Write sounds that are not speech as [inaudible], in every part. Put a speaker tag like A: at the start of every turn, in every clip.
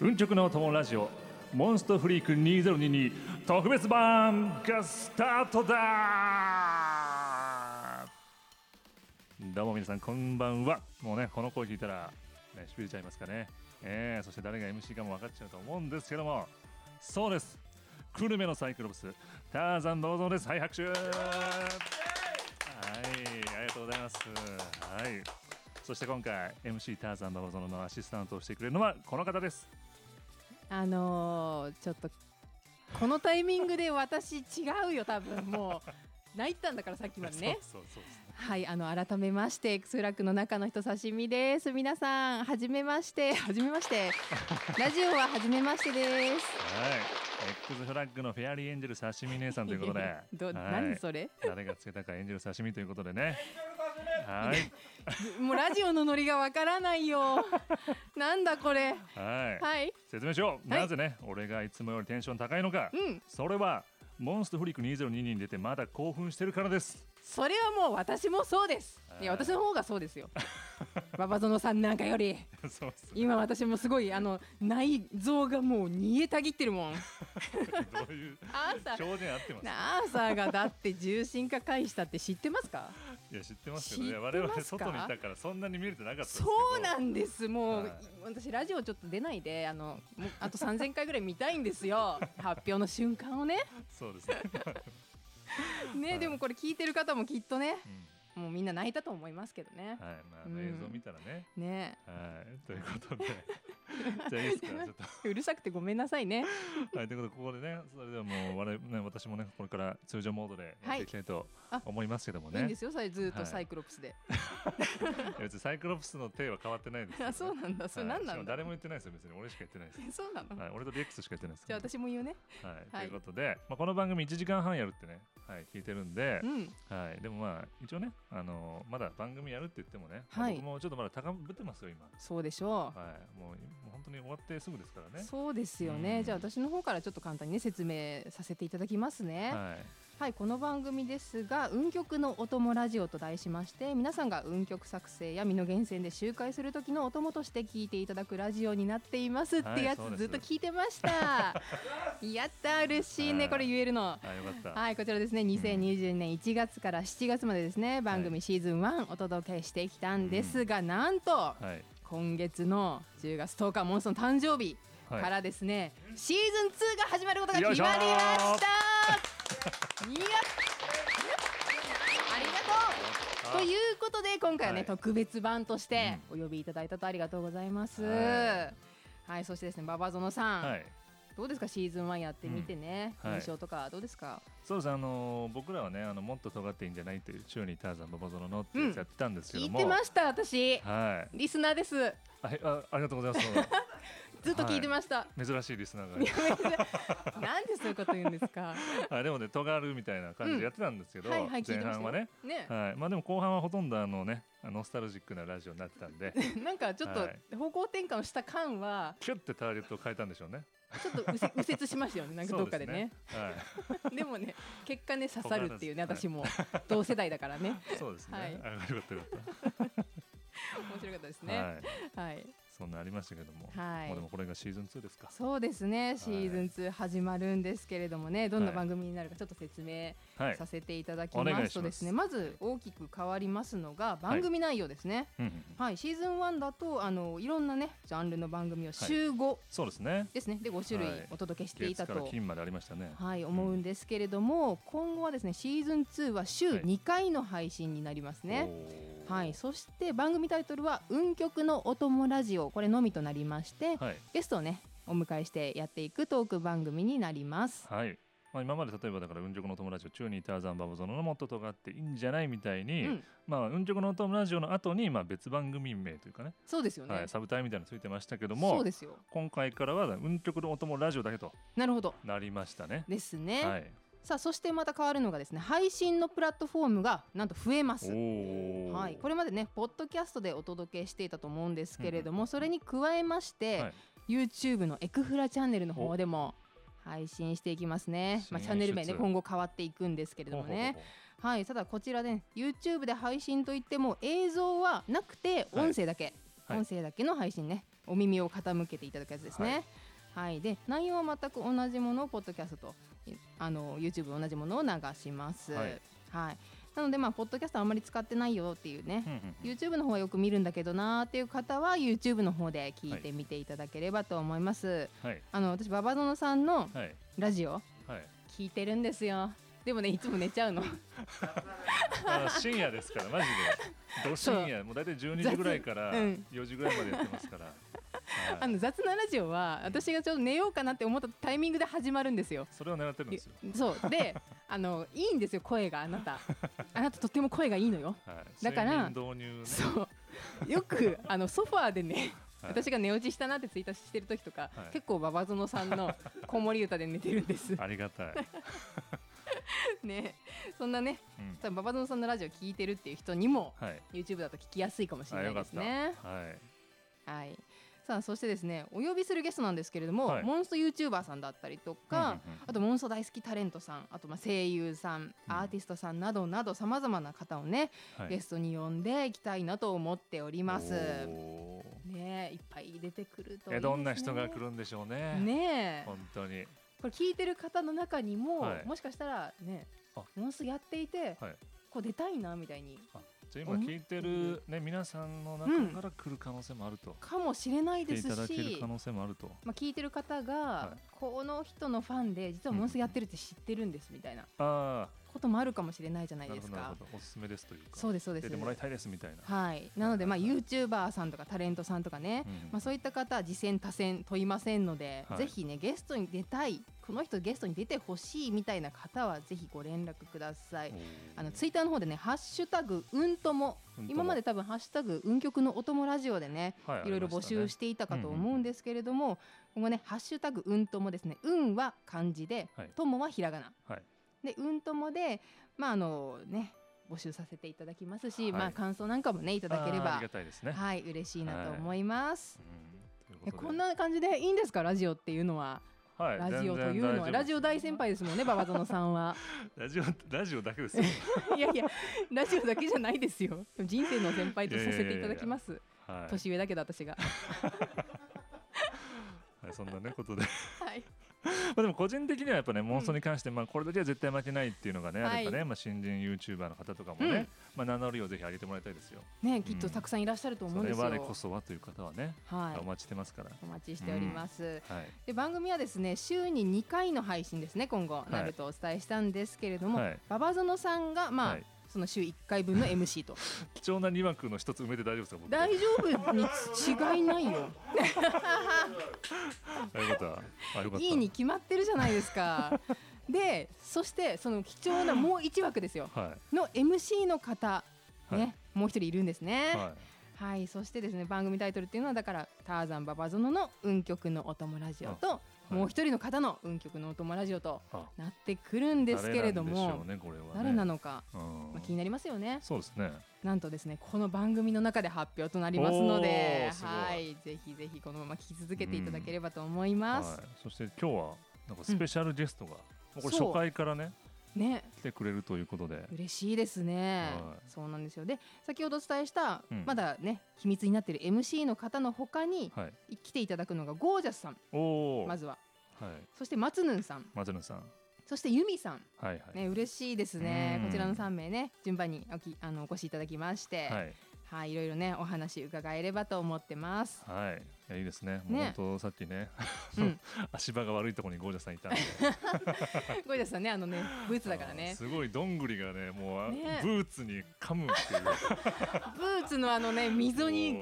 A: うんちょくの友ラジオモンストフリーク2022特別版がスタートだどうも皆さんこんばんはもうねこの声聞いたら、ね、しびれちゃいますかねえー、そして誰が MC かも分かっちゃうと思うんですけどもそうです久留米のサイクロプスターザン銅像ですはい拍手はい、ありがとうございます。はい。そして今回 MC ターザンババゾノのアシスタントをしてくれるのはこの方です。
B: あのー、ちょっとこのタイミングで私違うよ多分もう泣いてたんだからさっきまでね
A: [laughs] そうそうそうそう
B: はいあの改めましてクスラックの中の人刺身です皆さんはじめましてはじめまして
A: [laughs]
B: ラジオははじめましてです
A: はい。X フラッグのフェアリーエンジェル刺身姉さんということで
B: [laughs] 。ど
A: はい
B: 何それ
A: 誰がつけたかエンジェル刺身ということでね。はい。
B: もうラジオのノリがわからな
A: [laughs]
B: いよなんだこれ
A: はい。
B: はい
A: 説明しよう。なぜね、俺がいつもよりテンション高いのか。
B: うん
A: それは、モンストフリーク2022に出てまだ興奮してるからです。 [laughs]
B: それはもう私もそうですいや
A: はい
B: 私の方がそ
A: [laughs]
B: うですよババゾノさんなんかより
A: そうっすね。
B: 今私もすごいあの内臓がもう煮えたぎってるもん
A: どう
B: [laughs]
A: いう
B: アーサー
A: 表現合ってます
B: アーサーがだって重心化回避したって知ってますか
A: いや知ってますけど
B: 知
A: ね
B: って
A: 我々
B: ますか
A: 外にいたからそんなに見れてなかったですけど
B: そうなんですもう、
A: はい
B: 私ラジオちょっと出ないであのもうあと3000回ぐらい見たいんです [laughs] よ発表の瞬間をね
A: そうですね、
B: ね、
A: はい
B: でもこれ聞いてる方もきっとね
A: う
B: もうみんな泣いたと思いますけどね
A: ん、はいまあ、
B: うん
A: 映像見たらね
B: ね
A: はいということ
B: [laughs]
A: でじゃあいいですかちょっと
B: うるさくてごめんなさいね
A: はいということでここでねそれではもう我々、ね、私もねこれから通常モードでやっていきたいと
B: はいあ
A: 思いますけども
B: いいん
A: ね
B: で、すよそれずっ
A: は
B: と
A: い
B: サイクロプスで、
A: いや別にサイクロプスの手は変わってないですよ、
B: あそうなんだそれ
A: はいし
B: 何な
A: か
B: ん
A: も
B: だ、
A: 誰も言ってないですよ別に俺しか言ってないです
B: そうなの、
A: はい、俺と DX しか言ってないです
B: じゃあ私も言うね
A: はい、と
B: はいいう
A: ことで、まあ、この番組1時間半やるってね、はい、聞いてるんで、
B: うん
A: はい、でもまあ一応ね、あのーまだ番組やるって言ってもね、
B: はい
A: 僕もちょっとまだ高ぶってますよ今、
B: そうでしょう、
A: はい、もうもう本当に終わってすぐですからね。
B: そうですよね、
A: うん
B: じゃあ私の方からちょっと簡単に、ね、説明させていただきますね。はい、
A: はい、
B: この番組ですが「運極のお供ラジオ」と題しまして皆さんが運極作成や身の源泉で周回する時のお供として聞いていただくラジオになっていますっ
A: は
B: て
A: い
B: やつ、
A: そうです
B: ずっと聞いてま
A: [laughs]
B: した。やった嬉しいね、
A: はい
B: これ言えるの。
A: あよかった。
B: はいこちらですね2020年1月から7月までですね番
A: は
B: 組
A: い
B: シーズン1お届けしてきたんですが、なんと
A: はい、はい、
B: 今月の10月10日モンストの誕生日からですね、シーズン2が始まることが決まりました
A: よいし
B: いやありがとうということで今回はね、
A: はい
B: 特別版としてお呼びいただいたとありがとうございます。は、
A: はい
B: そしてですね馬場園さん、
A: はい、
B: どうですかシーズン1やってみてね、
A: うんはい
B: 印象とかどうですか、
A: そうですあのー僕らはねあのもっと尖っていいんじゃないという宙にターザンババゾノのってやつやってたんですけ
B: 聞
A: ど
B: い
A: も、
B: てました私、
A: はい、
B: リスナーです
A: あへあありがとうござい [laughs]
B: ずっと聞いてま [laughs] した、
A: ます。珍しいリスナー
B: いや別になんでそういうこと言うんですか
A: が、あでもね尖るみたいな感じでやってたんですけど、
B: はいはい聞い
A: 前
B: てました
A: 半はね、
B: よね
A: はい、まあでも後半はほとんどあのねノスタルジックなラジオになってたん
B: [laughs]
A: で、
B: なんかちょっ
A: はい
B: と方向転換をした感は
A: キュッてターゲットを変えたんでしょうね。
B: ちょっと右折右折しましたよねなんかどっかでね
A: そうですね。はい。
B: でもね結果ね刺さるっていうね
A: 尖らず
B: 私も同世代だからね
A: そうですね。
B: はい
A: あよかったよかっ
B: 面白かったです
A: た。
B: ね
A: はい。
B: はい、
A: そんなありましたけども。
B: はい
A: もうでもこれがシーズン2ですか。
B: そうですねシーズン2始まるんですけれどもねどんな番組になるかちょっと説明
A: はい
B: さ。せていただき
A: お願
B: ま
A: い
B: す
A: し
B: と
A: ます
B: ですねまず大きく変わりますのが番組内容ですね
A: うんうんうん
B: はい、シーズン1だとあのいろんなねジャンルの番組を週5
A: そうですね。
B: ですね、で5種
A: は
B: 類
A: い
B: お届けしてい
A: 月
B: た
A: か
B: と、
A: ら金までありましたね。
B: はい、思うんですけれども、今後はですねシーズン2は週
A: はい
B: 2回の配信になりますね。
A: ね
B: はい、。そして番組タイトルは「運極のお供ラジオ」これのみとなりまして、
A: はい。
B: ゲストをねお迎えしてやっていくトーク番組になります。
A: はい。まあ今まで例えばだから運極の友達を宙にいたザンバボゾノのもっと尖っていいんじゃないみたいに、
B: うん
A: まあ運極の友ラジオの後にまあ別番組名というかね、
B: そうですよね。
A: はい、サブタイみたいなのついてましたけど
B: そ
A: も
B: うですよ。
A: 今回からは運極のお供ラジオだけと
B: なるほど
A: なりましたね。
B: ですね、
A: はい、
B: さあそしてまた変わるのがですね配信のプラットフォームがなんと増えます。
A: おお、
B: はい、これまでねポッドキャストでお届けしていたと思うんですけれども、それに加えまして、
A: はい
B: YouTube のエクフラチャンネルの方でも配信していきますね、まあ、
A: 新
B: チャンネル名ね
A: 出
B: 今後変わっていくんですけれどもね
A: ほうほうほうほ
B: はいただこちらで、ね、YouTube で配信といっても映像はなくて音声だけ、
A: はい
B: 音声だけの配信ねお耳を傾けていただくやつですね。はい、で内容は全く同じものをポッドキャストとえあの YouTube 同じものを流します。
A: は
B: はいい、なのでまあポッドキャストあんまり使ってないよっていうね、
A: うんうんうん
B: YouTube の方はよく見るんだけどなーっていう方は YouTube の方で聞いてみていただければと思います。
A: はい
B: あの私ババゾノさんの
A: はい
B: ラジオ
A: はい
B: 聞いてるんですよ。でもねいつも寝ちゃうの。
A: あ深夜ですからマジでど深夜もう大体12時ぐらいから
B: 雑うん
A: 4時ぐらいまでやってますから、
B: あ
A: はい、
B: の雑なラジオは私がちょっと寝ようかなって思ったタイミングで始まるんですよ。
A: それを狙ってるんですよ
B: そうであのいいんですよ声があなた。あなたとっても声がいいのよ。
A: はい、
B: だから
A: 睡眠導入、ね、
B: そうよくあのソファーでね
A: はい
B: 私が寝落ちしたなってツイートしてる時とか、
A: はい
B: 結構ババゾノさんの子守歌で寝てるんです。
A: ありがたい、
B: [laughs] ねそんなね
A: うん
B: 多分ババゾノさんのラジオ聞いてるっていう人にも
A: はい
B: [laughs] YouTube だと聞きやすいかもし
A: あ
B: れな
A: よ
B: い
A: か
B: で
A: っ
B: す
A: た、
B: ね。
A: はい
B: はい。さあそしてですねお呼びするゲストなんですけれども、
A: はい
B: モンスト YouTuber さんだったりとか、
A: うんうんうん
B: あとモンスト大好きタレントさんあとまあ声優さんアーティストさんなどなどさまざまな方をね、
A: はい
B: ゲストに呼んでいきたいなと思っております。
A: お
B: ねえいっぱい出てくると
A: ーえ
B: いいですね
A: どんな人が来るんでしょうね
B: ねえ
A: 本当に
B: これ聞いてる方の中にも、
A: はい
B: もしかしたらね
A: あ
B: モンストやっていて、
A: はい
B: こう出たいなみたいに
A: じゃあ今聞いてる、ね、皆さんの
B: う
A: 中
B: ん
A: から来る可能性もあると、
B: かもしれな
A: 来
B: い
A: て
B: で
A: い
B: す
A: ただける
B: し
A: 可能性もあると
B: まあ、聞いてる方が、
A: い
B: この人のファンで実はモンストやってるって知ってるんですみたいな
A: あ
B: こともあるかもしれないじゃ
A: あ
B: ない
A: な
B: で
A: るほ
B: す
A: どなる
B: か
A: ほ。どおすすめですというか
B: そうですそうで
A: 出
B: す
A: てもらいたいですみたいな、
B: はい、なので、まあ、
A: はいはいは
B: YouTuber さんとかタレントさんとかね、
A: うん
B: まあ、そういった方は次戦多戦問いませんので、
A: はい
B: ぜひねゲストに出たいこの人ゲストに出てほしいみたいな方はぜひご連絡ください
A: おー
B: あのツイッターの方でね「ハッシュタグうんとも」
A: うんとも
B: 今まで多分「ハッシュタグ運曲のお供ラジオ」でね
A: はい
B: ろいろ募集してていたかと
A: うんうんうん
B: 思うんですけれども、今後ね、ハッシュタグうんともですね、うんは漢字で
A: はい、
B: ともはひらがな。
A: はい
B: で、うんともで、まあ、あのね、募集させていただきます
A: は
B: し、
A: い
B: まあ、感想なんかもね、いた
A: い
B: だけれ
A: あーあ
B: ば
A: り。がたいですね、
B: はい、嬉しいなと思います。
A: うんと
B: え
A: いうとで
B: こんな感じでいいんですか、ラジオっていうのは、
A: はい
B: ラジオと
A: 全然
B: いうの
A: 大丈夫で
B: は、
A: す
B: ラジオ大先輩ですもんね、馬場園さんは。
A: ラジオラジオだけ
B: [laughs]
A: ですよ
B: いやいや、ラジオだけじゃないですよ。でも人生の先輩とさせていただきます。
A: はい
B: 年上だけど、私が。
A: はいそんなねことで
B: はい。
A: まあでも個人的にはやっぱねモンストに関してまあこれだけは絶対負けないっていうのがね、
B: は
A: あ
B: い
A: ればねまあ新人ユーチューバーの方とかもね、
B: うん
A: まあ名乗りをぜひ上げてもらいたいですよ
B: ね、きっとたくさんいらっしゃると思う
A: そ
B: んで
A: れ
B: すよ。
A: 我こそはという方はね、
B: はい
A: お。待ちしてますから
B: お待ちしております。
A: はい
B: で番組はですね週に2回の配信ですね今後
A: い
B: なるとお伝えしたんですけれども、
A: はい
B: 馬場園さんがまあ、
A: はい
B: その週1回分の
A: [laughs]
B: MC と
A: 貴重な2枠の一つ埋めて大丈夫ですか僕
B: 大丈夫に
A: [laughs]
B: 違いないよ
A: あよかったあよかった
B: いいに決まってるじゃないで
A: [laughs]
B: すかでそしてその貴重なもう1枠ですよ
A: は
B: の MC の方
A: い
B: ね、もう一人いるんですね
A: はい、はい
B: はい、そしてですね番組タイトルっていうのはだから「ターザン馬場園の運極のお供ラジオと」
A: い
B: もう一人の方の運極のお供ラジオと
A: あ
B: なってくるんですけれども
A: 誰なんでしょうねこれはね
B: 誰なのか、
A: うん
B: まあ、気になりますよね。
A: そうですね
B: なんとですねこの番組の中で発表となりますので
A: おーすごい
B: はいぜひぜひこのまま聞き続けていただければと思います。
A: はい、そして今日はなんかスペシャルゲストが、もうこれ
B: そう
A: 初回からね
B: ね
A: 来てくれるということで
B: 嬉しいですね、
A: はい
B: そうなんですよで先ほどお伝えした、
A: うん
B: まだね秘密になっている MC の方の他に
A: はい
B: 来ていただくのがゴージャスさん
A: おお、
B: まずは
A: はい
B: そして松ヌンさん
A: 松野さん
B: そしてユミさん
A: はいはい、
B: ね嬉しいですね
A: うん
B: こちらの3名ね順番におきあのお越しいただきまして、
A: は
B: はい
A: い
B: いろいろねお話伺えればと思ってます。
A: はいいやいいですねもう
B: ね
A: 本当さっきね [laughs]
B: うん
A: 足場が悪いところにゴージャスさんいたんで
B: ゴリラさんね、あのね、ブーツだから
A: あー
B: ね。
A: すごいどんぐりがねもうあ
B: ね
A: ブーツに噛むっていう
B: ブーツのあのね、溝に、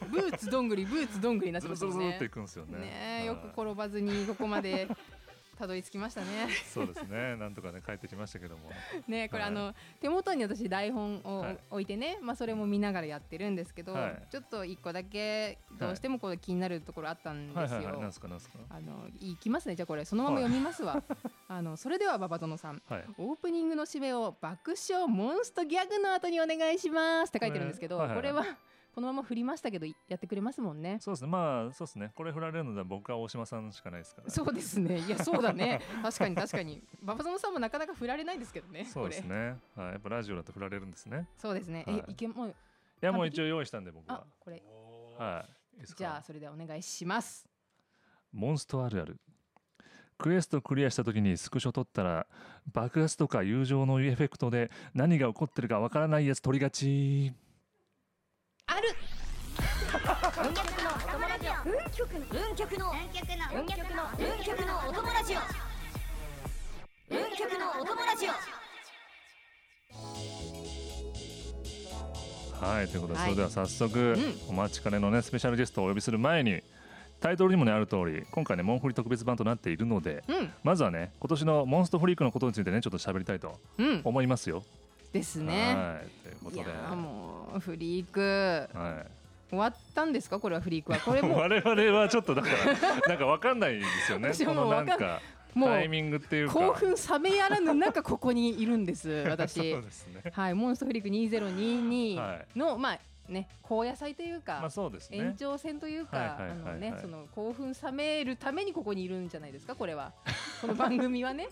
A: こ
B: ブーツどんぐり、ブーツどんぐりに
A: う
B: なって
A: ズ
B: ま
A: ルズル
B: したも
A: ズ
B: ん
A: ル
B: ね
A: っ。ていくんですよね
B: ねえ、よく
A: れ
B: 転ばずに、ここまで。たどり着きました
A: [laughs]
B: ね。
A: そうですねなんとかね帰ってきましたけども
B: ねえ、これ、
A: はい
B: あの、手元に私台本
A: は
B: を
A: い
B: 置いてね、まあ、それも見ながらやってるんですけど
A: はい。
B: ちょっと一個だけ、どうしてもこれ気になるところあったん
A: はい
B: です
A: はいはいなん
B: よ
A: す。かなんすか
B: あの、いきますね、じゃ、これ、そのまま読みますわ。 [laughs] あの、それでは、馬場園さん。
A: はい
B: オープニングの締めを爆笑モンストギャグの後にお願いしますって書いてるんですけど、
A: これはいは
B: こ
A: い
B: れはこのまま振りましたけどいやってくれますもんね。
A: そうですねまあそうですねこれ振られるのは僕は大島さんしかないですから
B: そうですね。い
A: [laughs]
B: やそうだね。確かに確かに。馬場園さんもなかなか振られないですけどね。
A: そうです
B: これ。
A: ねはいやっぱラジオだと振られるんですね
B: そうですね。
A: はい
B: えいけもう
A: いやもう一応用意したんで僕
B: あ
A: は
B: これ
A: はいですか
B: じゃあそれではお願いします
A: モンストあるあるクエストクリアした時にスクショ撮ったら爆発とか友情のエフェクトで何が起こってるかわからないやつ撮りがち
B: ある
C: 運極の運極の運極の運極のお友達を運極のお友達を
A: はいということで、
B: は
A: そ
B: い
A: れでは早速、お待ちかねのねスペシャルゲストをお呼びする前にタイトルにもねある通り今回ねモンフリ特別版となっているので
B: うん
A: まずはね今年のモンストフリークのことについてねちょっと喋りたいと
B: うん
A: 思いますよ。
B: ですね
A: はいということ
B: い
A: で
B: や。ーもうフリーク
A: はい、
B: 終わったんですかこれはフリー
A: [laughs]
B: クはこれもう
A: 我々はちょっとだからなんかわかんないですよね
B: 私
A: こ
B: も
A: の
B: う
A: な
B: わか
A: ん
B: ん
A: か
B: も
A: タ
B: う
A: イミングっていうか
B: 興奮冷めやらぬ中ここにいるんです
A: [laughs]
B: 私
A: そうですね。
B: はいモンストフリーク
A: は
B: 2022の、まあね高野菜というか、
A: まあそうです
B: 延
A: ね。
B: 長戦という
A: はい
B: か、
A: はいはいはい
B: あのね、その興奮冷めるためにここにいるんじゃないですか、これは。この番
A: [laughs]
B: 組はね、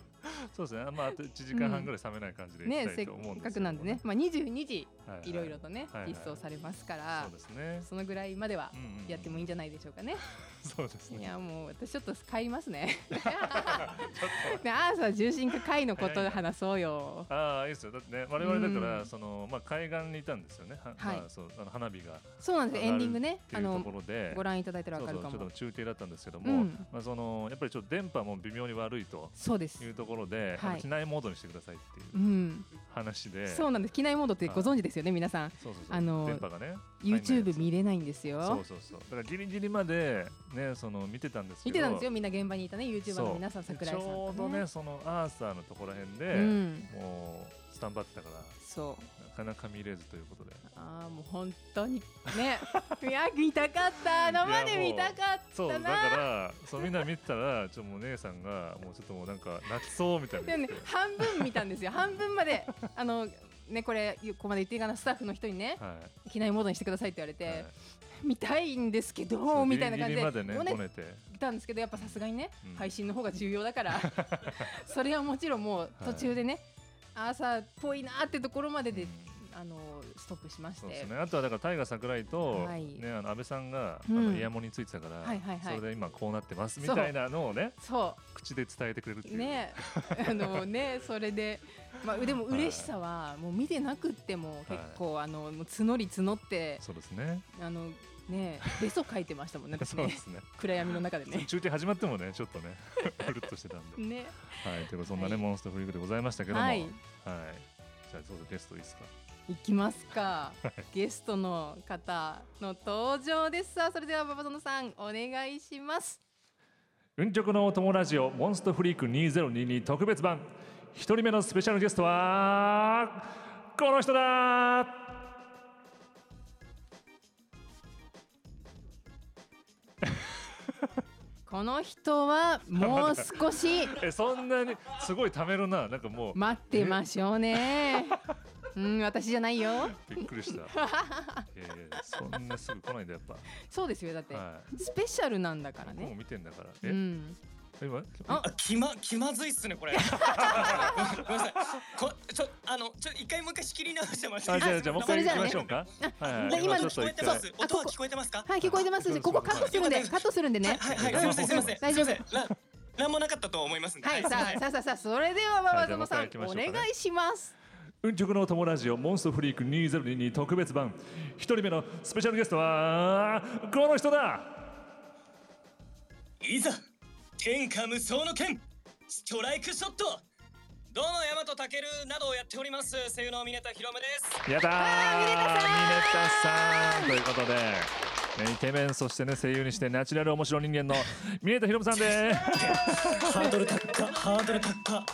A: そうですね。まああと1時間半ぐらい冷めない感じでい
B: ね、
A: きた
B: せ
A: い
B: っ
A: と思うんですけど
B: かくなんでね、。まあ22時
A: はいはい
B: ろいろとね
A: はいはい、
B: 実装されますから、
A: そうですね。
B: そのぐらいまでは
A: うんうんうん
B: やってもいいんじゃないでしょうかね。
A: そうです
B: い
A: ね。
B: やもう私ちょっと買いま
A: [laughs]
B: すね。ね、アーサー重心化回のことを話そうよ。
A: ああいいですよだってね我々だから、
B: うん
A: そのまあ海岸にいたんですよねは、
B: はい
A: まあ、そうあの花火がっ
B: そうなんですよ、エンディングね、
A: てい
B: あ
A: うと
B: の
A: ころで
B: ご覧いただいたらわかる
A: そ
B: か
A: うそうちょっ
B: も
A: と。中継だったんですけど
B: う
A: も、
B: ん、
A: まあそのやっぱりちょっと電波も微妙に悪いと
B: そうです
A: い。うところで、
B: はい
A: あの機内モードにしてくださいっていう
B: うん、
A: 話で、
B: そうなんです。機内モードってご存知ですよね、皆さん。
A: そうそうそう
B: あの
A: 電波がね
B: YouTube 見
A: る
B: れないんです
A: そ
B: よ
A: う。そうそうだからギリギリまでねその見てたんですけど
B: 見てたんですよ、みんな現場にいたね、YouTuber の皆さん、
A: そう
B: 桜井さんと
A: ちょうどね。そのアーサーのところらへん
B: う
A: で、
B: ん、
A: もうスタンバってたから
B: そう。
A: なかなか見れずということで
B: ああ、もう本当に
A: [laughs]
B: ね、いや見たかった、生で見たか
A: そうだ
B: った
A: か
B: な。
A: らそうみんな見てたらちょっともう姉さんがもうちょっともうなんか泣きそうみたいな
B: で
A: 言っ
B: ね [laughs]
A: て、
B: 半分見たんです
A: [laughs]
B: よ。半分まで、あのね、これここまで言っていいかな、スタッフの人にね、
A: はい
B: 機内モードにしてくださいって言われ
A: はい
B: て、見たいんですけ
A: そ
B: ど
A: う
B: みたいな感じ
A: ギリギリま
B: で、
A: でね
B: もう
A: こ
B: ね
A: ねて
B: 来たんですけどやっぱさすがにね、
A: うん
B: 配信の方が重要
A: [laughs]
B: だからそれはもちろんもう途中でね、朝っぽいなーってところまでで、
A: うん
B: あのストップしまし
A: そうで
B: て
A: すねあとはだから大河桜井と
B: はい
A: ねあの安倍さんがあ
B: う
A: の
B: ん
A: イヤモニについてたから
B: はいはいはい
A: それで今こうなってますみ
B: そう
A: たいなのをね
B: そ
A: 口で伝えてくれるっていうう [laughs]
B: ねあのねそれで、まあ、でも嬉しさはもう見てなくっても結構、あのもう募り募って
A: そうですね
B: あのねべそ書いてましたもんね私
A: [laughs] そうで
B: ね
A: すね
B: 暗闇の中でね。
A: 中継始まってもねちょっとね [laughs] ふるっとしてたんで
B: ね、
A: はいということでそんなね
B: はい
A: モンストフリークでございましたけども
B: は
A: はい
B: い
A: じゃあそうですゲストいいですか
B: 行きますか。ゲストの方の登場です。さあ、それでは馬場園さん、お願いします。
A: 運極のお友ラジオモンストフリーク2022特別版一人目のスペシャルゲストはこの人だ
B: この
A: [laughs]
B: 人はもう少し
A: えそんなにすごい貯めるななんかもう、
B: 待ってましょうね。うん、私じゃないよ。
A: びっくり
B: [laughs]
A: したいやいやいやそんなすぐ来ないんだやっ
B: そうですよ、だって
A: ぱ、。は
B: スペシャルなんだから
A: い、もう
B: ね。
A: 見てんだから
B: う
A: え、
B: ん、
A: 今
B: あ
D: あ気ま気まずいっすねこれ。ごめんなさい。こちょあのちょ一回もう一回仕切り直してもらってい
A: あ
D: いで
A: じ
D: す
A: ゃあじ
D: か
A: ゃあもう一
B: それ
A: 回
B: じ
A: 行きましょ
B: ゃあね
A: うか、はい
B: じゃあ今の
A: ちょっと
D: 聞こえ
A: 一
D: て
A: 回
D: ます。
B: あ
D: 音
B: こ
D: は
B: こ
D: 聞こえてますか？
B: はい、聞こえてますし、ここカットするんで、カットするんでね。
D: はいはいはいすみませんすみません。
B: 大丈夫
D: すいませんななんもなかったと思いますんで。
B: はい、
D: すいま
B: さ
D: せん
B: あ、さあ、さあ、さあ、それでは馬場園さん
A: はいじゃあもう一回行きましょう
B: お
A: かね
B: 願いします。
A: 運極のお友ラジオモンストフリーク2022特別版一人目のスペシャルゲストはこの人だ
D: いざ天下無双の剣ストライクショット。どうも大和たけるなどをやっております声優の峰田ひろめです。
A: やったー
B: あ
A: ミネタさんということで、ねイケメンそしてね声優にしてナチュラル面白人間のミネタヒロムさんです
D: ハードル高ハードル高。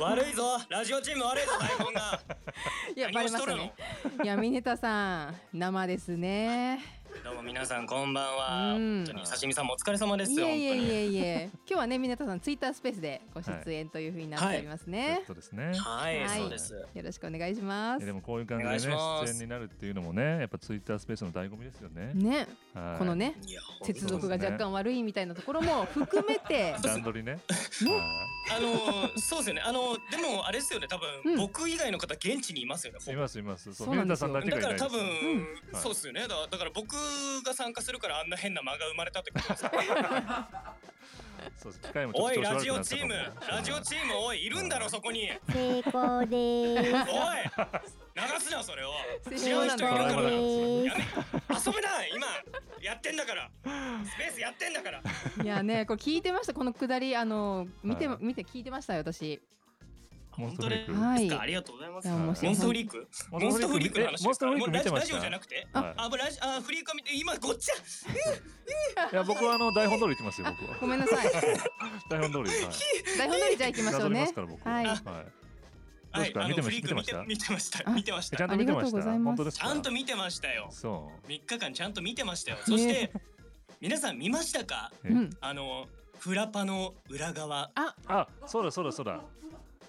D: 悪いぞラジオチーム悪いぞ台本が。
B: いや、バレましたね。いや、ミネタさん、生ですね。
D: どうも皆さんこんばんは。
B: うん
D: 本当に刺身さんもお疲れ様です
B: い
D: よ。
B: えいえ
D: 本当
B: い
D: に
B: えいえ、今日はね、皆さんツイッタースペースでご出演というふうになっておりますね。
A: そうですね
D: はい、
B: はい
D: そうです。
B: よろしくお願いしま。
A: いやですもこういう感じ
D: お願い
A: で
D: し
A: ね
D: ま
A: 出
D: す
A: 演になるっていうのもねやっぱツイッタースペースの醍醐味ですよね
B: ね、
A: はい
B: このね、
D: いや
B: 接
A: 続
B: 続が若干悪いみたいなところも含め
A: [laughs]
B: て。
A: 段取
D: [laughs]
A: りねは
D: あのーそうですよね。あのーでもあれですよね。多分、
B: うん
D: 僕以外の方現地にいますよね。
A: いいますいますそう
B: そう
A: ミ
B: な
A: ネ
B: ん
A: タ
B: です
A: さ
B: よ
A: んだけが
D: だ
A: いな
D: か
A: いです
D: ら多分、
A: うん
D: そうですよね。だだから僕が参加するからあんな変な間が生まれたってことですか [laughs]
A: そうです機械もちょ
D: お
A: っと調
D: い
A: 子
D: ラ
A: 悪
D: ジ
A: くな
D: オ
A: った
D: チ
A: と思
D: ー
A: う
D: ムラジオチームおいいるんだろそこに
C: 成功です
D: [laughs] おい流すなそれを
B: 成
D: 違う
B: 功
D: 人
B: ないんだ
D: るから
A: ドラえもんだ
D: やめ遊べない今やってんだからスペースやってんだから
B: いやね、これ聞いてました。このくだり、あの、見て、
A: はい
B: 見て聞いてましたよ、私。
A: モンストフリーク
D: 本当
B: は
D: で
B: い
D: すかありがとうございます
B: いや面白い
D: モンストフリークモンストフリークの話
A: えモンストフリー
D: も
A: ク
D: う
A: 見
D: ラジ
A: て
D: ラ
A: ま
D: ジ
A: し
D: オじ
A: た
D: ゃなくて
A: はい
D: あもうラジあフリークは見て今ごっちゃ
A: いや僕はあの台本通り行きますよ僕は
B: [laughs] ごめんなさい。
A: 台本通りはい
B: 台本通りじゃあ行きましょ
A: な
B: う
A: ぞりま
B: ね
A: すから。僕
B: はい。
A: は
B: あ
A: いどう
D: は
A: ですか見
D: いあの
A: てま
D: フ
A: し
D: リー
A: 見
D: ク
A: てま
D: 見
A: してた
D: 見てました
B: あ
D: 見てまし
A: えちゃんと見てま
B: ありが
D: た
A: し
B: とうご
A: た
B: ざいます
A: 本当です
D: ち
A: か
D: ゃんと見てましたよ
A: そ
D: 3日間ちゃんと見てましたよそして
B: ね
D: 皆さん見ましたか
A: う、
B: うん。
D: あのフラパの裏側
A: あそうだそうだそうだ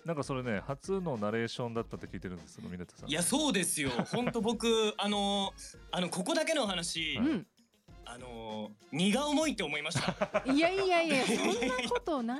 A: なんかそれね初のナレーションだったって聞いてるんですよ皆田さん
D: いやそうですよ本当僕あのあのここだけのお話、
A: はい
D: あの荷が重いって思いました
A: [laughs]
B: うん。いやいやいや、そんなことない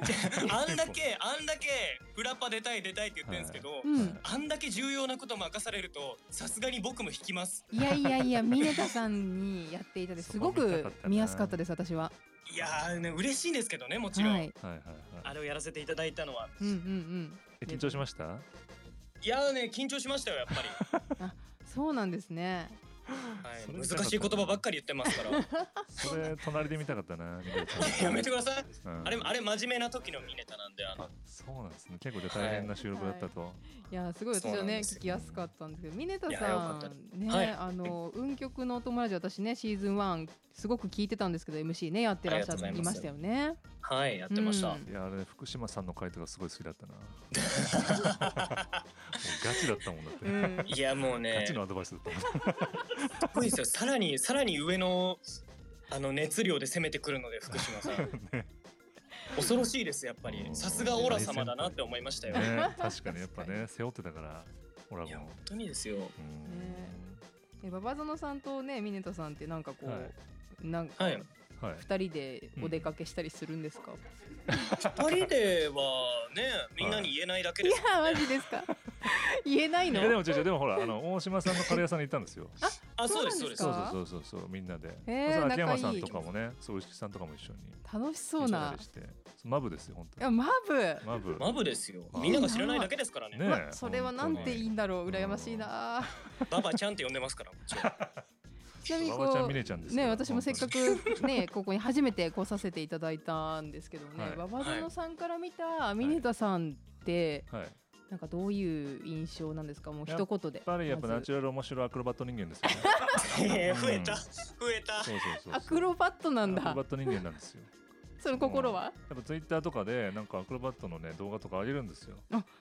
B: ですよ。
D: あんだけあんだけフラパ出たい出たいって言ってるんですけど、
B: うん。
D: あんだけ重要なこと任されるとさすがに僕も引きます
B: いやいやいや、峰田さんにやっていただいて、
D: [laughs]
B: すご
A: そこ見たか
B: く
A: ったな
B: 見やすかったです、私は。
D: いやー、ね、嬉しいんですけどねもちろん、
B: はい。
A: はいはいは
D: あれをやらせていただいたのは
B: うんうんうん。
A: い緊張しました
D: いやーね緊張しましたよやっ
B: [laughs]
D: ぱり、
B: そうなんですね。
D: はい
A: それ
D: 難しい言葉ばっかり言ってますから [laughs]
A: それ隣で見たかったなみ
D: やめてく
A: だ
D: ださい
A: さい
D: あれあ
A: れ
D: れ真面目な時のミネタなんであの
A: そうなんですね結構じゃあ大変な収録だったと
B: いや、すごい、私
D: そうな
B: は
D: ん
B: ね、
D: ですよ
B: 聞きやすかったんですけど、峰田
D: いやよか
B: さ
D: った
B: ん。ね、
D: はい
B: あの、運極のお友達、私ね、シーズン1すごく聞いてたんですけど、MC ね、やってらっしゃ
D: ありがとうございま
B: いま
D: す
B: したよね。
D: はいやってました、
B: うん
A: いやあれ福島さんの回とかすごい好きだ
B: [laughs]
A: ったなもうガチだったもんだって、
B: うん
D: いやもう
A: ガ
D: ね
A: チのアドバイスだったもん
D: すごいですよさらにさらに上のあの熱量で攻めてくるので福島さん
B: [laughs]
A: ね
D: 恐ろしいですやっぱり
A: うん
D: さすがオラ様だなって思いましたよ、
A: ね確かにやっぱ
B: 確か
A: ね背負ってたからオラ
D: い
A: ゴ
D: や
A: ン
D: 本当にですよ
B: え馬場園さんとね峰田さんってなんかこう、
A: はい
B: なんか
D: はい
A: うんはい
B: 二人でお出かけしたりするんですか、
D: 二人ではねみんなに言えないだけ
B: い
D: です、
B: やマジですか [laughs] 言えない
A: い
B: の
A: やでも違う違うでもほらあの大島さんのカレー屋さんに行ったんですよ
D: あそうです
B: [laughs] そ
D: そうう
B: なん
D: で
A: そう
B: ですか
D: す
A: そうそうそうそうみんなで、
B: へー
A: それ秋山
B: 仲
A: さ
B: い
A: ん
B: い
A: とかもねそう牛木さんとかも一緒に
B: 楽しそう
A: 一緒
B: な
A: にしてそうマブですよ本
B: いやマ
A: 当
B: ブ、
A: にマブ
D: マブですよ
A: あ
D: みんなが知らないだけですからね
A: ねえ
B: まそれはなんていいんだろう
A: 本当に
B: 羨ましいな
D: ババちゃんって呼んでますからこっちは
B: [laughs] ちなみに
A: 馬場ちゃん
B: こ
A: ミネちゃんです
B: う
A: から
B: ね私もせっかくねここに初めて来させていただいたんですけどね、
A: はい
B: 馬場園さんから見た峰田さんって、
A: はいやっ
B: なんかどういう印象なんですかもう一言で
A: ぱりやっぱ
B: まず
A: ナチュラル面白いアクロバット人間です
B: [laughs]
A: よね
D: えー増え
A: う
D: た
A: ん
D: 増えた
A: そうそうそうそう
B: アクロバットなん
A: アク
B: だ
A: ロバット人間なんですよ
B: その心は、
A: やっぱツイッターとかでなんかアクロバットのね動画とか上げるんですよ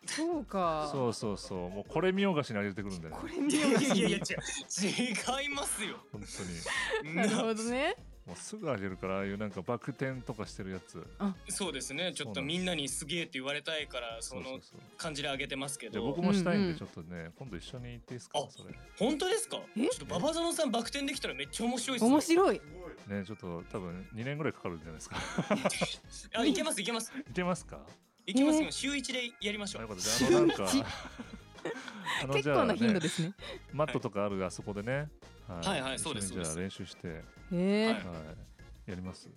B: そうか
A: そうそうそうもうこれ見ようがしに上げてく
B: [laughs]
A: るんでね
B: こ
A: 本
B: れ見
D: い
B: よう
D: やい
B: が
D: や
B: しに
D: いやいや違う違いますよ
A: 当に
B: な
A: [laughs]
B: るほどね
A: もうすぐ上げるからああいうなんかバク転とかしてるやつ
D: そうですねちょっとみんなにすげえって言われたいからそ
A: そうそ
D: の
A: うそう
D: 感じであげてますけ
A: じゃあ
D: ど
A: 僕もしたい
B: うん
A: ん
B: うん
A: でちょっとね今度一緒に行っていいですか
D: あ
A: それ
D: 本当ですかち
B: え
D: ょっとババゾノさんバク転できたらめっちゃ面白いですよ
B: 面白い
A: ねちょっと多分2年ぐらいかかるんじゃないですか
D: [laughs] あいけますいけます
A: いけますか
D: いけますよ
B: え
D: 週一でやりまし
A: と
D: ょ
A: いう
D: う
A: ことであのなん
B: [laughs]
A: か
B: 週
A: あの
B: 結
A: じゃ
B: 構
A: あ
B: な頻度
A: ね
B: ですね
A: マットとかあるあそこでね
D: はいはいそうです
A: 一緒にじゃ
D: そ
A: あ
D: う
A: 練習しては
B: へえ、
D: は
A: い
D: い
A: やります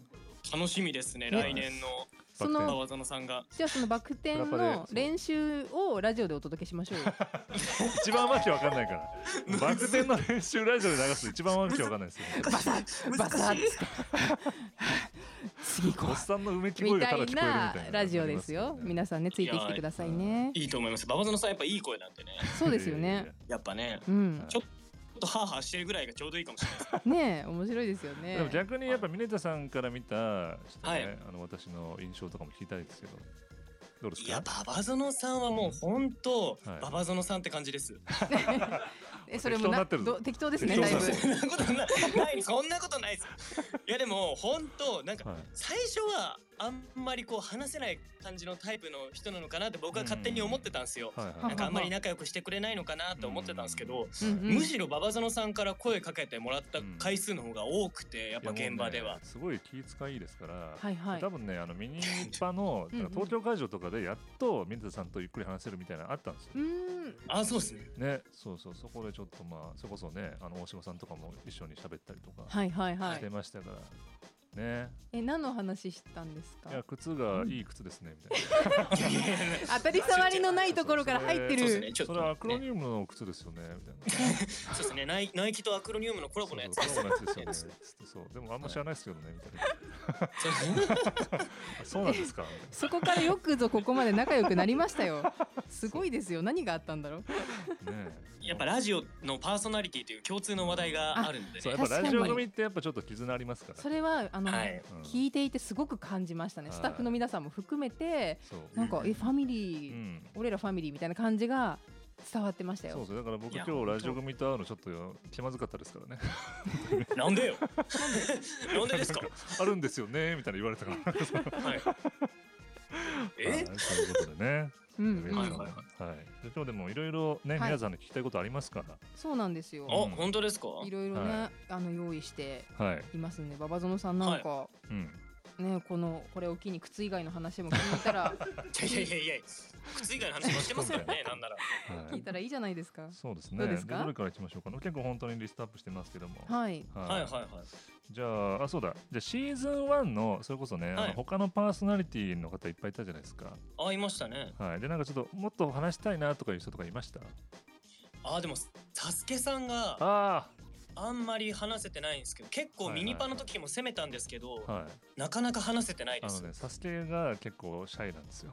D: 楽しみですね
B: え
D: 来年の
B: その
A: バク
D: バ
A: 転
D: バゾノさんが
B: じゃあそのバク転
A: プラパ
B: の
A: でそう
B: 練習をラジオでお届けしましょう
A: [laughs]
B: よ
A: 一番わけわかんない
D: [laughs]
A: からバク転の練習ラジオで流すと一番わけわかんないですよね
B: バサッバサッつって次行
A: お
B: こ
A: っさんのうめき
B: うみ
A: 声が
B: た
A: ただ聞
B: い
A: こえるみたいな
B: なラジオですよ皆さんねついてきてくださいね
D: いいと思いますババゾノさんやっぱいい声なんでね
B: そうですよね
D: やっぱねち
B: [laughs] うん
D: ちょょっとハーハーしてるぐらいがちょうどいいかもしれないです
B: ねえ面白いですよ
A: でも
B: ね
A: 逆にやっぱ峰田さんから見たちょっとね、
D: はい
A: あの私の印象とかも聞きたいですけどどうです
D: いや
A: か
D: ババゾノさんはもう本当
A: はい
D: ババゾノさんって感じです
B: えそれも
A: 適当
B: な
A: になってる
B: ど適当ですね
A: 適
B: だ
A: 当
B: いぶ
A: です
D: そんなことなないそんなことないですいやでも本当なんか
A: はい
D: 最初はあんまりこう話せない感じのタイプの人なのかなって僕は勝手に思ってたんですよ。
A: はい
B: な
A: は
D: ないんかあんまり仲良くしてくれないのかなって思ってたんですけど、
B: うんうん
D: むしろ馬場園さんから声かけてもらった回数の方が多くてやっ
A: いやも
D: ぱ
A: うね
D: 現場では。
A: すごい気遣いいですから、
B: はいはい
A: 多分ねあのミニパ
D: [laughs]
A: の
B: うんうん
A: 東京会場とかでやっと峰田さんとゆっくり話せるみたいなのあったんですよ
B: う、ん
D: あそうですね
A: ねそうそうそこでちょっとまあそれこそねあの大島さんとかも一緒に喋ったりとか
B: はいはいは
A: して
B: い。
A: ましたから、ね
B: え何の話したんですか
A: い。や靴がいい靴ですねみたいな
B: 当たり障りのないところから入って
A: そう
D: ですね
B: る。
D: ちょっ
A: そ
D: と
A: れ
D: ね
A: はアクロニウムの靴ですよねみたいな
D: そうですねナイナイキとアクロニウムのコラボのやつ
A: そうそうコラボのやつです
D: そ
A: よ
D: う
A: ねつってそうでもあんま知らないですけどねみたいなあそうなんですかみたいな
B: そこからよくぞここまで仲良くなりました [laughs] よ。すごいですよ。何があったんだろう。
A: ねえ
D: やっぱラジオのパーソナリティという共通の話題があるんで
A: そう
D: ね
A: やっぱラジオ
B: 確か
A: 組
B: に
A: ってやっぱちょっと絆ありますから
B: それはあの、
D: はい
A: うん
B: 聞いていてすごく感じましたね。
A: はい
B: スタッフの皆さんも含めて
A: そう
B: なんかえファミリ
A: う
B: ー、
A: ん
B: 俺らファミリーみたいな感じが伝わってました
A: そ
B: よ
A: う。そうだから僕
D: いや
A: 今日ラジオ組と会うのちょっと気まずかったですからね
D: な
A: [laughs]
D: んでよなんでですか
A: あるんですよねみたいな言われたから [laughs]
D: はい
A: は
D: え
A: いそういうことでね
B: うん、
A: は
B: う
A: い
B: ん
D: はいはい
A: はいで今日でもいろいろね
B: はい
A: 皆さんの聞きたいことありますから
B: そうなんですよ
D: あ。
A: うん
D: 本当ですか
B: いろいろね、
A: は
B: あの用意して
A: はい
B: いますんで、ババゾノさんなんか、
A: うん
B: ねこのこれを機に靴以外の話も聞い
A: [laughs]
B: たら
D: いやいやいやいや靴以外の話もしてますからねなんなら
A: は
B: 聞い
A: い
B: たらいいじゃないですか。
A: そうです
B: ど
A: ね
B: うですか
A: でどれからいきましょうか結構本当にリストアップしてますけども
B: はい。
D: はい
A: は
D: はいはい
A: いじゃああそうだじゃあシーズン1のそれこそねあ
D: は
A: の
D: い
A: 他のパーソナリティの方いっぱいいたじゃないですか
D: あいましたね
A: はいでなんかちょっともっと話したいなとかいう人とかいました
D: あでもサスケさんが
A: あ
D: あんまり話せてないんですけど結構ミニパの時も攻めたんですけど、
A: あはい
D: なかなか話せてないで
A: あの
D: す、
A: ね、サスケが結構シャイなん [laughs] ですよ。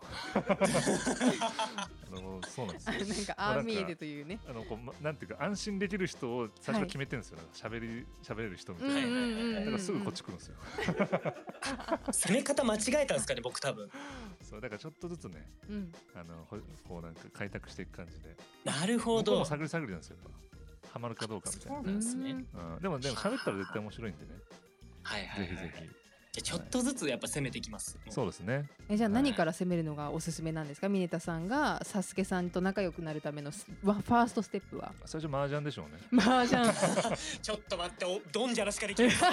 A: あのそうなんです
B: あ
A: よ
B: [laughs] なん。かアーミーでというね。
A: あのこうまなんていうか安心できる人を最初決めてるんですよ。なんか喋り喋れる人みたいな。
D: ん
A: だからすぐこっち来るんですよ。
D: 攻め方間違えたんですかね僕多分
A: そうだからちょっとずつね、
B: うん
A: あのほこうなんか開拓していく感じで、
D: なる
A: 向
D: ほ
A: こう
D: ど
A: も探り探りなんですよ。やっぱハマるかどうかみたい
D: そう
A: な。
D: なんですね、
B: うん
A: うん、でもでも喋ったら絶対面白いんでね。
D: はいはい
A: ぜ
D: は
A: ひ
D: い
A: ぜ
D: じゃ
A: ひ。
D: あちょっとずつやっぱ攻めていきます、
A: そうですね。
B: えじゃあ何から攻めるのがおすすめなんですか、ミネタさんがサスケさんと仲良くなるためのスわファーストステップ
A: [laughs]
B: は
A: 最初麻雀でしょうね。
B: 麻雀
D: ちょっと待っておドンジャラしかできない
A: [laughs]
D: ですか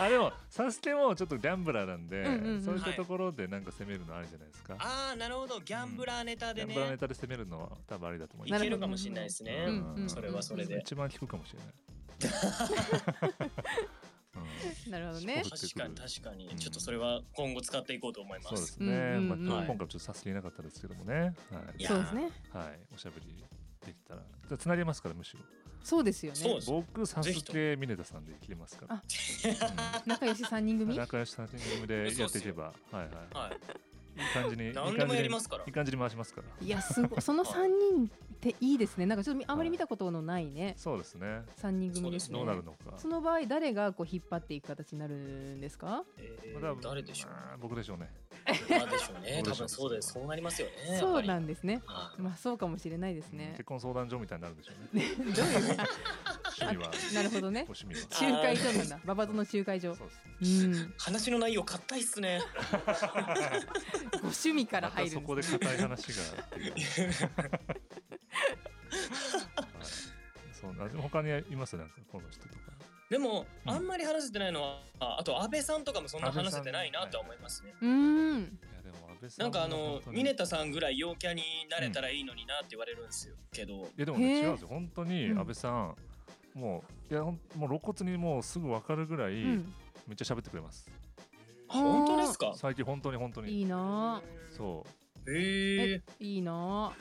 A: あでもサスケもちょっとギャンブラーなんで、
B: うんうんうん
A: そういったところでなんか攻めるのあるじゃないですか。
D: ああなるほどギャンブラーネタ
A: ギャ
D: で
A: ン
D: ね
A: ブラーネタで攻めるのは多分ありだと思い
D: い
A: ま
B: な
A: す
D: け
B: ほ
D: るかもしれないですね、
A: うん
B: うんうん
D: それはそれで
A: 一番効くかもしれない。うん
B: [laughs] なるほど
A: う
B: ね
A: ん
D: 確かに確かに、
A: うん
D: ちょっとそれは今後使っていこうと思いま
A: そう
D: す
A: ですね。
B: うん
A: まあ
B: うんうん
A: 今日今回はちょっとサスケいなかったですけどもね。はい。
D: いや
B: そうですね
A: はい。おしゃべりできたら。じゃあ繋げますからむしろ。
B: そうですよね
D: そうです
A: 僕サ
D: ぜ
A: ス
D: ひと
A: ケミネタさんで切れますから。
B: 仲良し3人
A: うん
B: 組
A: 仲良し三人組
D: [laughs]
A: でやっていけば、はいはい。
D: はい
A: いい感じに。いい感じ
D: 何で
A: に
D: もやりますから
A: いい感じに回しますから。
B: いやす
A: [laughs]
B: ごいその3人っていいですねなんかちょっとみあまり見たことのないね
A: そうですね。
B: 3人組ですね
A: どうなるのか。
B: その場合誰がこう引っ張っていく形になるんですか、
D: え
A: まあ多
D: ー、
A: 分
D: 誰でしょう
A: あー僕でしょうね。
D: 誰でしょうね
A: どうで
D: 多
A: しょう
D: 分そうですそうなりますよね
B: そうなん
D: で
B: ですね
D: はい
B: まあそうかもしれないです
A: うん
B: ね
A: 結、婚相談所みたいになるんでしょうね。
B: どういう
A: 趣味は。
B: [laughs] なるほ
A: [laughs]
B: どね
A: ご趣味は。
B: 仲介所なんだババゾの仲介所
A: そうですね。
B: う
A: [laughs]
B: ん
D: 話の内容硬いっすね。
B: ご趣味から入る
A: またそ
B: ん
A: こ
B: で
A: です硬い話がっていう。はいそうなでも他にいますなんかこの人とか。
D: でも、
A: うん
D: あんまり話せてないのは、ああと安倍さんとかもそんな
A: 安倍
D: 話
A: さん
D: せてないなとは思いますね。
B: うーん
A: いやでも安倍さん
D: なんかあの
A: 本当に
D: ミネタさんぐらい陽キャになれたらいいのになって言われるんですよけど
A: いやでもね
B: へー
A: 違うんですよ本当に
B: うん
A: 安倍さん、もういやほんもう露骨にもうすぐ分かるぐらい、
B: うん
A: めっちゃ喋ってくれます。
D: あ本当ですか
A: 最近本当に本当に
B: いいな
A: そう。
B: あ
D: へ
B: え
D: え
B: いいな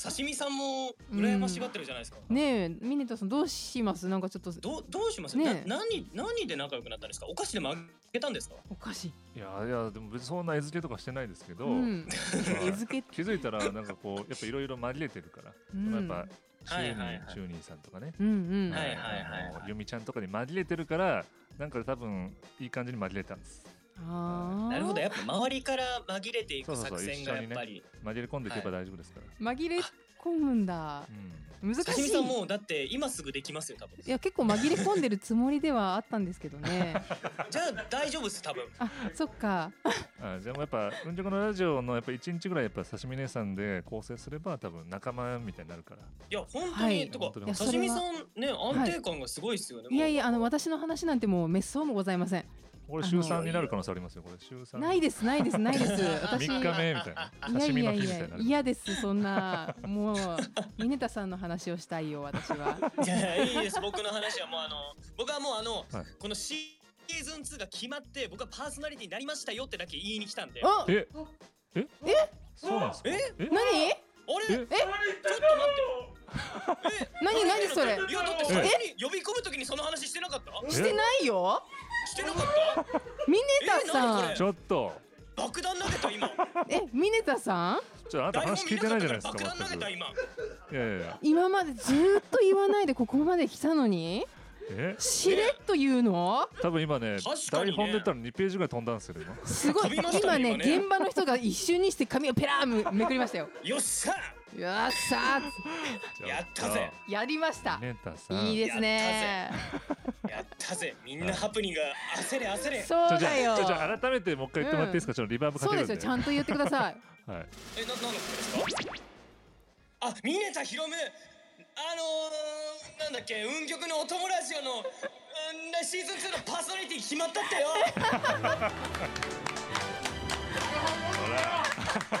D: 刺身さんも羨ましがってるじゃないですか、
B: あねえミネタさんどうしますなんかちょっと
D: どうどうします、
B: ねえ
D: な何何で仲良くなったんですかお菓子でもあげたんですか
B: おかしい
A: いやいやでも別にそんな餌付けとかしてないですけど、
B: うん
A: まあ
B: 餌付け
A: 気づいたらなんかこうやっぱいろいろ紛れてるから、
B: うん
A: そのやっぱ
D: は
A: 中
D: い
A: 二、
D: はいはい
A: 中二さんとかね。
B: うんうん
D: はいはいはい
A: あのゆみちゃんとかに紛れてるから、なんか多分いい感じに紛れたんです。
B: あー
D: なるほどやっぱ周りから紛れてい
A: そう
D: く
A: そうそう
D: 作戦がやっぱり
A: 紛れ込んでいけば
D: は
A: 大丈夫ですから。
B: 紛れ込むんだ難し
D: 刺身
B: い
D: さんもうだって今すぐできますよ多分
B: いや結構紛れ込んでるつもりではあったんですけど
A: [laughs]
B: ね
D: じゃあ大丈夫です多分
B: あそっか
A: うん。あ、じゃあやっぱうんちょこのラジオのやっぱ一日ぐらいやっぱ刺身姉さんで構成すれば多分仲間みたいになるから。
D: いや本当に、
B: はい
D: と
A: 本当
D: か
A: に
B: いやそれは
D: 刺身さんね安定感がすごいですよね、
B: いやい
D: や
B: やあの私の話なんてもう滅相もございません
A: これ週三になる可能性ありますよこれ週三
B: ないですないですないです。私
A: 三日目みたいな刺身
B: いや
A: の日み
B: いや
A: た
B: い
A: い
B: や
A: になる
B: 嫌ですそんなもうミネタさんの話をしたいよ私は。
D: いやいいです僕の話はもうあの僕はもうあの、
A: はい
D: このシーズン2が決まって僕はパーソナリティになりましたよってだけ言いに来たんで
B: あ
A: [laughs] ええそうなんですか
D: え
A: え
B: 何
D: 俺
A: え
D: ちょっと待ってえ
B: 何何それ
D: いやだって
A: え
D: 最初に呼び込むときにその話してなかった
B: してないよ
D: してなかった
B: ミネタ
D: え何こ
B: さん
D: れ
A: ちょっと
D: 爆弾投げた今
A: [laughs]
B: えミネタさん
A: ちょっとあなた
D: 台本
A: 話聞
D: 見
A: いて
D: なか
A: な
D: っ
A: いじ
D: た
A: ゃ
D: か
A: ない
D: ら
A: ですか全く
D: 爆弾投げた今
A: いやいやいや
B: 今までずーっと言わないでここまで来たのに
A: え
B: しれっと言うの
A: 多分今ね
D: 確かに
A: 台
D: ね
A: 本出たら2ページぐらい飛んだんですよ今
B: すごい
D: 飛びました
B: 今
D: ね
B: ね
D: 今ね
B: 現場の人が一瞬にして髪をペラーむめくりましたよ [laughs]
D: よっしゃ
B: よっしゃ
D: やったぜ
B: ーやりまし
A: じゃあ
B: た
A: ミネタさん
B: いいですね
D: やったぜみんなハプニングが焦れ焦れ
B: そうだよ
A: じゃあじゃあ改めてもう一回言ってもらっていいですか、ちょっとリバーブか
B: そう
A: け
B: で
A: るん
B: す
A: で
B: よちゃんと言ってください
A: はい、
B: [laughs]
D: え、な、なんのことですか。あ、ミネタヒロム。あのー、なんだっけ、運極のお友ラジオの。うんなシーズン2のパーソナリティ決まったってよ。
A: もう [laughs]
B: ミ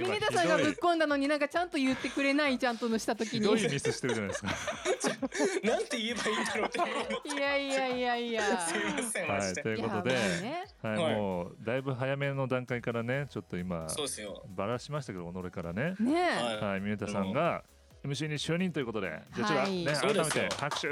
A: 今
B: ネタさんが
A: ひ
B: ぶ
A: ど
B: っ
A: い
B: 込んだのになんかちゃんと言ってくれないちゃんとのした時
A: ひ
B: に
A: どいミスしてるじゃないですか
D: [laughs] なんて言えばいいんだろうって思
B: [laughs]
D: う。
B: いやいやいやいや
D: すいません、マ
A: はい
D: ジ
A: と
D: で。
A: いうことで、
B: いやまあね
A: はい
D: はい
A: もうだいぶ早めの段階からねちょっと今
D: そうですよ。
A: バラしましたけど己からね、
B: ねえ、
D: はい
A: はい、ミネタさんが MC に就任ということでじゃあちょっと、
B: はい
A: ね
D: そう
A: 改
D: で
A: め
D: すよ
A: て拍手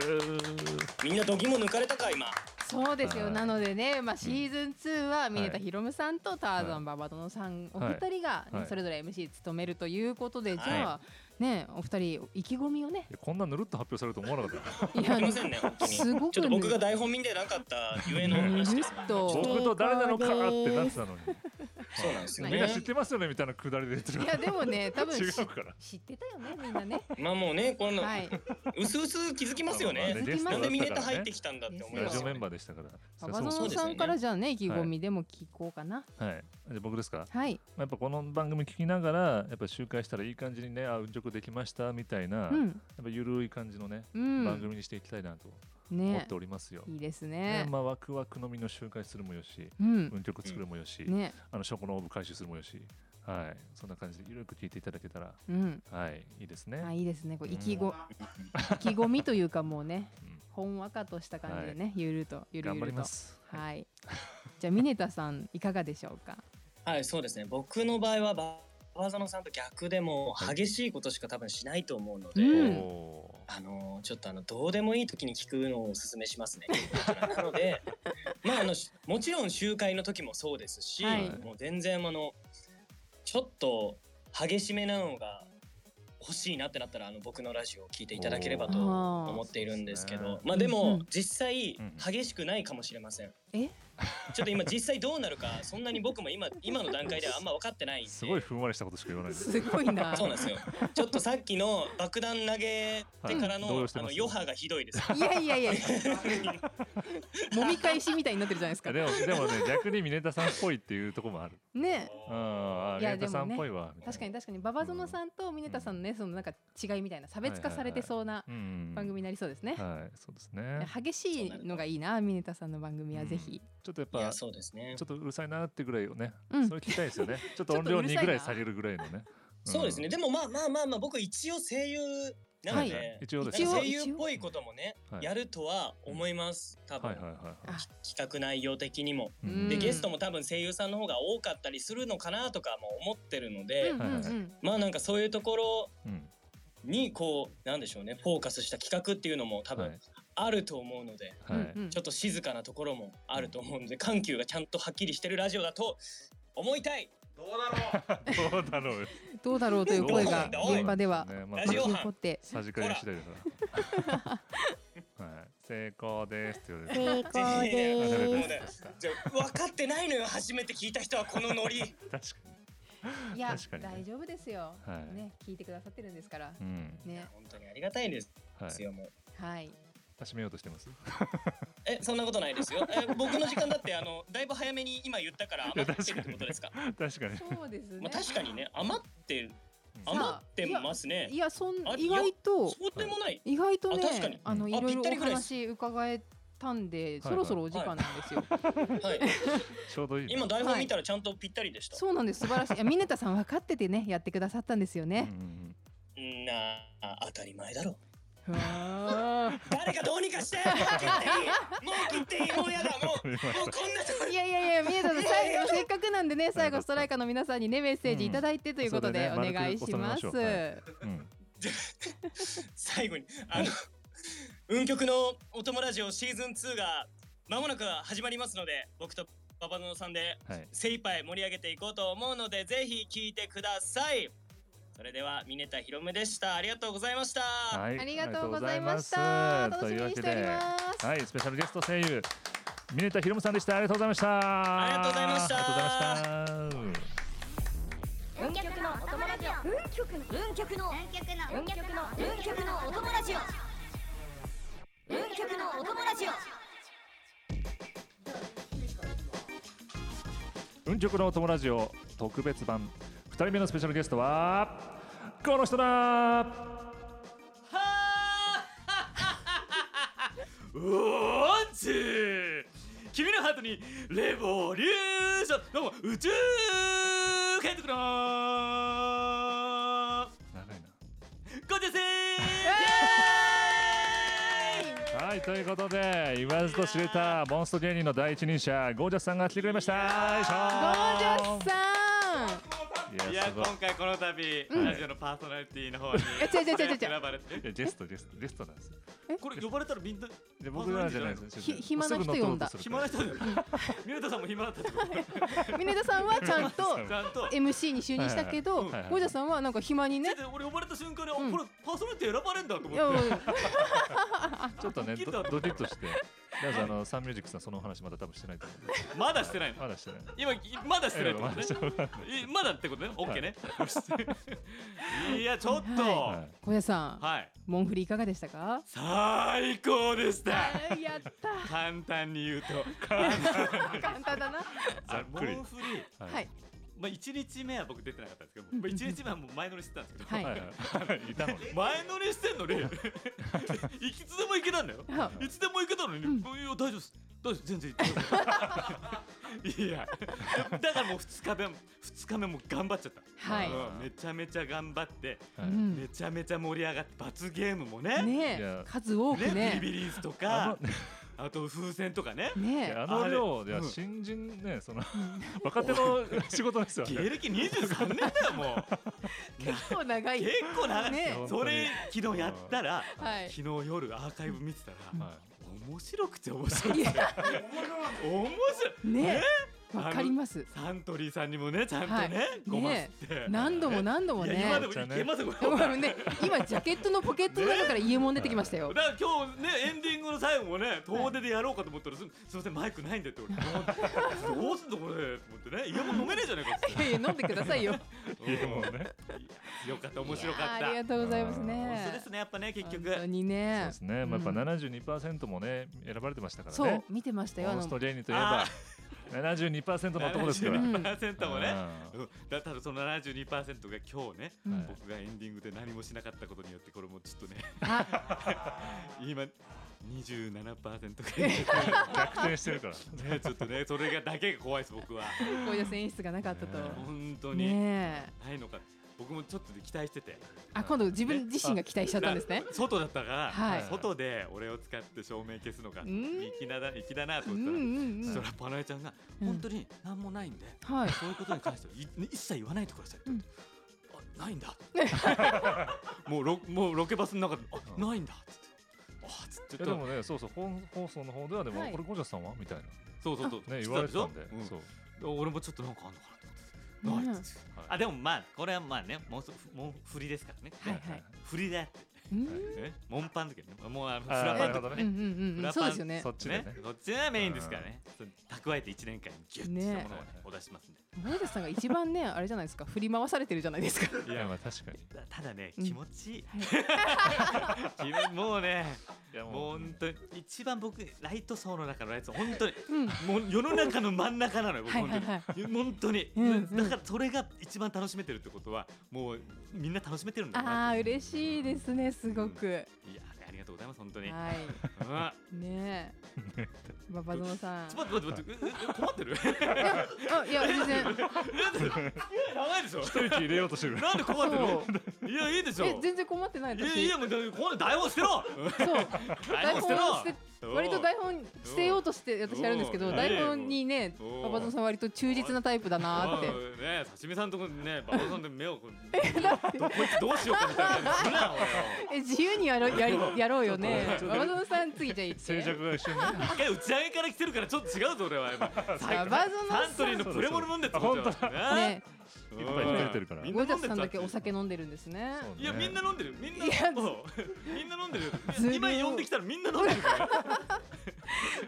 D: みんな度肝抜かれたか、今。
B: そうですよ、
A: はい
B: なのでね、まあ、シーズン2は峰
A: は
B: 田
A: い
B: ひろむさんとターザン馬場殿さん、お
A: はい
B: 二人がね、
A: はい
B: それぞれ MC 務めるということで、じゃあ、ね、お二人意気込みをね
A: いやこんなぬるっと発表されると思わなかった
B: い
D: す
B: や
D: みませんね、本当に。
B: すごくね
D: ちょっと僕が台本見てなかったゆえの
B: ぬ
D: 話
B: る
D: で
B: っ
D: す。
B: と。
A: 僕と誰なのかってなってたのに
D: そうなんですよ
A: みんな知っ
D: ね。
A: てますよねみたいなくだりで言ってる
B: いやでもね多
A: [laughs]
B: 分
A: 違う
B: し
A: から
B: 知ってたよねみんなね。
D: まあもうね、この、
B: はい。
D: うすうす気づきますよ
A: まあまあ
D: ね。
B: 気づきます
D: なんでミネタ入っ
A: ね
D: てきたんだって思い
A: ラ
D: ま
A: ジ
D: す
A: オ
D: よ
A: メ
D: ね
A: ンバーでしたから。
B: 馬場
A: そう
B: 園
A: です
B: さんからじゃあね意気込みでも聞こうかな。
A: はい。じゃあ僕ですか。
B: はい。
A: やっぱこの番組聞きながら、やっぱ集会したらいい感じにね、あ、運直できましたみたいな、
B: う
A: やっ
B: ん
A: ぱゆるい感じのね、
B: う
A: 番
B: ん。
A: 組にしていきたいなと思っ
B: ね
A: ておりますよ。
B: いいです
A: ね
B: ね。
A: まあワクワクのみの集会するもよし、
B: うん。
A: 運曲作るもよし、
B: ね。
A: あの証拠のオーブ回収するもよし、はい。そんな感じでゆるく聞いていただけたら、
B: うん。
A: はい、いいですね。
B: あいいですね。こう意気ご意気込みというかもうね
A: うん
B: ほんわかとした感じでねゆるとゆる
A: 頑
B: ゆ
A: 張り
B: ると
A: ま。す。
B: はい。じゃあミネタさんいかがでしょうか。
D: はい、そうですね。僕の場合は、ババザノさんと逆でもう激しいことしか多分しないと思うので、
B: うん
A: おー
D: あのーちょっとあのどうでもいい時に聞くのをお勧めしますね。なので、まああのしもちろん集会の時もそうですし、
B: はい
D: もう全然あのちょっと激しめなのが欲しいなってなったらあの僕のラジオを聞いていただければと
B: おー
D: 思っているんですけ
A: そう
D: ど
A: で、
D: まあでも、
B: うんうん
D: 実際
A: うん
D: 激しくないかもしれません。
B: え
D: ちょっと今実際どうなるかそんなに僕も今今の段階ではあんま分かってないんで。
A: すごいふんわりしたことしか言わないです。
B: すごい [laughs] な。
D: そうなんですよ。ちょっとさっきの爆弾投げてからの、
A: はい動揺して
D: あ
A: ま
D: の
A: すね
D: 余波がひどいです。
B: いやいや
A: [laughs]
B: いや、揉み返しみたいになってるじゃないですか。
A: でもでもね逆にミネタさんっぽいっていうところもある。
B: ね、
A: うんあ
B: い
A: ミ
B: や
A: ネタさんっぽいわ。みたいな
B: 確かに確かに、馬場園さんとミネタさんのね、そのなんか違いみたいな差別化されてそうな
A: うん
B: 番組になりそうですね。
A: はいそうですね。
B: 激しいのがいいな、ミネタさんの番組はぜひ。
A: ちょっとやっ
D: い
A: ぱ
D: や
A: ちょ
D: そうですね
A: っ。とうるさいなってぐらいをね、
B: うん
A: それ聞きたいですよ
B: [laughs]
A: ね。ちょっと音
B: ち
A: 量
B: ょっとうる
A: 2
B: さいな
A: ぐらい下げるぐらいのね。ん
D: そうですね。でもまあまあまあまあ僕一応声優なの
B: はい
D: で、
A: 一応です
D: な
A: ね。
D: んか
B: 応
D: 声優っぽいこともね、
A: はい
D: やるとは思います。多分、
A: はいはいはいはい。
B: あ
D: 企画内容的にも。
A: う
B: うん
A: ん
D: でゲストも多分声優さんの方が多かったりするのかなとかも思ってるので、
B: うんうんうん。
D: まあなんかそういうところ
A: うん
D: にこうなんでしょうねフォーカスした企画っていうのも多
A: は
D: 分
A: い
D: あると思うので、
A: はい。
D: ちょっと静かなところもあると思うので緩急がちゃんとはっきりしてるラジオだと思いたい
A: どうだろう。
B: どうだ [laughs] ろうという声
D: [laughs]
B: が
D: どう
B: 現場では
A: そうなんすねまあ
D: ラジオ
B: 起
D: 波
B: こって。
A: さじ加減次第だから。はい成功ですって言われて。
C: 成功
A: あダメ
C: で
A: だ
C: す
A: ダメだ
D: じゃあ分かってないのよ初めて聞いた人はこのノ
A: [laughs]
D: リ
A: 確か
B: いや
A: 確か、にね
B: 大丈夫ですよ。
A: に。はい。
B: ね、聞いてくださってるんですから。
A: うん。
B: ね、
D: 本当にありがたいです
A: はい。
D: よ、もう
A: [laughs]
B: はい。
A: 閉めようとしてます。い
D: えそんなことないですよえ僕の時間だってあのだいぶ早めに今言ったから
A: や
D: 余って
A: 確
D: る
A: か
D: って
A: に
D: ことですか
A: 確かに。
B: そうですね
D: まあ。確かにね余ってる
A: うん
D: 余ってますね
B: いや、そん
D: あ、い
B: 意
D: や
B: 外と。
D: そうでもない
B: 意外と
D: あ確かに
B: ね、あの
A: うん
B: いろい
D: あぴ
B: ろ
D: っ
B: お
D: たりぐらいです
B: 話伺えたん
A: は
B: で、
A: い
B: そろそろお時間なんですよ。
D: はい。
A: ちょうどいいね。
D: 今台本見たらちゃんとぴったりでした。
B: そうなんです素晴らしい。いやミネタさん分かっててねやってくださったんですよ
A: うんう
B: ね。
A: ん
D: なあ当たり前だろ。
B: うわー
D: 誰かどうにかして。もう切っていい。もう切っていい。もうやだ。もうもうこんなとこ
B: [laughs] いやいやいや、ミネタさん、最後、せっかくなんでね、最後ストライカーの皆さんにね、メッセージいただいてということで、
A: うん
B: お
A: そうだね
B: 願いしま
A: 丸
B: す。
A: く収めうん
D: 最後にあの運極のお友ラジオシーズン2がまもなく始まりますので僕とババノさんで
A: はい。
D: 精一杯盛り上げていこうと思うのでぜひ聞いてくださいそれでは峰田ひろむでしたありがとうございました、
A: はい
B: ありがとうございました。楽しみにしております。
A: はい、スペシャルゲスト声優、ミネタヒロムさんでした。ありがとうございました。
D: ありがとうございました
A: ありがとうございました。
C: 運極のお友ラジオ運極の運極の運極の運極のお友ラジオ運極のお友ラジオ
A: 運極のお友ラジオ特別版、二人目のスペシャルゲストは、この人だ
E: ウォンツ君のハートにレボリューションどうも宇宙帰ってくるー
A: 長い
E: こんにちは
A: な。はい、ということで、言わずと知れたモンスト芸人の第一人者、ゴージャスさんが来てくれました。よいしょ
B: ゴージャスさん。
A: ん
E: い
A: いや、
E: や
A: すご
E: 今
A: い。
E: 回この度、
A: ん
E: ラジオのパーソナリティの方に
B: え違う違う違う違う
E: 選ばれて
A: いやジェスト、ジェスト、ジェストなんですよ。
E: これ呼ばれたらみんな
A: で、僕らじゃないですよ。
B: ひ暇な人呼んだ
A: すぐ乗
E: 暇
A: ろ
E: な
A: うとする
E: [laughs] 人だよミュートさんも暇だったってこと
B: ミネタさんはちゃんと
E: ちゃんと
B: MC に就任したけど、
E: はい
B: ゴ
A: はいはい
B: ージャスさんはなんか暇に
E: だっ
B: ね。
E: て俺呼ばれた瞬間に、
B: うん
E: あこれパーソナリティ選ばれんだと
B: い
E: 思
B: や
E: って
A: ちょっとね、
E: ドキッ
A: ど
E: とだった
A: ドキッとして。だからあのサンミュージックさんそのお話まだ多分してないと思うんで。
E: まだしてないの
A: まだしてない。
E: 今まだしてないってこ
A: ま
E: と
A: だ
E: ね
A: してない。
E: いまだってことね。オッケーね。 [laughs] よしいやちょっと、
B: は
E: は
A: はい
B: ゴージャスさん
E: い、、
B: モンフリいかがでしたか？
E: 最高でした。
B: あーやった。
E: 簡単に言うと、
B: 簡単だな。
A: ざっ
E: モ
A: くり
E: ンフリー、
A: は
B: はい。
E: まあ一日目は僕出てなかったんですけど、まあ一日目はもう前乗りしてたんですけど、
B: はい
A: はいはい。いたのね。
E: 前乗りして
B: [laughs]
E: んのに、いつでも行けたんだよ。
B: あ
E: いつでも行けたのに、
B: ん
E: いや大丈夫です。大丈夫です全然行ってくだ
B: [laughs]
E: さいいやだからもう二日目も二日目も頑張っちゃった、
B: はい。
E: うんめちゃめちゃ頑張って
B: う
A: はい
B: ん
E: め。ちゃめちゃ盛り上がって罰ゲームもねね
B: ね
A: い
B: え
A: や、
B: 数多くね。
E: ビリビリーズと
A: あ
E: かあと風船とかね
B: ねえ
A: のあの量
E: あ
A: で
E: れ
A: は
E: うん
A: 新人ねその若手の仕事ですよね。
E: 芸歴23年だよも
B: 結構長
E: う [laughs]
B: い。
E: 結構長い、
B: ね
A: え
E: それ昨日やったら、
B: はい
E: 昨日夜アーカイブ見てたら、
A: は
E: 面白くて面白くて面白い
B: ねえ、
E: ね
B: わかります。
E: サントリーさんにもねちゃんとね、
B: はい
E: ごま吸って、
B: 何度も何度も
E: いや
B: ね。
E: 今でもいけますよこれ
B: でもあ [laughs] のね、今ジャケットのポケットの中から家もん出てきましたよ
E: だ。から今日ねエンディングの最後もね遠出でやろうかと思ったらすすいませんマイクないんだって俺どうすんのこれと思ってね家も飲めねえじゃないかっつっ
B: いやいや飲んでくださいよ。
A: い。
E: て
A: いいもんね。
E: よかった [laughs] 面白かっ
B: いや
E: た
B: ありがとうございます
E: 本当
B: ね
E: で。すねやっぱね結局
B: 本当に
A: そう
B: ね
A: です。ね。まあやっぱ
B: うん
A: 72%もね選ばれてましたから
B: そ
A: ね
B: う。見てましたよ。あ
A: モンスト
B: の
A: 芸人といえば72%の男ですから。
B: うん
E: 72%もね
A: う
E: うんだ [laughs] ただその72%が今日ね、
B: うん
E: 僕がエンディングで何もしなかったことによってこれもちょっとね
B: あ、
E: [laughs] 今27%ぐらい [laughs]
A: 逆転してるから。
E: ねちょっとねそれがだけが怖いです僕は
B: ゴージャス演出がなかったと。
E: 本当に、
B: ねえ。
E: ないのか僕もちょっとで期待してて
B: あ、今度自分自身が期待しちゃったんですね。
E: 外だったから、
B: はい
E: 外で俺を使って照明消すのが
B: ん
E: 粋なだ粋だなと
B: うんう
E: 思ったら、
B: んう
E: そし
B: ん
E: た。らパナエちゃんが、
B: うん
E: 本当に何もないんで、
B: はい。
E: そういうことに関してはいね一切言わないでくださいって言って、あないんだもうロもうロケバスの中であないんだって言ってあつって
A: え
E: ち
A: で
E: ょっと
A: もねそうそう本放送の方ではでも
B: はい
A: これゴジャスさんはみたいな
E: そうそうそう
A: ね言われてたんで
E: 言ってた。し
A: そ
E: ょ
A: う。
E: うん俺もちょっとなんかあんのかなと思ってないっつって
A: うんはい
E: あでもまあこれはまあねもうそもう振りですからね、
B: はいはい。
E: 振りだって
B: うん
E: ねモンパンだけどねもうあのフ
A: あー
E: ラパ
A: な
E: ンと
A: るほ
E: か
A: ど
B: う
E: ね
B: んうんうん。そうですよね
A: そ。っちで
E: ね
A: ね。、
E: こっちがメインですからね。そう蓄えて一年間にギュッとしたものをね
A: ね
E: お出ししますんで。
B: ゴージャスさんが一番
E: [laughs]
B: ね、あれじゃないですか。振り回されてるじゃないですか。
A: いやまあ確かに。
E: たただね、
B: うん
E: 気持ちいい。 [laughs] 気分もうね、
A: いや
E: もう本当に一番僕ライト層の中のライト層本当に。
B: うん。
E: もう世の中の真ん中なのよ、僕
B: はい
E: 本
B: は
E: 当
B: い
E: に。
B: はい。
E: 本当に、
B: うんうん
E: だからそれが一番楽しめてるってことはもうみんな楽しめてるんだな
B: ああ嬉しいですねすごく。
E: いやありがとうございます本当に。うん
B: はい。
E: あ
B: ね
E: [laughs]
B: え。ババゾノさん。
E: ちょっと待って待って待ってええ困ってる。
B: あ、いや、全然。
E: 長いでしょ。
A: 一息入れようと
E: [laughs]
A: してる
E: なんで困ってる。いやいいでしょ。
B: え、全然困ってない
E: い
B: 私。
E: やいやもうだこの台本捨てろ。
B: そう。
E: 台本捨て
B: 台
E: ろ
B: 本捨て。
E: そう
B: 割と台本捨てようとして私やるんですけ
E: う
B: ど
E: ん
B: 台本にね
E: うん
B: 馬場園さん割と忠実なタイプだなーって
E: うんね刺身さんとこね馬場さんで目をこうどこいつどうしようかみたいな感じするなおい
B: え自由にや
E: [laughs]
B: ろやりやろうよね
E: ちょっ
B: 馬
E: と
B: 場園さん次じゃあ
E: [laughs]
B: 行っ
A: 静
B: て
A: 寂が一瞬ね
E: 一回打ち上げから来てるからちょっと違うぞ俺はやっぱ
B: 馬場園
E: サントリー
B: さ
E: のプレモル飲んでって
A: あ本当
B: んね
E: い
A: いっぱい引かれてるから
B: ゴジャスさんだけお酒飲んでるんですね
A: そうね
E: いやみんな飲んでるみんない
B: や
E: そうみんな飲んでる
B: ずるい
E: 今呼んできたらみんな飲んでるから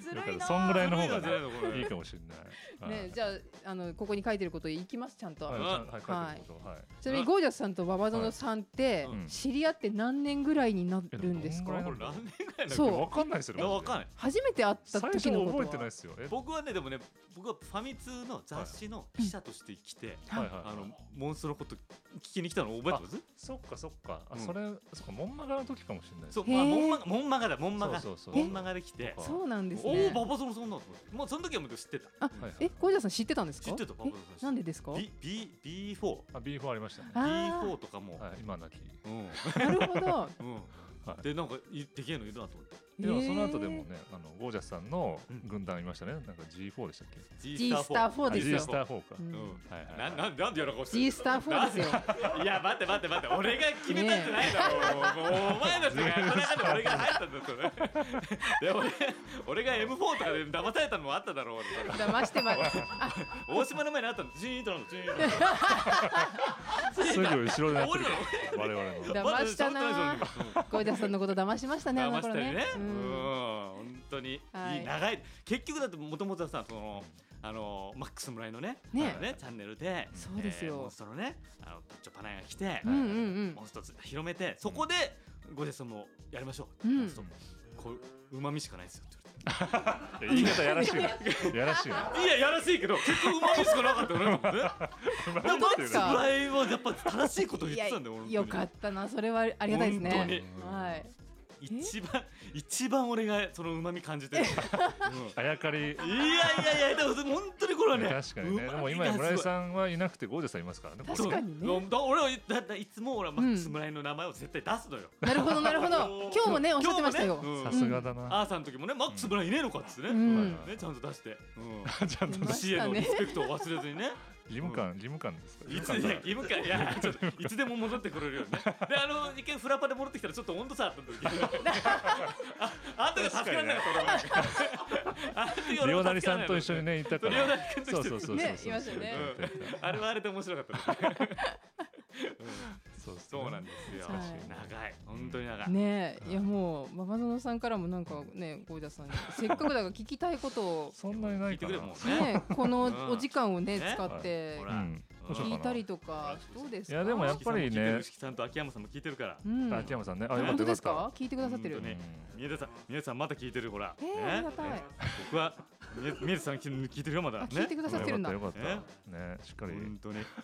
B: ず
A: だ
B: る
A: か
B: い
A: ら
B: な
A: そんぐらいの
E: ず
A: 方
E: るいな
A: が
E: ずるい
A: ね
E: なこ
A: いい
E: れ
A: かもしれないはい
B: ねじゃああのここに書いてること行きますちゃんと
A: はいはい書いてることはい
B: ちなみにゴージャスさんと馬場園さんって
E: は
A: う
E: い
A: ん
B: 知り合って何年ぐらいになるんです
A: いやどんぐらいな
B: か
A: の
E: これ何年ぐらいなの
B: そう
A: わかんないですよ
E: いやわかん
A: い
E: ない
B: 初めて会っ
A: 最
B: た
A: 初
B: 時のこ
A: 覚
B: とは
A: えてないですよえ
E: 僕はねでもね僕はファミ通の雑誌の記者として来て
A: はいはい
E: あのモンストのこと聞きに来たの覚えてます
A: そっかそっかあ
E: うん
A: それそっかモンマガの時かもしれないです
E: そう、
B: へー
E: まあ、モンマガ、モンマガだ、モンマガ、
A: そうそうそう
E: モンマガで来て。
A: そ
B: そうなんです
E: おお、
B: ね
E: 馬場園さんだと思って、まあ、その時はもう知ってた。
B: あ
A: はいはい
B: えゴージャスさん知ってたんですか
E: 知ってた馬場園さん知って
B: え
E: た
B: なんでですか
E: B. B. B. 4 B.
A: あ B4 ありましたね
B: あー
E: 4とかも。
A: はい今なきで
E: うん。うん。
B: なるほど
A: はい
E: で、なんか、い、でけえのいるなと思って。
A: もその後
B: へー
A: [laughs] でもねあのゴージャスさんの
E: うん
A: 軍団いましたねなんか G4 でしたっ
B: G スター4
A: け
B: です
A: G
B: よ
A: スター4か
B: う
E: うんん。
A: はいはい
E: ななんなんでやらかしてる
B: G スター4です
A: [laughs]
B: よ。
E: いや待って待って待って俺が決めたんじゃないだろう、もうお前たちがこの中で俺が入ったんだ
A: [laughs]
E: とねで俺俺が M4 とかで騙されたのもあっただろう俺
B: 騙してま
E: 大島の前にあったのジーンとなるのジーンとなる
A: すぐ後ろでなってるから我
E: 俺
A: 々の
B: 騙したな
E: まだ喋っていですよ
B: ゴージャスさんのこと騙しましたね。あ
E: 騙
B: の
E: し
B: 頃
E: たりね
B: ね。。
E: う、
B: うんん
E: 本当に、
B: はい
E: い、い長い。結局だってもともとさ、その。あのマックス村井のね
B: ね
E: あのねチャンネルで
B: そうですよ
E: えーモンストのねあのパッチョパナイが来て、
B: うんうん
E: モンスト広めてそこでゴジェスさんもやりましょう、
B: うん
E: モンストこううまみしかないですよって
A: 言い方やらしい
E: [laughs]
A: よやらしいよ
E: 言われていややらしいけど結構うまみしかなかったよね
B: [laughs]
E: もうね
B: 本当ですか
E: 村井はやっぱ正しいこと
B: うん。
E: 言
B: いや
E: ってたんだよ俺
B: よかったなそれはありがたいです
E: 本当
B: ね。
E: に
B: はい。
E: 一番一番俺がそのうまみ感じ
B: [laughs]
E: てる、うん
A: あやかり
E: いやいやいや、でも本当にこれはね。
A: 確かにねでも今や村井さんはいなくてゴージャスさんいますからねこれ
B: 確かにね
E: そうだ俺はだだいつも俺はマックス村井の名前を絶対出すのよ。
B: なるほどなるほど。今日もねおっしゃってましたよ
E: 今。日もね
A: さ
E: うん
A: すがだな
E: アーサーの時もねマックス村井いねえのかっつってね。
B: う
E: ね
B: ん。
E: ちゃんと出して。うん。
A: ちゃんと
B: 出ま
E: 市
B: し
E: へ
B: た
E: のリ
B: ね。
E: スペクトを忘れずにね。
A: 義務感義務感ですか
E: い
A: 義務
E: つ
A: 感
E: い
A: だ
E: や義務感いやちょっといつでも戻ってく
A: [laughs]
E: れるようにね。であの一回フラパで戻ってきたらちょっと温度差あったんだけど。
A: [laughs]
E: ああんたが助けられなかった俺は。あんたが俺も助けら
A: リ
E: れな
A: オナ
E: かった
A: リさんと一緒にねいたから
E: リオナリ君と一緒
A: そうそ
E: に
A: うそうそう
B: ね
A: そう
B: いましたね
E: うんあれはあれで面白かったね。
A: そう
E: そうなん
A: だ
E: ですよ。
B: はい
E: 長い、本当に長い。
B: ねえいやもう馬場園さんからもなんかねゴージャスさんにせっかくだから聞きたいことを
A: そんなにな
E: 聞い
A: い
E: て
A: か
E: く
A: な
E: れもうね。
B: ねこの
E: うん
B: お時間をね
E: ね
B: 使って
E: ほ
A: う
E: ら
A: ん
E: うん
A: どうしよ
B: 聞
A: う
B: い
A: か
B: た
A: な
B: りとかどうですか。
A: いやでもやっぱりね
E: 吉木さんと秋山さんも聞いてるから
B: う。ん。
A: 秋山さんねあよかった
B: 本当
A: よか
B: で
A: っ
B: す
A: た
B: か。聞いてくださってる。
E: 本当ね
A: う
E: 宮田さん、宮田さんまだ聞いてるほら。
B: ええありがたい
E: ね。僕は宮宮田さん聞いてるよまだ。
B: あ
E: ね
B: 聞いてくださってるんだ
A: よかったよかったねしっかり
E: 本当に。 [laughs]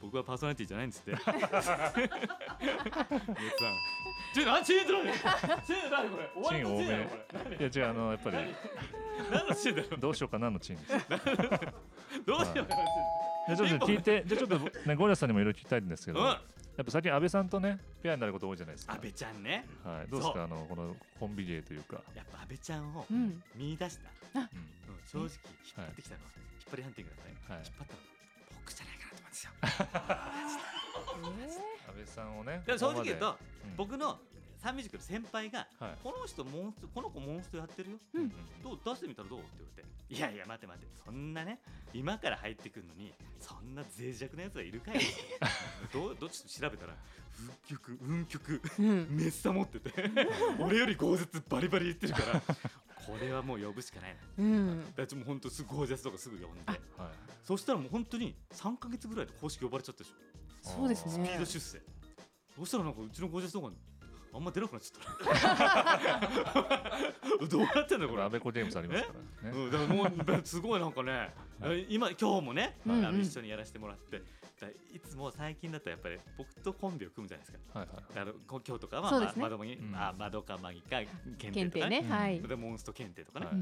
E: 僕はパーソナリティじゃないん
B: [laughs]
E: ですって。宮田さん。ちょ何チーズなの？チーズ何これ？終わりのチーズなのこ
A: いや違うあのやっぱり
E: れ？何のチーズだろ
A: どうしようかなのチー
E: [laughs]
A: ムです
E: う？どうしようかなチ
A: じゃあちょっと聞いてじゃあちょっとねゴージャスさんにもいろいろ聞きたいんですけ
E: ー
A: ど
E: ズ。うん
A: や。っぱ最近安倍さんとねペアになること多いじゃないですか
E: 安倍ちゃんね。
A: はいどうです
E: そう
A: かあのこのコンビ芸というか
E: やっぱ安倍ちゃんを
B: うん。
E: 見出した。
A: うん
E: うん正直引っ張ってきたのは、引っ張り判定ください、
A: はい
E: 引っ張ったの僕じゃないかなと思うんですよ
A: 安倍さんをね
E: でも正直言う
A: こ
E: と
A: こまでうん
E: 僕のサンミュージックの先輩が、
A: はい
E: この人モンストこの子モンストやってるよ
B: うん
E: どう出してみたらどうって言われていやいや待て待てそんなね今から入ってくるのにそんな脆弱なやつがいる
A: [laughs]
E: かいどうどっちょっと調べたら運曲運曲
B: うん。
E: めっさ持ってて俺より豪絶バリバリ言ってるからこれはもう呼ぶしかないな
B: うん。
E: だからもうほんとすぐ豪絶とかすぐ呼んで
A: はい
E: そしたらもう本当に3か月ぐらいで公式呼ばれちゃったでしょ、
B: そうです
E: スピー
B: ね
E: ド。出世。そしたらなんかうちのゴージャスとかにあんま出なくなっちゃった。 [laughs] どうなってんだ
A: これ
E: これ
A: 安。倍子ジェームスありますからね
E: うん、だからもうすごいなんかね、え今今日もね、
B: うんうん
E: あの一緒にやらせてもらって、だからいつも最近だとやっぱり僕とコンビを組むじゃないですか
A: はいはい
E: あのこ今日とかは、
B: そうで
E: ます
B: ね
E: まどもに、
A: うん
E: あまどかまぎか検定
B: 検
E: とか
B: 定
E: ね
B: ね、
A: うん
B: はい、
E: でモンスト検定とかね、
A: はい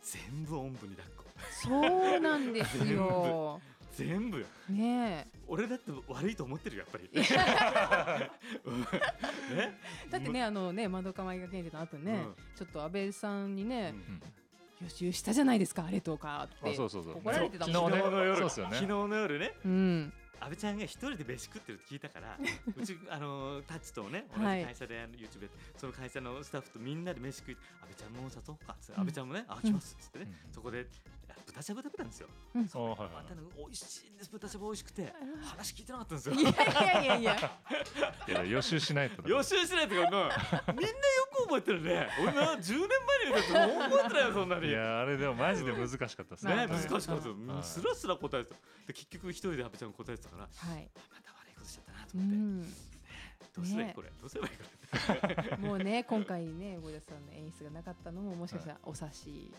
E: 全部おんぶに抱っこ
B: そうなんですよ。
E: 全部よ
B: ね
E: 俺だって悪いと思ってるよやっぱり [laughs] ね
B: え、だってね、あのね、まどかまいが検定の後ね、
E: うん
B: ちょっと安倍さんに
E: う
B: ね、
A: う
E: ん
A: ん
B: 予習したじゃないですか、あれとかって。
A: あそうそうそう
B: 怒られてたもん
A: 昨日ね
E: 昨日の夜
A: そうですよ
E: 昨日
A: ね
E: の夜ね
B: うん、
E: 安倍ちゃんが一人で飯食ってるって聞いたか
B: [laughs]
E: らうちあのータッチとね同じ
B: はい
E: 会社であの YouTube やってその会社のスタッフとみんなで飯食い安倍ちゃんも誘おうかっつって
B: うん
E: 安倍ちゃんもね、あ来ますっつってね、
A: うん
E: そこであ豚しゃぶ食べたんですよ、
B: うん
E: それ
A: あはいはい
E: またね美味しいんです豚しゃぶ美味しくて
B: ん
E: 話聞いてなかったんですよ
B: いやいやいやい
A: [laughs]
B: や、
A: いや予習しないとね
E: 予習しないとか、まあ、みんなよく覚えてるね俺な10年前に言ったって覚えてないよそんなに
A: いやあれでもマジで難しかったですね
E: ね、
A: は
E: 難
A: い
E: しかったですよ
A: はい
E: すらすら答えてたで結局一人で安倍ちゃんが答えてたからあ
B: はい、
E: また悪いことしちゃったなと
B: う
E: 思って、
B: ん、
E: どうすればいい
B: ね
E: これどうすればいいこれ
B: もうね、今回ね、小田さんの演出がなかったのも、もしかしたらお察し。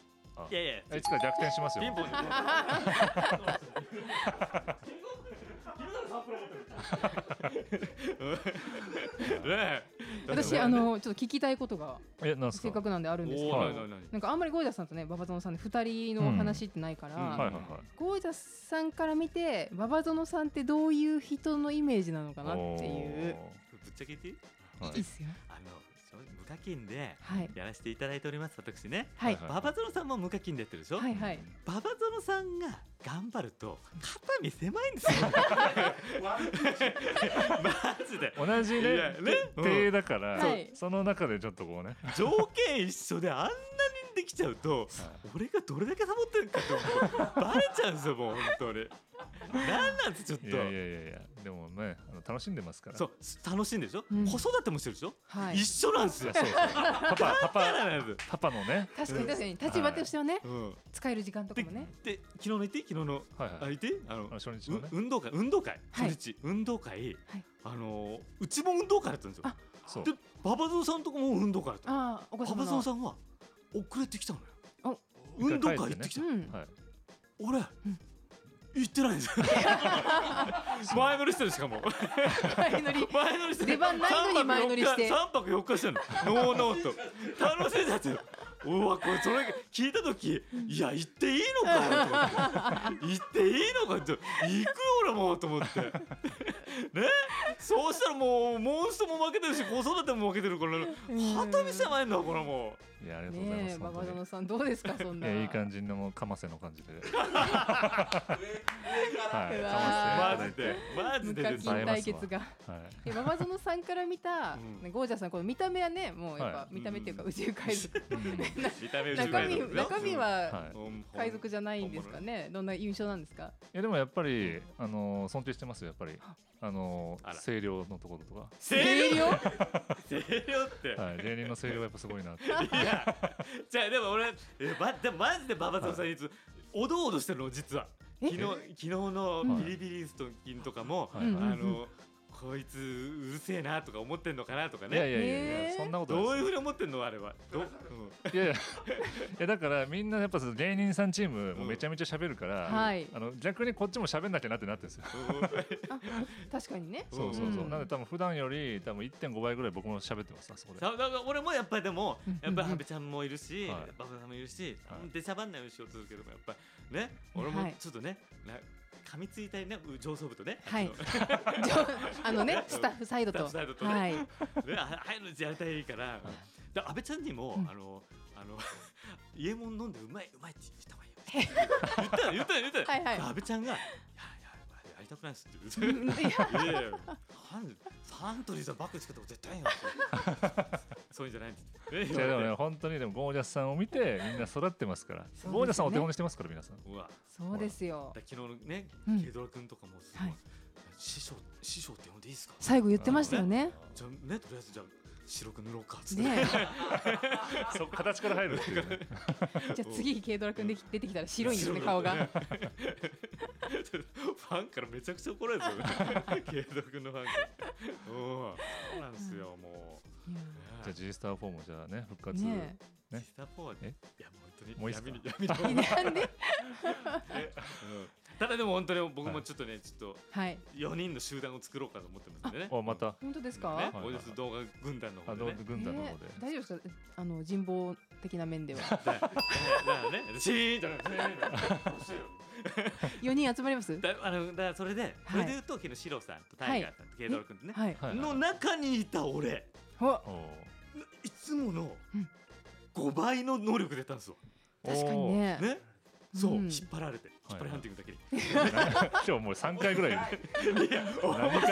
E: い
D: 예,
E: やいや、
A: いつか逆転しますよ
E: ピンポン。
B: [laughs]
E: ねえ
B: 私、あ、の、ちょっと聞きたいことが、
A: えなんす
B: せっ
A: か
B: かくなんであるんですけど。
E: おー何何何
B: なんかあんまりゴージャスさんとね、ババゾノさんで二人のお話ってないから、
E: うんうん
A: はいはいはい
B: ゴージャスさんから見てババゾノさんってどういう人のイメージなのかなっていう。
E: ぶっちゃけ言っていい
A: おーはい
B: いいっすよ。
E: あの、無課金で
B: はい
E: やらせていただいております、私ね。
B: はい
A: はい
E: ババゾノさんも無課金でやってるでしょ
B: はいはい。
E: ババゾノさんが頑張ると肩身狭いんですよ。マジで。
A: 同じ
E: いや
A: ね
E: ねうん
A: 手だから、
B: はい
A: その中でちょっとこうね
E: 条件一緒であんなにできちゃうと、俺がどれだけサボってるかとバレちゃうんですよもう本当になんなんですちょっと
A: いやいやいやいやでもねあの楽しんでますから
E: そう楽しんでるでしょ、
B: うん
E: 子育てもしてるでしょ、
B: はい
E: 一緒なんです
A: い
E: よ
A: やそうそうパパパ
E: [laughs] だか
A: パ
E: らなんです
A: パパのね
B: 確かに確かに立場としてはね、
E: うん、
B: 使える時間とか
E: で
B: もね。
E: で昨日の言って昨日の、
A: はい
E: あ
A: はい
E: 言ってあの
A: あの初日のね
E: う運動会運動会初
B: はい
E: 日、運動会、
B: はい
E: あのーうちも運動会だったんですよ
B: あ
A: そう
E: で馬場蔵さんとこも運動会だったの
B: ああ、お子
E: 馬
B: 様
E: 場蔵
B: の。
E: さんは遅れてきたの
B: あ
E: よ運動会行ってきたの
B: うん。
A: はい
E: 俺、行ってないんですよ [laughs] 前乗りしてるしかも
B: 前乗り。
E: 前乗りしてる
B: 出番ないのに前乗りして
E: 3泊4日してるのノーノーと楽しんだってうわこれそれ聞いた時いや行っていいのかよと思って行っていいのかよと行くよ俺もと思ってねそうしたらもうモンストも負けてるし子育ても負けてるから旗見狭いんだこれも
A: いやありがとうござい
B: ね
A: ま
B: え、
A: す
B: バ
A: 本
B: バゾ
A: 当
B: ノ
A: に
B: さんどうですかそん
A: い
B: な。
A: やいい感じのもうかませの感じではい
B: うわ
A: か
E: マ
B: ー
A: ませ
E: ジ
A: ていただ
E: で
A: い
E: マジ
B: 無
E: で
B: 課
E: です
A: 無課
B: 金対決が。
A: てはい
B: え、ババゾノさんから見た、
E: うん
B: ねゴージャスさんこの見た目はね、もうやっ
A: は
B: ぱ
E: い
B: 見た目っていうか宇宙海賊。
A: うん
E: 見た目
B: 中身中身は
A: はい
B: 海賊じゃないんですかね。どんな印象なんですか。
A: いやでもやっぱりあのー尊敬してますよやっぱりあのー
E: あら
A: 声量のところとか
E: 声量
B: 量
E: 声量って、
A: はい、芸人の声量はやっぱすごいな
E: [laughs]
A: って。
E: い、やじゃあでも俺えばでもマジで馬場さんさんいつ、おどおどしてるの実は
B: え
E: 昨日昨日の
A: うん
E: ビリビリストキンとかも、
A: はい
E: あのこいつうるせえなとか思ってんのかなとか
A: いやいや
E: ね
A: いやい
B: え
A: や、
B: ー
A: そんなことない
E: どう
A: で
E: いうふうに思ってんのあれはど、うん、
A: す。いやいや、い [laughs] やだからみんなやっぱその芸人さんチームもうめちゃめちゃ喋るから、
B: はい
A: あの逆にこっちも喋んなきゃなってなってるんですよ。
B: 確かにね。
A: そうそうそう。
B: うん
A: なんで多分普段より多分1.5倍ぐらい僕も喋ってますあそこで。
E: さだから俺もやっぱりでも
B: うん
E: やっぱりハベちゃんもいるし、
A: はい
E: バブさんもいるし、
A: はい
E: でしゃばんないようにしようとするけどもやっぱりね俺も
B: はい
E: ちょっとね、な噛みついたいねう上層部とね、
B: はい
E: あっちの
B: じゃああのね、スタッフサイドと。
E: スタッフサイドとね
B: はい。
E: ね、あああいうのやりたいから、で安倍ちゃんにも、
B: うん
E: あの、あの、 [laughs] 家もん飲んでうまい、うまいって言った方がいいよ。言ったの、言ったの、言ったの。
B: はいはい
E: で安倍ちゃんが、いやいや、やりたくないっすって
B: う
E: 言うん
B: いや
E: いやいや、なんでサントリーさんバッグつけた方が絶対いいよって。そういうんじゃないんです。
A: いやでもね、本当にでもゴージャスさんを見てみんな育ってますから。
B: すね
A: ゴージャスさんお手本にしてますから皆さん。
E: うわ、
B: そうですよ
E: だ。昨日のね、
B: うん
E: ケイドラ君とかもすごい、
B: はい
E: 師匠、師匠って呼んでいいですか。
B: 最後言ってましたよね。
E: じゃあね、とりあえずじゃあ白く塗ろうかっつって。
B: ねえ、
A: [laughs] そう形から入るっていうね、
B: じゃあ次軽ドラ君でき出てきたら白いんですね
E: 白
B: 顔が。
E: ファンからめちゃくちゃ怒られて
A: [laughs]
E: [laughs] る。ケイド君のファンから。うん、そうなんですよ、も
B: いや
A: [laughs]
E: う。
A: じゃあ G スター4もじゃあね復活。
B: ね
E: ね、スタポーはね
A: え
E: いや、もう本当
A: [laughs]
E: に。
A: もういいっすか
E: 闇に、
B: え、な
E: 闇に。
B: んで
E: うんただでも本当に僕もちょっとね、ちょっと
B: はい。
E: 4人の集団を作ろうかと思ってますんでね。
A: おまた
B: 本当ですか。
E: ね、
A: はい
E: オイルス動画軍団の
A: あ
E: 方で
A: の
E: ね。
A: 軍団の方で、
B: えー大丈夫ですか。あの人望的な面では。
E: だだから
A: [laughs]
E: ね、シーンとね、シーンとね
B: 四人集まり
E: [laughs]
B: ます。
E: だあのだからそれで、それで言うと昨日シロさんとタイガーさんとケイドロ君とね、
B: はい。
A: はい
E: の中にいた俺、
B: ほ
A: おー
E: いつもの
B: うん
E: 5倍の能力出たんですよ。
B: 確かにね。
E: ね、そう、
B: うん
E: 引っ張られて、引っ張りハンティングだけに。
A: おー今日もう三回ぐらい
B: [laughs]
E: いや、お
A: [laughs] 何か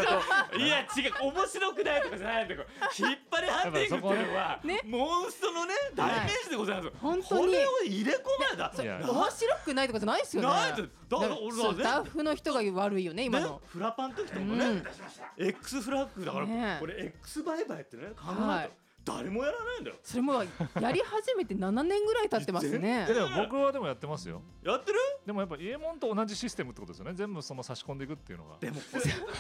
A: と
E: いや違う面白くないとかじゃないんだけど引っ張りハンティングっていうのは、
B: ね
E: モンストのね代名詞でございます、
B: 本当に
E: これを入れ込めだ
A: いや
E: な
B: 面白くないとかじゃないですよね。
E: ないとだから
B: だ
E: 俺
B: そうスタ
E: は
B: ッ
E: ね
B: フの人が悪いよね今
E: ね
B: の。
E: フラパンの時とか
B: う
E: もね、
B: ん。
E: X フラッグだから、
B: ね
E: これ X 売買ってね考えたら、
B: はい
E: 誰もやらないんだよ
B: それもやり始めて7年ぐらい経ってますね
A: え。でも僕はでもやってますよ
E: やってる
A: でもやっぱ伊右衛門と同じシステムってことですよね全部その差し込んでいくっていうのが
E: [laughs] でも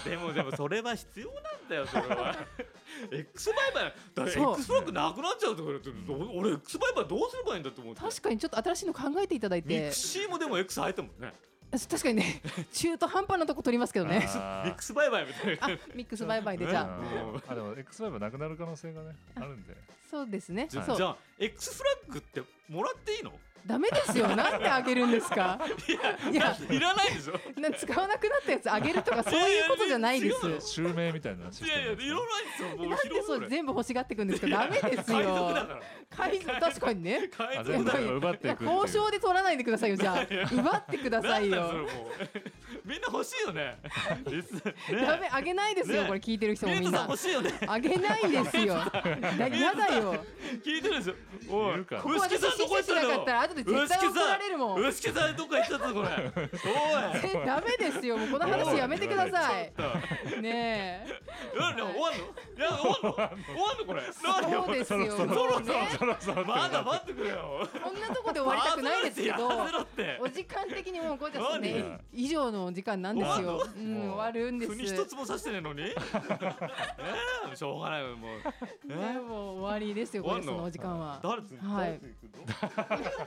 E: でもでもそれは必要なんだよそれは [laughs] X 売買だか
B: そう
E: ら X フラッグなくなっちゃうとか言ってどう俺 X 売買どうすればいいんだって思って
B: 確かにちょっと新しいの考えていただい
E: ミ
B: て
E: ク。シーもでも X 入ったもんね
B: 確かに
E: [laughs]
B: ね中途半端なとこ取りますけどね。
A: あー
E: ミックスバイバイみたい
B: あ
E: な。
B: ミックスバイバイでじゃあ。
A: うんあでも X ファイブなくなる可能性がねあるんで
B: そうですね。
E: じ
B: そ
E: ゃ
B: う
E: あじゃあ X フラッグってもらっていいの？
B: ダメですよ。なんであげるんですか。いや、
E: いらないでしょ。
B: な使わなくなったやつあげるとかそういうことじゃないで
E: いやいや
B: す。
A: 襲名みたいなシ
E: い
A: ステ
E: やいや
A: ム
E: いらないですよ。もう
B: なんで
E: 拾
B: そうう
E: ぐらい。
B: 全部欲しがってくんですか。ダメです
E: 海賊
B: よ。
E: だから。
B: 海賊確かに
E: [laughs]
B: ね。
E: 海
A: あ
E: 賊
A: 全部だ
E: だから。
A: から奪っていくっていう
B: 交渉で取らないでくださいよ。じゃあ奪ってください
E: なん
B: よ。
E: だそれもうみんな欲しいよね。リスね
B: ダメあげないですよ。
E: ね
B: これ聞いてる人も
E: ミュー
B: み
E: ト
B: ん
E: さん
B: な
E: 欲。しいよね。
B: あげないですよ。だ嫌だよ。
E: 聞いてるんですよ。お
A: い
E: い。
A: るから
E: 牛木さんどこ行っ
B: ここ私指示
E: た
B: しなかったら後で絶対怒られるもん
E: 牛木さん牛木さんどこ行っちゃったぞこれ。おい。
B: えダメですよ。もうこの話やめてください。ねえ。
E: なんで終わんの？いや終わんの？終わんのこれ？なんで
B: そうですよ。
E: そろそろ
B: ね
A: そろそろ
E: まだ待ってくれよ。
B: こんなとこで終わりたくないですけど
E: パ。ーソナリティやらせろ
B: お
E: って。
B: 時間的にもうこれで
E: な
B: す
E: んで
B: ね以上のお時間なんですよ。う
A: の
B: ん
A: もう
B: 終わるんです。
E: 国一つも刺してねえのに。ねえしょうがないよもう。
B: ねもう終わりですよこれ
E: 終
B: そ
E: わんの
B: のお時間は。
E: 誰つ
B: はい。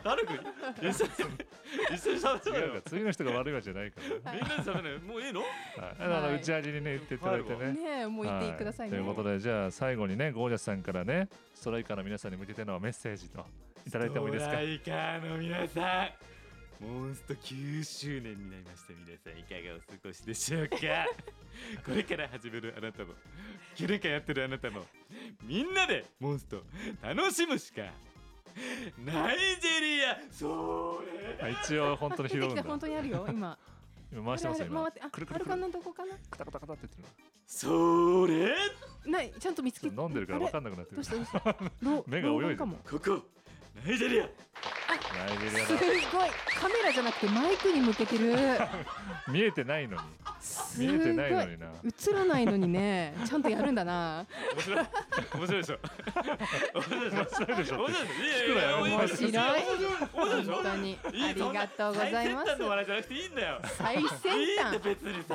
E: 誰く一緒に一緒に喋って
A: 違う
E: よ
A: から。次の人が悪いわけじゃないからね
E: みんなで喋るもういいの？
A: はいあ
B: は
A: の
B: い
A: 打ち上げにね言っていただいてね
B: ねもう言ってくださいね。
A: はということでじゃあ最後にねゴージャスさんからねストライカーの皆さんに向けてのメッセージといただいてもいいです
E: ド
A: か
E: ライカーの皆さん、モンスト9周年になりました皆さんいかがお過ごしでしょうか。これから始めるあなたも、9年間やってるあなたも、みんなでモンスト楽しむしか。ナイジェリア、それだ
A: あ一応本当に拾
B: 出て
A: うん
B: き
A: だ
B: た本当にあるよ今。
A: 今 [laughs] 回してますよ
B: あれあれ回
A: 今
B: ってあ
A: くるく
B: あ
A: る
B: る
A: く
B: か
A: る
B: などこかな。
A: くたくたくたって言って
E: それ
B: ないちゃんと見つけ。
A: るの飲んでるから分か
B: ん
A: んなくなってる
B: どうしたどうした。どう
A: [laughs] 目が泳いでる
B: 老眼かも。
E: ここナイジェリア
A: ナイジェリ
B: すごいカメラじゃなくてマイクに向けてる。
A: アだ見えてないのに
B: すご
A: [laughs] 見えてないの
B: い
A: に。な
B: 映らないのにね、ちゃんとやるん
A: [laughs]
B: だな。
E: 面白い面白いでしょ面白いでしょ
A: 面白いでしょ
E: 面白いでしょいやい
A: 聞くな
E: や
A: よ
E: いや
A: 面 [laughs]
B: 白い
E: 面白いでしょ
B: 本当に
E: いい
B: ありがとうございま
E: 最先
B: す
E: 端の笑いじゃなくていいんだよ
B: 最
E: い
B: 先
E: いんだ
B: 端。
E: 別にさ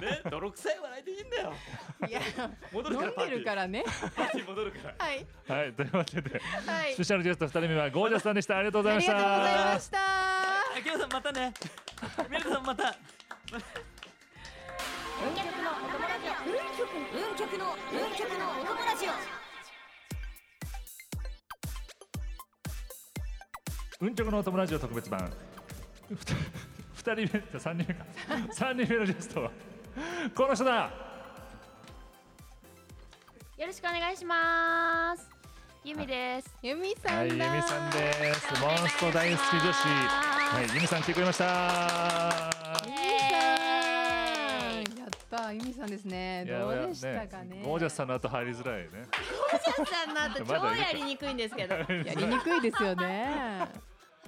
E: ね泥臭い笑いでいいんだよ
B: いや
E: 戻るからパ
B: 飲ん
E: ー
B: で
E: ティ
B: る
E: ー
B: からね。
E: パーティー戻るから
B: はい
A: はいというわけで
B: はい
A: スペ。シャルゲスト2人目はゴージャスさんでしたありがとうござい
B: あ
A: ま
B: り
A: した
B: がとうございました。
E: あきらさんまた
B: [laughs]
E: ねみなさんまた
C: 運極のお友達を運極の運極のお友達を
A: 運極のお友達を特別版ふた二人目じゃ三人目 [laughs] か三人目のゲストはこの人だ
F: よろしくお願いします。ゆみです。
B: ゆみさ
A: は
B: ん
A: い、ゆみ
B: だ。
A: さんですモンスト大好き女子はい、ゆみさん来てくれました
F: イ
B: ゆみさ
F: エーイ
B: ん。やった、ゆみさんですね。
A: いや
B: どうでしたかね。
A: ゴージャスさんの後入りづらいね
F: さんの後超やりにくいんですけど。
B: ん。やりにくいですよね。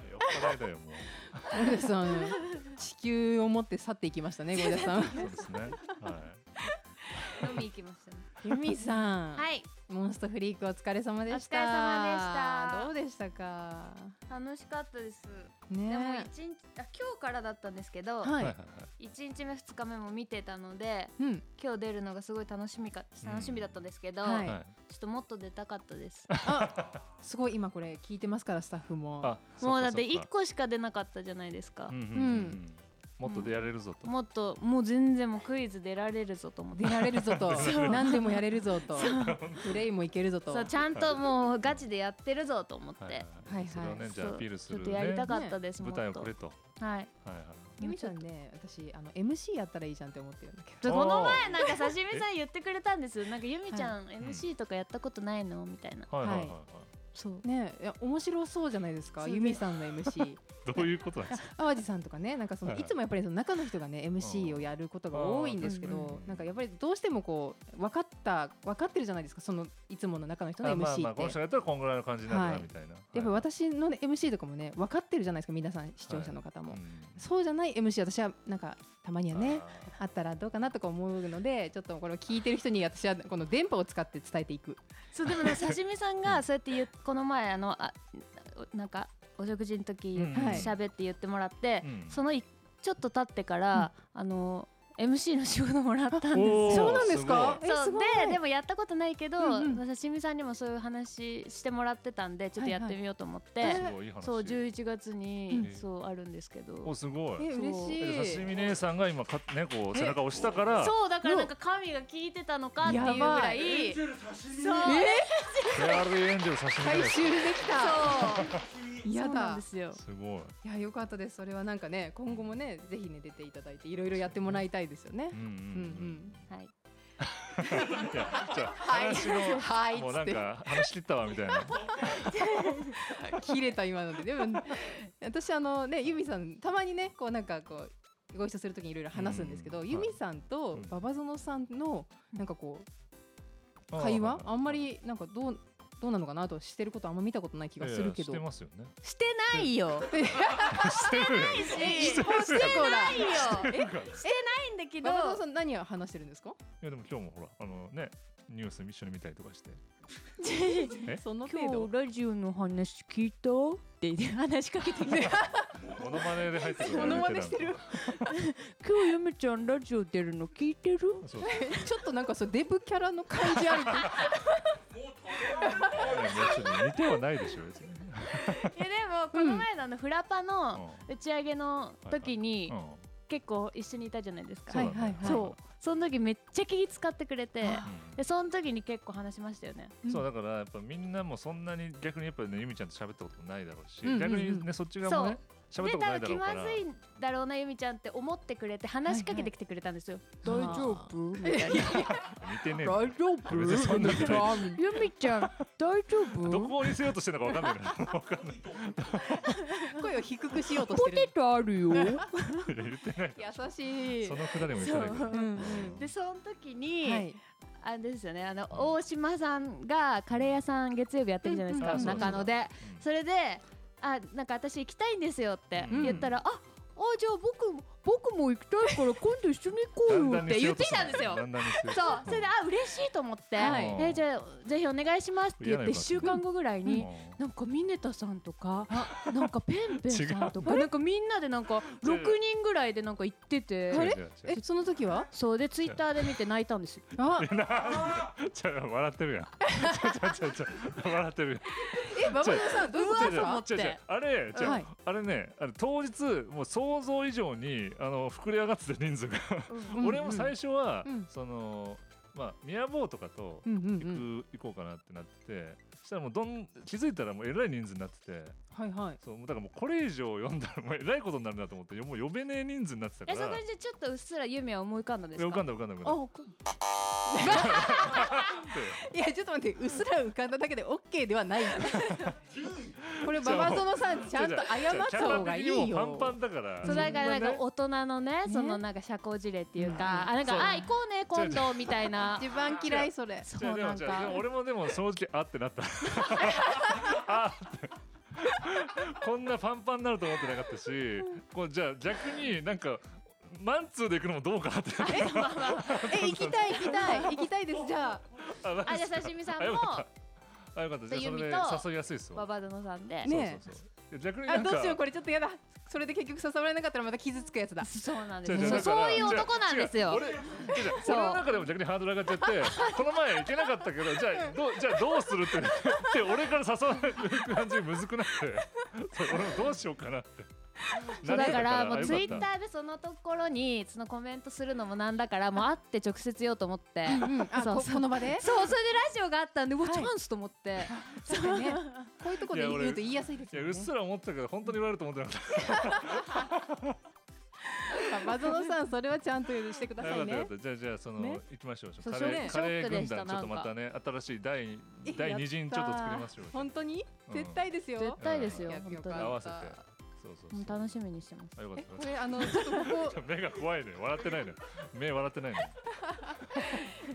A: 酔っ払いだよもう
B: ゴージャスさん。地球を持って去っていきまし
A: [laughs]
B: たね、ゴージャスさん。
A: そうですねは
F: 飲み行きましたね。
B: ゆみさん。
F: はい、
B: モンストフリークお疲れ様でした。
F: お疲れ様でした
B: どうでしたか。
F: 楽しかったです。でも
B: ね
F: 一。日、あ、今日からだったんですけど、
A: い
B: は
A: はい
B: い。
F: 一日目二日目も見てたので。
B: うん。
F: 今日出るのがすごい楽しみか、
A: ん
F: 楽しみだったんですけど、
B: は
A: はいい、
F: ちょ
A: はい、
F: っともっと出たかっ
A: [laughs]
F: たです。
B: あ、すごい今これ聞いてますからスタッフも。
A: あ
F: もうだって
A: そ
F: 一
A: か
F: 個しか出なかったじゃないですか
A: そっかう。んうん
B: うん
A: もっと出られるぞと、
F: もっともう全然もうクイズ出られるぞと思って
B: 出られる
A: [laughs]
B: ぞと何でもやれるぞとプレイもいけるぞと
F: そうちゃんともうガチでやってるぞと思って、
A: はいはい
B: はい
A: それをねじゃあアピールする、
F: ち
A: ね、
F: ょっとやりたかったです、も
A: 舞
F: っ
A: 台を
F: と
A: くれと、
F: はい
A: はいはい、
B: ゆみちゃんね私あの MC やったらいいじゃんって思ってるんだけ
F: で
A: おー
F: この前なんか刺身さん言ってくれたんですよなんかゆみちゃん MC とかやったことないのみたいな
A: はいはいはいはい
F: そう
B: どねいや面白そうじゃないですか
F: そう
B: ゆみさんの
A: [laughs]
B: MC
A: どういうことなんですか
B: 淡路さんとかねなんかその
A: はい
B: いつもやっぱりその中の人がね MC をやることが多いんですけ
A: うんうん
B: ど
A: うん
B: なんかやっぱりどうしてもこう分かった分かってるじゃないですかそのいつもの中の人の
A: あまあま
B: MC
A: あ
B: っ
A: この人が
B: て。
A: やったらこんぐらいの感じになるな
B: はい
A: みたいな、はい、
B: やっぱ私のね MC とかもね分かってるじゃないですか皆さん視聴者の方も、そうじゃない MC 私はなんかたまにはねあったらどうかなとか思うのでちょっとこれを聞いてる人に私はこの電波を使って伝えていく
F: そうでもね刺身さんがそうやって言うこの前あのあなんかお食事の時
A: うん
B: はい
F: 喋って言ってもらって、
A: うん
F: そのいちょっと経ってから、あの MC の仕事もらった
E: [laughs]
F: んです
A: おー
F: よ
B: そうなんですかえ
F: そ
B: す
F: う
B: ごい
F: ででもやったことないけど、
B: うんう
F: 刺身さんにもそういう話してもらってたんでちょっとやってみようと思って、
B: はい
A: うんすごいいい話
F: そう11月に、
A: うん
F: そうあるんですけど
A: おすごい
B: え嬉
A: え
B: しい
A: 刺身姉さんが今かねこう背中を押したから
F: そうだからなんか神が聞いてたのかっていうぐらい
E: エンジェル
F: そう
E: 刺
B: え
A: フェアリーエンジェル刺身
B: 回
A: 姉さ
B: 収できた
E: 身
B: や
F: そうなん
B: だ
F: ですよ
A: んすごい、
B: いや良かったですそれはなんかね今後もねぜひね出ていただいていろいろやってもらいたいですよね
A: うんうんうん
F: はい
A: いやじゃあ
B: はい
A: 話の
B: はい
A: もう
B: っ
A: なん
B: つって
A: か話し切ったわみたいな
B: 切れた今のででも私あのねユミさんたまにねこうなんかこうご一緒するときにいろいろ話すんですけど、
A: うん
B: ユミさんと
A: うん
B: 馬場園さんのなんかこう会話、あんまりなんかどうどうなのかなとしてることあんま見たことない気
A: いや
B: が
A: いや
B: するけど
A: してますよね [laughs]
F: してないよ
A: してるよね
F: え
B: 一方 [laughs] 通行だ
F: ないよ
A: い
F: え
A: や
F: ないんだけど
B: 馬場園さん何を話してるんですか
A: でも今日もほらあのねニュース一緒に見たりとかしてえ
B: その程度
F: ラジオの話聞いたって [laughs] 話しかけてきて
A: モノマネで入ってくる
B: モノマネしてる
F: [laughs] 今日ゆめちゃんラジオ出るの聞いて [laughs] る
A: そうそう
B: ちょっとなんかそうデブキャラの感じあるけど
A: 別に似てはないでしょ別に
F: いやでもこの前のあのフラパの打ち上げの時に
A: うん
F: 結構一緒にいたじゃないですか、
A: そうだね
B: はいはいはい
F: そうその時めっちゃ気使ってくれて
A: うん
F: でその時に結構話しましたよね
A: そうだからやっぱみんなもそんなに逆にやっぱねゆみちゃんと喋ったことないだろうし、
B: うんうんうん
A: 逆にねそっち側もね
F: で
A: 喋ったこ
F: 多
A: とない
F: 分
A: だ
F: 気
A: ろうか
F: ま
A: ら
F: ずいんだろうなゆみちゃんって思ってくれて話しかけてきてくれたんですよ、
B: [laughs] はいはい
F: [laughs] 夫みたいな
A: 似てねえ
B: 大丈 [laughs] 夫
A: 別にそんなことな
F: ゆみちゃん大丈
A: どこを似せようとしてるのかわかんないからわかんない
B: 声を低くしようとして
F: [laughs]
B: る
F: トあるよ
A: 言ってない
B: 優しい
A: そのくだりも言ってないけど
B: うん
F: でその時に、
B: はい
F: あれですよねあの大島さんがカレー屋さん月曜日やってるじゃないですか、
A: うんうんうん
F: 中野で
A: うん
F: それであなんか私行きたいんですよって
A: うん
F: 言ったら、ああじゃあ僕も僕も行きた
A: [laughs]
F: いから今度一緒に
A: だ
F: 行
A: ん
F: こう
A: だ
F: よっ
A: ん
F: て
A: 似せ
F: 言
A: よ
F: っ
A: うと
F: てき
A: して
F: た
A: る
F: んですよ
A: だんだん似せようと
F: そうそれであ嬉しいと思って、
B: はい
F: えじゃあぜひお願いしますって言
A: 嫌
F: っ
A: な予
F: て1
A: 感
F: 週間後ぐらいに、
A: うん
F: なんかミネタさん
A: [laughs]
F: とかなんかペンペンさんと
A: 違
F: かなんかみんなでなんか
A: 違う
F: 6人ぐらいでなんか行ってて
A: 違う違う違
B: えその時は
F: そうでツイッターで見て泣いたんですよ
B: あ
A: うなんちょ笑ってるやんちょちょちょちょ笑ってる
B: え馬場園さんどういうことです
A: 違う
B: か
A: 違う違うあれじゃあ、
B: はい
A: あれねあれ当日もう想像以上にあの膨れ上がってて人数が
B: うん
A: 俺も最初は、
B: うん
A: そのまあ宮坊とかと
B: うんうん
A: 行
B: う
A: く、
B: ん
A: 行こうかなってなっててそしたらもうどん気づいたらもうえらい人数になってて
B: はいはい
A: [laughs] そうもうだからもうこれ以上読んだらもうえらいことになるなと思ってもう呼べねえ人数になってたか
F: えそ
A: ら
F: こにじゃあちょっとうっすら夢は思い浮かんだんですか
A: 浮かんだ浮かんだ浮かんだ
B: あわかんないいやちょっと待ってうっすら浮かんだだけでオッケーではないよこれ馬場園さんちゃんと謝った方がいい
A: キャラ的にも
B: よ
A: うパンパンだから
F: そうだからなんか
A: そ
F: 大人のねそのなんか社交辞令っていうか、あなん
A: そう
F: かあ行こうね今度みたい [laughs] な
B: 一番嫌いそれ
F: そ
A: ん
F: う
A: な
F: なん
A: ねじゃあでもじゃあで
F: か
A: も俺もでも正直あってなった
F: [laughs]
A: あー [laughs] ってこんなパンパンになると思ってなかったしこうじゃあ逆になんかマンツーで行くのもどうかなって [laughs]
B: え行きたい行きたい行きたいですじゃあ
A: あなんか
F: あじゃあ刺身さん
A: あよ
F: も
A: かったあよかったじゃあそれで
F: そうゆみと
A: 誘いやすいですよ
F: ババドノさんで、
B: ね
A: そうそうそういや逆にな
B: あ
A: んか
B: どうしようこれちょっとやだそれで結局誘われなかったらまた傷つくやつだ
F: そうなん
A: 違
F: で
A: う違
F: す
A: う
F: そう
A: だか
F: そう
A: ら
F: いう
A: 違
F: 男なんですよ
A: 違う俺違う
F: そ
A: 俺
F: う
A: の中でも逆にハードル上がっちゃ
F: [laughs]
A: ってこの前行けなかったけどじゃあどうじゃあどうす [laughs] る [laughs] ってなって俺から誘われる感じむずくなってそう俺もどうしようかなって
F: そうだからも
A: 何
F: う
A: よ
F: ツイ
A: かっ
F: ッ
A: た
F: ターでそのところにそのコメントするのもなんだからもう会って直接言おうと思 [laughs] って
B: うんあ
F: そう
B: こ
F: そう
B: この場で
F: そうそれでラジオがあったんでうわ
B: はい
F: チャンスと思って
B: そうだねこういうとこ
A: い
B: ろで
A: や
B: 言う
A: 俺
B: と言いやすいです
A: いや
B: よ
A: うっ
B: ね
A: すら思ってたけど本当に言われると思ってなかっ
B: マゾノさんそれはちゃんとしてくだ
A: た。
B: さ
A: よか
B: い
A: ったよ
B: ね
A: かった。じゃあじゃあその、
B: ね
A: 行きましょう。
B: そう
A: カレー、
B: ね
A: カレー軍
F: ショックでした
A: 団ちょっとまたね新しい第二
B: え
A: 第
B: や
A: 二
B: った
A: 陣ちょっと作りましょう。
B: 本当に
A: うん
B: 絶対ですよ
F: 絶対ですよ
B: うん
F: 本当に
A: 合
B: よかっ
A: わせて。そうそうそう。
F: もう楽しみにしてます
A: あよか
B: え
A: ったよ
B: こ
A: かっ
B: れあのちょっとここ
A: た。 [laughs] 目が怖いね。笑ってないね。目笑ってないね。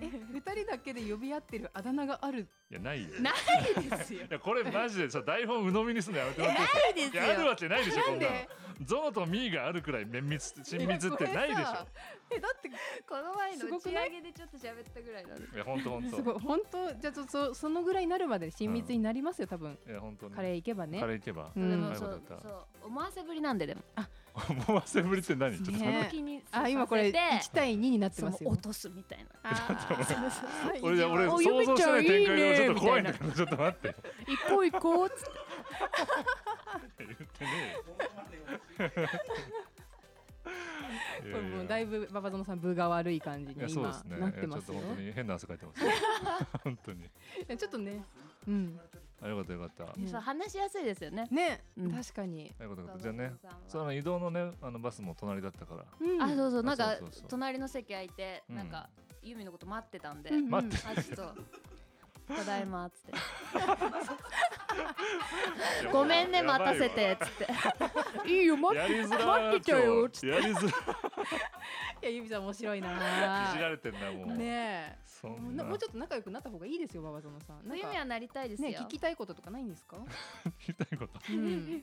B: え二人だけで呼び合ってるあだ名がある
A: いやないよ。
B: ない
A: [laughs]
B: ですよ
A: いやこれマジでさ台本鵜呑みにすんのやめてもらっていい
F: です
A: いやあるわけないでしょこ
B: なんん
A: なの
B: で
A: ゾノとミーがあるくらい綿密親密ってないでしょ
B: えだって
F: この前
B: す
F: の
B: ご
F: 打ち
B: くない
F: 上げでちょっと喋ったぐらいなんで
A: いや本当本
B: すご
A: 当
B: い本当じゃあちょっとそそのぐらいになるまで親密になりますよ多分
A: いや本当に
B: カレー行けばね
A: カレー行けば [laughs]
B: う
F: で
B: ん
F: も
A: あ
F: そ
A: よ
F: う
A: かった
F: そう思わせぶりなんででも
A: 思わせぶりって何ちょっと待って
B: ね
F: 気にさせて
B: あ今これ一対二になって
F: そ
B: ま
F: の
B: すよ
F: 落とすみたいな
A: 俺じゃ俺
B: お
A: 想
B: ゆみ
A: 像し
B: ち
A: て
B: ゃ
A: なんい
B: い
A: 展開がちょっ
B: いね
A: と怖いんだけどちょっと待って
B: みたいな行こう行こうつって
A: 言ってねえ
B: [laughs] こ
A: よ
B: れもうだいぶ馬場園さん分が悪い感じ
A: い
B: に
A: やそうです
B: 今
A: ね
B: なってます
A: い
B: よ
A: やちょっと本当に変な汗かいてます本当に
B: いやちょっとねうん
A: あよかったよかったあ
B: うん
F: そう話しやすいですよね
B: ね
F: うん
B: 確かに
A: よかったよかったじゃあね
F: ゾノさんは
A: その移動のねあのバスも隣だったから
B: うん
F: あそうそう
A: あ
F: なんか
A: そうそうそう
F: 隣の席空いて
A: うん
F: なんかユミのこと待ってたんで
B: うん
A: 待って
F: あちょっとただいまっつって
A: [laughs] いや
F: ごめんね
A: やばい
F: 待
A: わ
F: たせてっつって
B: いいよ待
A: やりづらー
B: 待ってちゃうよ
A: 今日やりづら
B: いやゆみちゃん面白い
A: い
B: ない
A: じられてんだもう
B: ね
A: そ
B: え
A: ん
B: な
A: な
B: もうちょっと仲良くなった方がいいですよ馬場園さんなん
F: ユ
B: か
F: ミはなりたいですよ
B: ね聞きたいこととかないんですか
A: 聞きたいこと
B: うん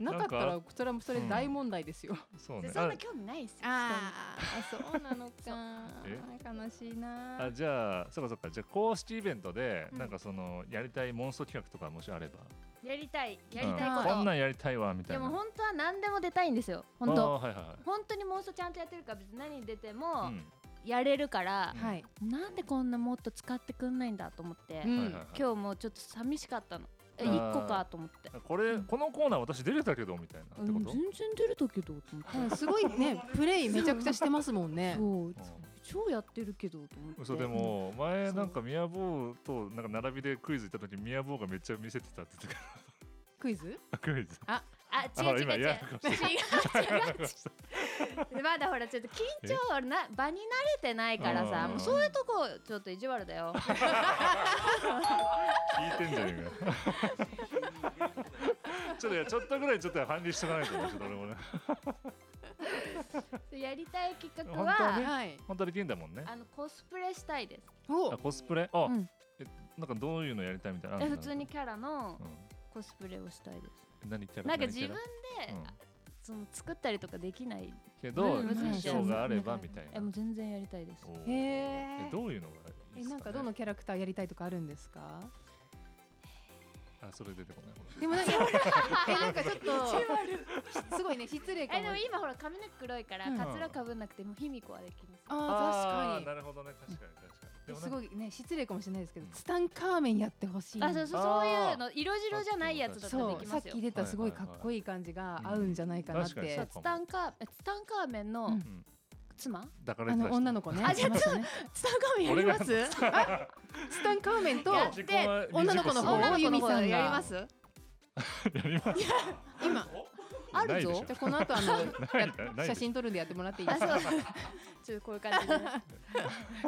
B: なかったらそれもそれ大問題ですよ。
A: そうね
F: そん
A: あ
F: な興味ないですよ
B: ああ、そうな [laughs] のか。
A: え
B: 悲しいな
A: あ。じゃあそっかそっかじゃあ公式イベントで
B: うん
A: なんかそのやりたいモンスト企画とかもしあれば
F: やりたいやり
A: うん
F: たいこ
A: こん
F: と
A: なんやりたいわみたい
F: で
A: な
F: も本当は何でも出たいんですよ本
A: あ
F: 当
A: ーはいはいはい
F: 本当に妄想ちゃんとやってるから別に何に出ても
A: うん
F: やれるから
A: う
B: はい。
F: なんでこんなもっと使ってくんないんだと思って
B: うん
A: はいはいはい
F: 今日もうちょっと寂しかったのえ
A: あー
F: 一個かと思って
A: これこのコーナー私出れたけどみたいなって
F: う
A: こ
F: ん
A: と、
F: 全然出るとけどと思って
B: うんすごいね、プレイめちゃくちゃしてますもんね。
F: そう
A: う
F: 超やってるけどと思って
A: ん、嘘でも前なんか宮坊となんか並びでクイズ行った時宮坊がめっちゃ見せてたって言ってた
B: クイズ？
A: からクイ
F: [laughs]
A: ズ
F: あ
A: あ
F: 違う違う
A: 今
F: 違う違う違
A: やらか
F: う違うまだほらちょっと緊張な場に慣れてないから
A: う
F: さ
A: ん
F: もうそういうとこちょっと意地悪だよ
A: 聞いてんじゃねえかよちょっといやちょっとぐらいちょっと反離しとかないとねちょっと俺もね
F: やりたい企画
A: 本当は
F: は
B: はい。
A: 本当にできんだもんね
F: あのコスプレしたいです
A: あ
B: お、
A: コスプレあ、
F: うん
A: えなんかどういうのやりたいみたいなのあ
F: え
A: るの
F: 普通に、キャラの
A: う
F: コスプレをしたいです
A: ん、何キャラ
F: なんか
A: 何
F: 自
A: キャラ
F: 分で、
A: うん
F: その作ったりとかできない
A: けど
F: うん
A: 衣装があればみたい
F: え
A: な
F: もう全然やりたいです
A: おー
B: へえ
A: えどういうのがいい
B: え
A: ですか、ね、
B: なんかどのキャラクターやりたいとかあるんですか？
A: あそれ出てこない
B: でもなんかえなんかちょっとすごいね失礼か
F: えで
B: も
F: も。今ほら髪の毛黒いから
A: うん
F: カツラかぶんなくてもう卑弥呼はできます
B: ああ確
A: な
B: か
A: るほどね確かに確かにで
B: に。
A: もな
B: す
A: んか
B: ごいね失礼かもしれないですけど、ツタンカーメンやってほしい。
F: あそうそう
A: あ
F: そう
A: ー
F: いうの色白じゃないやつだったら
B: そ
F: で
B: う
F: き
B: さ
F: ま
B: っ
F: すよ
B: き出たすごいかっこいい感じが合うんじゃないかなって、
A: はいはいはい
F: ツタンカーえツタンカーメンの
A: ん
F: 妻
A: 抱か
B: あ
A: れてた
B: の
A: 人
B: 女の子ね
F: あじゃあ
B: いましたね
F: ツタンカーメンやり
A: [laughs]
F: ます
B: ツタンカーメンと
F: やっ
A: 自
F: て
A: 己は
B: 女の子の方
A: 自己
B: を
A: は
B: ユミさんが
F: やります
A: やります
B: 今
F: ある
A: ないでし
F: ぞ
A: ょ
B: じゃあこの後あの
A: [laughs] ない
B: や
A: ない
B: 写真撮るんでやってもらっていいで
F: あ
B: す
F: そう
B: か
F: ちょっとこういう感じでね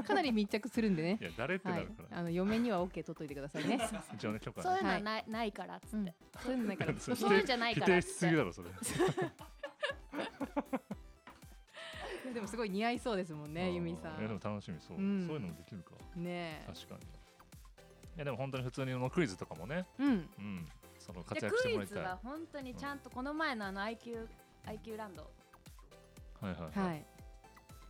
B: かなり密着するんでね
A: いや誰って
B: は
A: ないるか、ら、
B: あの嫁には OK 取っといてくだ
A: [laughs]
B: さいね。
A: 一応ね許可
F: そうい
A: ね
F: うのはないないからっつ
B: う
F: っ
B: ん
F: て、
B: そういうのないから。
A: [laughs] それ
F: そういうんじゃない
A: 否
F: から
A: 定しすぎだろそれ
B: でもすごい似合いそうですもん
A: あ
B: ね、
A: ー
B: ユミさ
A: いやでも
B: ん。
A: 楽しみそう、
B: うん
A: そういうのもできるか
B: ねえ。
A: 確かにいやでも本当に普通にのクイズとかもね
B: うん。
A: うんその
F: で
A: 活躍しても
F: ク
A: ら
F: イ
A: い
F: ズ
A: たい
F: は本当にちゃんとこの前のあの IQ, IQ ランド
A: はいはいはい、
B: はい。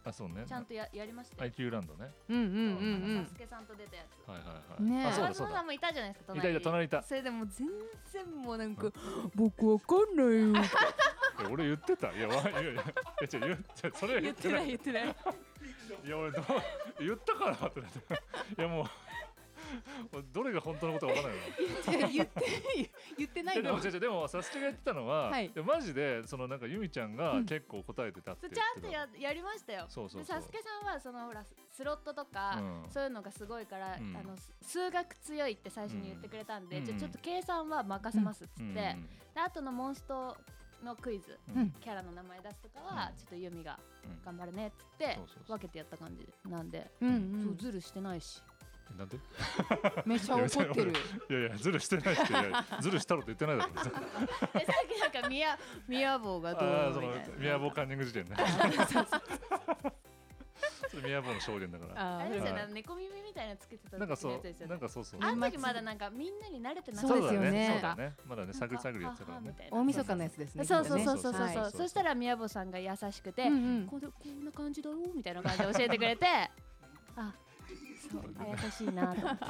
A: あそうね
F: ちゃんとややりましたよ、
A: IQ ランドね
B: うんうん
F: なんかサスケさんと出たやつ
A: はいはいはい
B: ねえ
A: あそう
F: 川
A: だそう
F: 島さ
A: だ
F: んもいたじゃないですか
A: いたい
F: 隣
A: た隣いた
F: それでもう全然もうなんか [laughs]
B: 僕わかんないよ。
A: いや俺言ってたいやわいやいやいや違う言ってそれは言
B: [laughs] 言
A: っ
B: ってて
A: な
B: ないい言って
F: [laughs]
B: ない。
A: いや俺どう [laughs] 言ったかなってなって [laughs] いやもう俺どれが本当のことかわからないわ
B: 言って言って言ってないない
A: で
B: の
A: も違う違うでもサスケが言ってたのは、
B: はい
A: でマジでそのなんかユミちゃんが結構答えてたって
F: そ
A: 言
F: う
A: って
F: ち
A: た
F: ゃんとややりましたよ。
A: そうそうそう
F: でサスケさんはそのほらスロットとか、
A: うん
F: そういうのがすごいから、
A: うん
F: あのす数学強いって最初に言ってくれたんで、
A: うん
F: じゃあちょっと計算は任せますっつって、
A: うん
F: であとのモンストのクイズ
A: うん
B: うん
F: キャラの名前出すとかは、
A: うん
F: ちょっとユミが
A: うん
F: 頑張るねっつって
A: そうそうそう
F: 分けてやった感じなんで、 [laughs]
B: うんう
F: そうんズルしてないし。
A: えなんで
B: めっちゃ怒ってる
A: いやいやズルしてないっていやいやズルしたろって言ってないだろ別に
F: えさっきなん
A: [laughs]
F: か宮宮坊がどう
A: ああーそ
F: のみ
A: の
F: たいな。
A: ミヤボーカンニング事件ね。 [laughs] それミヤボーの証言だから。
B: あ
F: あ
B: ー
F: れですよ
A: はい
F: ね、猫耳みたいなのつけてた
A: なんか
F: 時
A: そ
F: のやつです
A: う、
F: よね
A: なんかそうそう。
F: あの時まだなんかみんなに慣れてなかった
B: そうですよね
A: そうだね。そうだねまだね、探り探りやってたからね。
F: なんか
B: 大晦日のやつですね
F: そうそうそう
A: そ
F: そうう
A: そ
F: そうう
A: そう
F: そうそしたら宮保さんが優しくて、
B: うんうん
F: こんなこんな感じだよみたいな感じで教えてくれて [laughs] あそうあ優しい [laughs] なと思って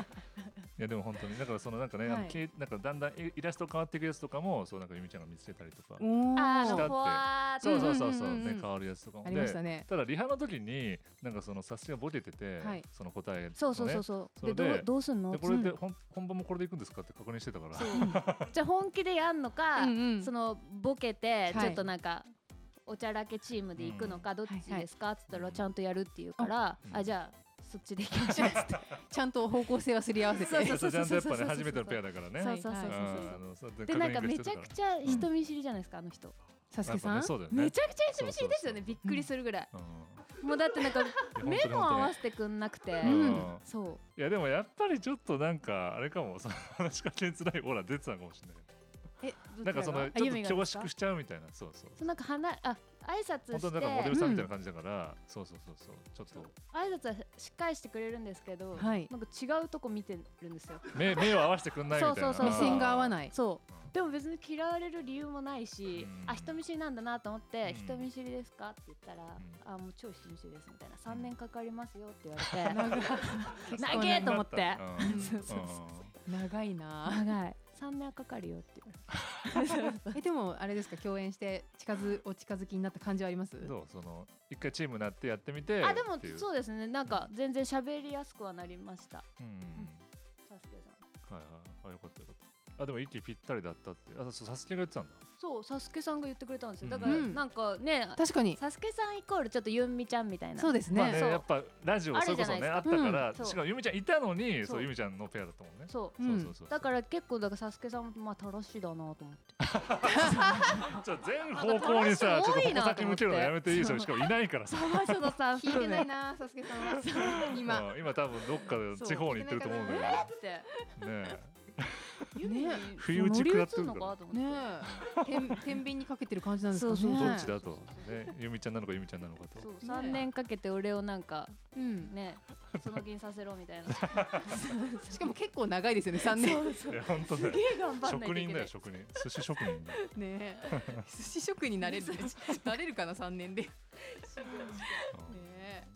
A: いやでも本当に、だからそのなんかね、あ
B: はい
A: のけなんかだんだんイイラスト変わっていくやつとかも、そうなんかゆみちゃんが見つけたりとか。
B: おー
F: あ
A: 下っ
F: の
A: て
F: ふわーっと
A: そうそうそうそう、
B: うんうんうんうん
A: ね、変わるやつとかも。
B: ありましたね
A: でただリハの時に、なんかその察しがボケてて
B: はい、
A: その答えのね。
F: そうそうそうそう
A: それで
F: でどうどうすんの
A: でこれで本本番もこれでいくんですかって確認してた [laughs] から。
F: [laughs] じゃあ本気でやんのか、
B: うんうん
F: そのボケて
B: はい
F: ちょっとなんか、おちゃらけチームで行くのか、どっちですかっつったらちゃんとやるっていうから、
A: うん
F: あじゃあそっちで行きましょうっつって
B: ちゃんと方向性はすり合わせて
F: そうそう
A: そうちゃんとやっぱ
F: そうそう
A: ね、
F: そうそ
A: 初
F: う
A: めてのペアだからね。
F: そうそうそうそううそうん
A: あのそうで
F: でなんかめちゃくちゃ
A: ん
F: 人見知りじゃないですか、あの人
B: サスケさ
A: やっぱね
B: ん
A: そうだよね。
F: めちゃくちゃ人見知りですよね
A: そう
F: びっくりするぐらい、
A: うん
F: もうだってな
A: [laughs]
F: んか
A: 当に
F: 目も合わせてくんなくて、
A: うん
F: そう
A: いやでもやっぱりちょっとなんかあれかもその話しかけづらいオーラ出てたのかもしれない
B: えど
A: なんかそ
B: ちらが
A: の
F: あ
A: ちょ
F: ユミ
A: っ
F: が
A: と
F: で
A: 恐
F: すか
A: 縮しちゃうみたいなそうそう
F: そうなんか話あ挨拶
A: 本当に
F: し
A: なんかモデル
F: て
A: さんみたいな感じだから、そうそうそうそうちょっ
F: 挨拶はしっかりしてくれるんですけど、
B: はい
F: なんか違うとこ見てるんですよ
A: と目目を合わせてくんないみたいな
F: そうそうそう
B: 目線が合わ
A: い
B: ない
F: そう
A: うん
F: でも別に嫌われる理由もないし、
A: うん
F: あ人見知りなんだなと思って、
A: うん
F: 人見知りですかって言ったら、
A: う
F: あもう超人見知りですみたいな3年かかりますよって言 [laughs] われ
B: 長い
F: て泣けと思って
A: うんうん
F: [laughs] そうそうそう
B: [laughs] 長いな
F: 長い3年かかるよって言われて
B: えでもあれですか共演して近づお近づきになった感じはあります
A: どうその一回チームになってやってみて
F: あでも
A: っていう
F: そうですねなんか全然喋りやすくはなりました
A: うんうんうん
F: サスケさん
A: はいはいあよかったよかったあでも息ぴったりだったってあそうサスケが言ってたんだ
F: そうサスケさんが言ってくれたんです
A: う
F: よ
A: ん
F: だから
B: うん
F: なんかね、
B: 確かに
F: サスケさんイコールちょっとユンミちゃんみたいな
B: そうです
A: まあね
B: ね
F: そう
A: やっぱラジオ
F: あ
A: それ
F: るじ
A: こ
F: ゃ
A: そね
F: ないですか
A: あったから
F: うんそう
A: しかもゆみちゃんいたのに
F: そ
A: そううゆみちゃんのペアだったもんね
F: そう
B: うん
A: そうそうそう
F: だから結構だからサスケさんもまあ正しいだなと思って
A: ちょ全方向にさ、
F: なん
A: ちょっと矛
F: か楽しい多いな
A: 先向けるのやめていいですよ。しかもいないからさ。
F: 浜所さん
B: 聞いてないなサスケさんは今
A: うん今多分どっかで地方に行ってると思うんだけ
F: って
A: ど。ね
F: ユミに
B: ね
F: そう
A: 不意打ち食らってる
F: 乗り移ん
A: か
F: の
A: ら
F: かと思って
B: ねえ
A: [laughs]
B: 天天秤にかけてる感じなんですかね
F: そう
A: え、
F: そ
A: ど
F: う
A: っちだと、ね、ゆみちゃんなのかゆみちゃんなのかと
F: そ。う3年かけて俺をなんか
B: うん
F: ねその気にさせろみたいな
B: しかも結構長いですよね三年
A: いや本当だよ。
F: え頑張んないと
A: 職
F: い
A: 人だ
F: けな [laughs]
A: よ
F: い
A: 職人。寿司職人だよ。
B: ねえ [laughs] 寿司職にな [laughs] れるねなれるかな三年で [laughs] ね
A: うん
B: え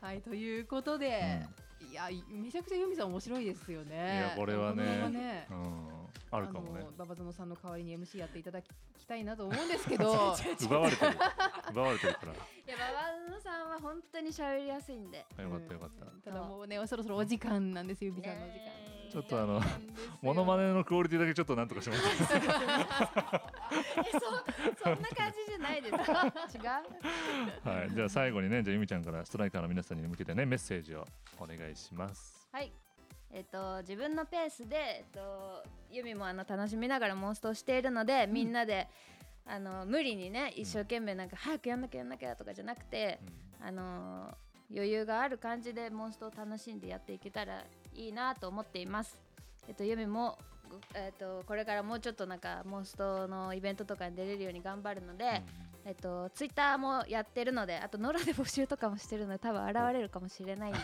B: はいということで、いやいめちゃくちゃユミさん面白いですよね
A: いやこれはね
B: このままね
A: うんあるかもね
B: の。馬場園さんの代わりに MC やっていただきたいなと思うんです
A: [laughs]
B: けど
A: 奪われてる。奪われてるから。
F: いや馬場園さんは本当に喋りやすいんで
A: あよかったよかった。
B: ただもうねそろそろお時間なんですユミさんのお時間
F: ねえ
A: ちょっとあの
B: なんですよ
A: モノマネのクオリティだけちょっとなんとかします。
F: えそそんな感じじゃないですか違う
A: はい。じゃあ最後にね、じゃあゆみちゃんからストライカーの皆さんに向けてねメッセージをお願いします。
F: はいえっと自分のペースで、えっと、ユミもあの楽しみながらモンストをしているので、みんなであの無理にね一生懸命なんか早くやんなきゃやんなきゃとかじゃなくて
A: う、ん
F: あの余裕がある感じでモンストを楽しんでやっていけたらいいなと思っています。えっと、ユミもごえっと、これからもうちょっとなんかモンストのイベントとかに出れるように頑張るので、えっと、ツイッターもやってるのであと野良で募集とかもしてるので多分現れるかもしれ [laughs] ないんで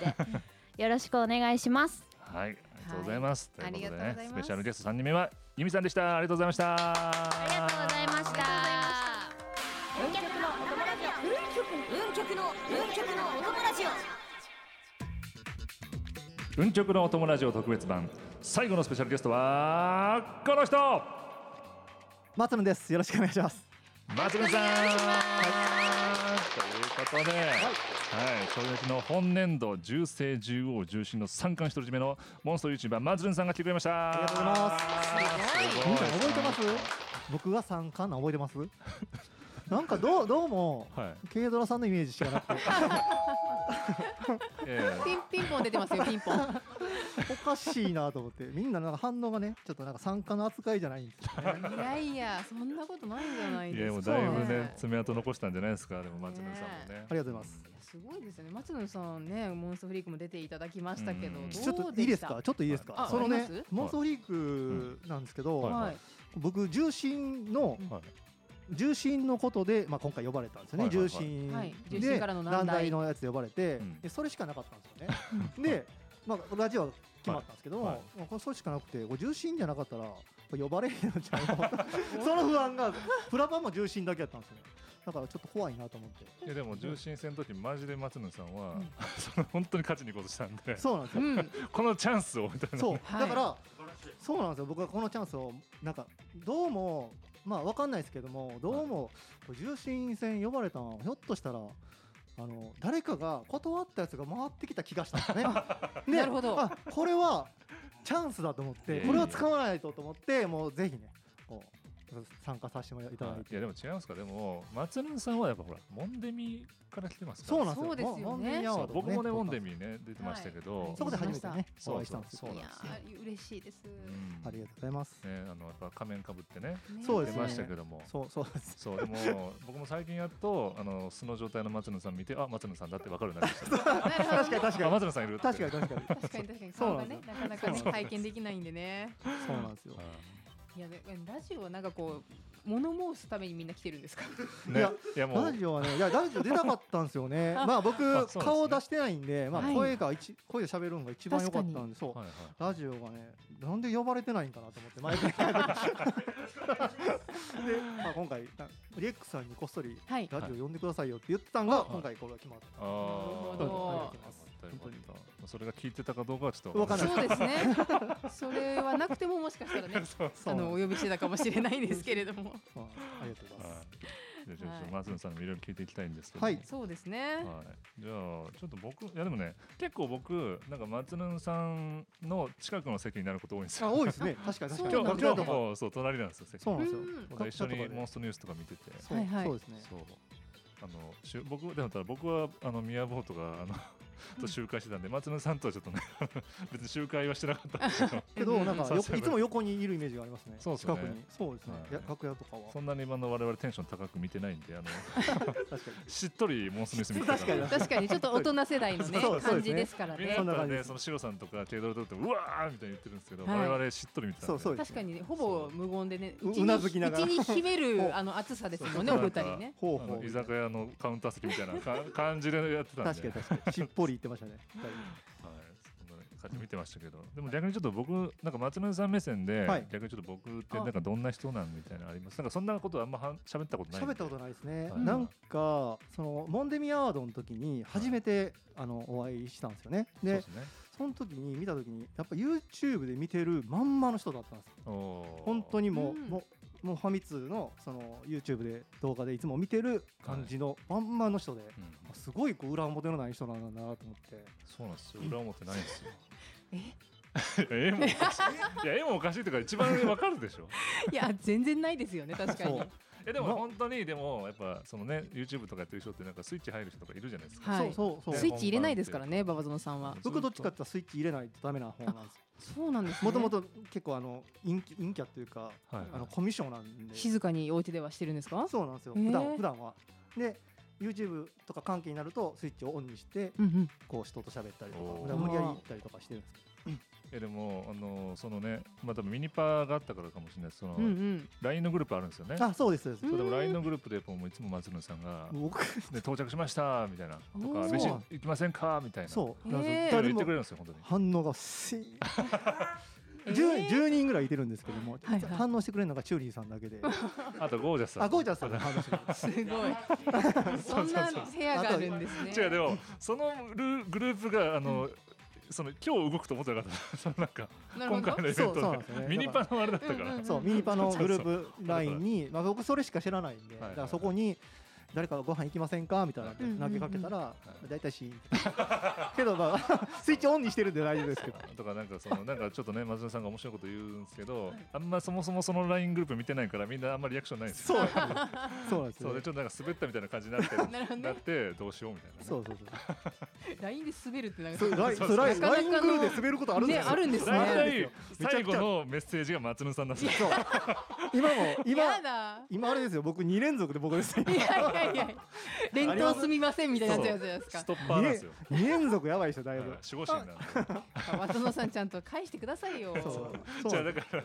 F: よろしくお願いします。
A: はい、ありがとうございます。
B: はい
A: ということで
B: ありがとうござ
A: ね、
B: います
A: スペシャルゲスト三人目はゆみさんでした。ありがとうございました。あ
F: ありがとうございました。
C: 運極のお友達よ運極の運極のお友達よ
A: 運極のお友ラジオ特別版、最後のスペシャルゲストはこの人、
G: 松野ですよろしくお願いします
A: 松村さん。というこことで、はい、衝撃の本年度重生重王重心の三冠独り占めのモンストユーチューバーマズルンさんが来てくれました。
G: ありがとうございます
A: すごい
G: みんな覚えてます僕が3巻な覚えてます
A: [laughs]
G: なんかどうどうも
A: はい。
G: 軽ドラさんのイメージしかな
A: [laughs]
G: くて
A: え
B: ピンピンポン出てますよピンポン
G: おかしいなと思ってみんななんか反応がねちょっとなんか参加の扱いじゃないんですよね
B: いやいやそんなことないじゃない
A: え
B: です
A: い
B: か
A: やもうだいぶ
B: そう
A: ね爪痕残したんじゃないですかでもマズルンさんもね
G: あ。りがとうございます
B: すごいですよね松野さんねモンストフリークも出ていただきましたけど
A: うん
G: ちょっ
B: ど
G: と
B: うでした
G: いいですかちょっといいですか、
B: はい
G: その
B: あ
G: ね
B: あります
G: モンストフリークなんですけど、
A: はい
B: はい
G: 僕重心の
A: はい
G: 重心のことで、まあ、今回呼ばれたんですよね、
A: はいはいはい
G: 重心で、
B: はい重心からの難題
G: 難題のやつで呼ばれて、
A: うん
G: でそれしかなかったんですよ
A: [laughs]
G: ねで、まあ、ラジオは決まったんですけども、
A: はいはい
G: まあこれそれしかなくてこれ重心じゃなかったら呼ばれへんのちゃうの [laughs] その不安がプラパンも重心だけやったんですよねだからちょっと怖いなと思って
A: [laughs] いやでも重心戦の時マジで松野さんは、
G: うん
A: [laughs] その本当に勝ちに行こうとしたんで
G: そうなんです
B: う
G: よ
B: ん
A: このチャンスをみたいな
G: そう
B: はい
G: だから、そうなんですよ僕はこのチャンスをなんかどうもまあわかんないですけどもどうもこう重心戦呼ばれたのはひょっとしたらあの誰かが断ったやつが回ってきた気がしたんですね。で
B: なるほど
G: あこれはチャンスだと思っ
A: いやいや
G: てこれは使わないとと思ってもうぜひねこう参加させてもらいただ
A: はいいいや
G: て。
A: でも違いますかでも松野さんはやっぱほらモンデミから来てますから
G: そうなんですよ。
B: そうですよね
G: モンデミア
A: そう
G: ワード
A: 僕もねモンデ
G: ミ。
A: ミね出てましたけど、
B: はい
G: そこで初めてね
A: そう
G: お会いしたんですけ
A: そう
G: ど
B: い
A: な
B: や
A: んですよ
B: ー嬉しいです、
A: うん
G: ありがとうございます。
A: ねあのやっぱ仮面かぶってね
B: ね
G: そう
A: 出
G: ですね
A: ましたけども
G: そうそう
A: [laughs]
G: です。
A: そうでも僕も最近やっとあの素の状態の松野さん見てあ松野さんだってわかるようになりまし
B: なるほど
G: 確かに [laughs] 確
A: たあ
G: かに
A: 松野さんいるって
G: 確かに確かに
B: 確かに確かに顔がねなかなかね体験できないんでね
G: そうなんですよ。
B: いやでラジオはなんかこう物申すためにみんな来てるんですか
A: ね
G: いや
A: いやもう
G: ラジオはね、いや、ラジオ出なかったんですよね。まあ、
A: あ
G: 僕
A: そうなんです、ね
G: 顔出してないんで、まあ、
B: はい
G: 声が一、声で喋るのが一番良かったんで、そう。
A: はいはい
G: ラジオがね、なんで呼ばれてないんかなと思って、毎回。 [laughs] で、まあ、今回、なリエックスさんにこっそり、
B: はい
G: ラジオ呼んでくださいよって言ってたんが、
A: い
G: 今回これが決まった。
A: あー
B: なるほ
G: ど
A: よかったよかったそれが聞いてたかどうかはちょっと
G: わかんない
B: そうですねそれはなくてももしかしたらね
A: そう
G: [laughs] そ
B: あ
G: う
B: のお呼びしてたかもしれないですけれども
G: まあ、ありがとうございま
A: は
G: す。
A: い。じゃあちょっ
B: はい
A: と松野さんにもいろいろ聞いていきたいんですけど。
G: はい
B: そうですね
A: はい。じゃあちょっと僕いやでもね結構僕なんか松野さんの近くの席になること多いんです
G: あ、
A: よ。
G: 多いですね。確かに、確か
A: 今日
G: に。こ
A: も
G: ちら
A: 今
G: と
A: 日
G: か
A: もそう隣なんですよ席。
G: そうなんですよ
B: うん。
A: だから一緒にモン
G: ス
A: ストニュースとか見てて。
G: そう、
B: はいはい
G: そうですね。
A: そう。あのしゅ僕でもただ僕はあの宮坊とかあのと集会してたんで松野さんとはちょっとね [laughs] 別に集会はしてなかったんです
G: [laughs]
A: けど。
G: けど、なんか、よ
A: そうそう
G: いつも横にいるイメージがありますね。
A: そうですよね
G: 近くに。そうですね
A: はい。
G: いや楽屋とかは。
A: そんなに今の我々テンション高く見てないんであの
G: 確かに。
A: しっとりモンストニュース見てた
G: 確か
B: [laughs]
G: に
B: 確かにちょっと大人世代のね
G: そうそうですね
B: 感じですから
A: みんな
B: ね
A: やっ
G: そんな
A: ぱ
G: 感じ
A: ね
G: です
A: そのシロさんとかテイドロとかってうわーみたいに言ってるんですけど、
B: はい
A: 我々しっとり見てたんで
G: そうそうです
B: 確かにねほぼ無言でね
G: う
B: 内に
G: うなずきながら
B: 内に秘め
G: [laughs] ほう
B: るあの暑さですもんねお
A: そう
B: 二人ね
G: ほう
A: あ
G: ほ
A: の
G: う。
A: 居酒屋のカウンター席みたいな
G: [laughs]
A: か感じでやってたんで
G: 確かに確かにしっぽり言って
A: [laughs]
G: ましたね
A: はい、そんな感じで見てましたけどでも逆にちょっと僕なんか松村さん目線で、
G: はい
A: 逆にちょっと僕ってなんかどんな人なんみたいなのありますなんかそんなことあんまはん喋ったことない
G: 喋ったこと
A: い
G: ないですね、
A: はい
G: なんかそのモンデミアワードの時に初めて、あのお会いしたんですよね
A: そう
G: で
A: ですね
G: その時に見た時にやっぱ YouTube で見てるまんまの人だったんです本当
A: に
G: にも
B: う
G: う,、
B: ん
G: もうもうファミ通のその YouTube で動画でいつも見てる感じのまんまの人で、すごいこう裏表のない人なんだなと思って
A: そうなんですよ裏表ないんですよ
B: え
A: [laughs] え絵もおかしいいや絵もおかしいとか一番わかるでしょ
B: いや全然ないですよね確かに
G: そう
A: えで
G: ま
A: も本当にでもやっぱそのね YouTube とかやってる人ってなんかスイッチ入る人とかいるじゃないですか、
B: はい
G: そうそうそ
B: ス
G: う
B: イッチ入れないですからね馬場園さんは
G: 僕どっちかって言ったらスイッチ入れないとダメな方なんです
B: そうなんですね
G: もともと結構あの陰キ陰キャっていうか
A: はい
G: あのコミュ障なんで
B: 静かにお家ではしてるんですか
G: そうなんですよ、
B: へえ
G: 普段普段は。で YouTube とか関係になるとスイッチをオンにして
B: うんうん
G: こう人と喋ったりと
A: おー
G: かだから無理やり行ったりとかしてるんですけ
A: えでもあのそのねまあ多分ミニパーがあったからかもしれないですその、
B: うんうん
A: LINE のグループあるんですよね
G: どあそうですそうです
A: そうでも
B: うん
A: LINE のグループでこうもういつも松野さんが
G: 僕
A: 「で到着しました」みたいなと
B: お
A: か「
B: ー
A: 飯行きませんか?」みたいな
G: そう
B: へ
G: な
B: え
G: んで
A: いろいろ
G: すよ誰
A: 言ってくれ
G: も
A: るんですよ本当に
G: 反応が薄い
B: えー
G: 10, 10人ぐらいいてるんですけども、
B: はいはい
G: 反応してくれるのがチューリーさんだけで
A: あとゴージャスさん
G: あゴージャスさんが反応してくれる
B: すごいそんな部屋があるんですね
A: 違うでもそのルグループがあの、その今日動くと思ってなかった [laughs] そのなんか
B: なるほ
A: 今
B: ど
A: 回のイベン
G: そうそうな
A: ト
G: んですよ
A: で
G: ね
A: ミニパのあれだったか
B: うんうん
A: ら
G: そうミニパのグループ
A: そうそう
G: LINE に、まあ、僕それしか知らないんで
A: はいはい
G: だからそこに誰かご飯行きませんかみたいな
A: はい
G: 投げかけたら、
A: い
G: 大体シーン [laughs] けどまあ [laughs] スイッチオンにしてるんで大丈夫ですけど
A: [laughs] とかなんかそのなんかちょっとね松田さんが面白いこと言うんですけど、あんまそもそもその LINE グループ見てないからみんなあんまりリアクションないんですよ。
G: そうそうなんです
A: そうで
G: よ、ね、
A: ちょっとなんか滑ったみたいな感じになって
B: [laughs] なるほどね
A: なってどうしようみたいなね。
G: そうそう
B: ラインで滑るってなん
G: そうそうラインそうライン
B: なかな
G: ラ
B: か
G: イ
B: の
G: ングルーで滑ることあるんです
B: ね
G: よ
B: あるんですね
G: そうなん
A: 大体
G: ですよめちゃ
A: 最
G: く
A: 後
G: ちゃ
A: のメッセージが松野さんだった。
G: そう今も今
B: やだ
G: 今あれですよ僕2連続で僕ですね
B: いやいやいや連投すみませんみたいなやつじゃないです
A: ス
B: か
A: トッパーなんですよ。
G: 2連続やばいでしょだいぶ、
A: はい守護神なんで。
B: 渡野さんちゃんと返してくださいよ
G: そう
A: じゃあ
G: そう
A: だから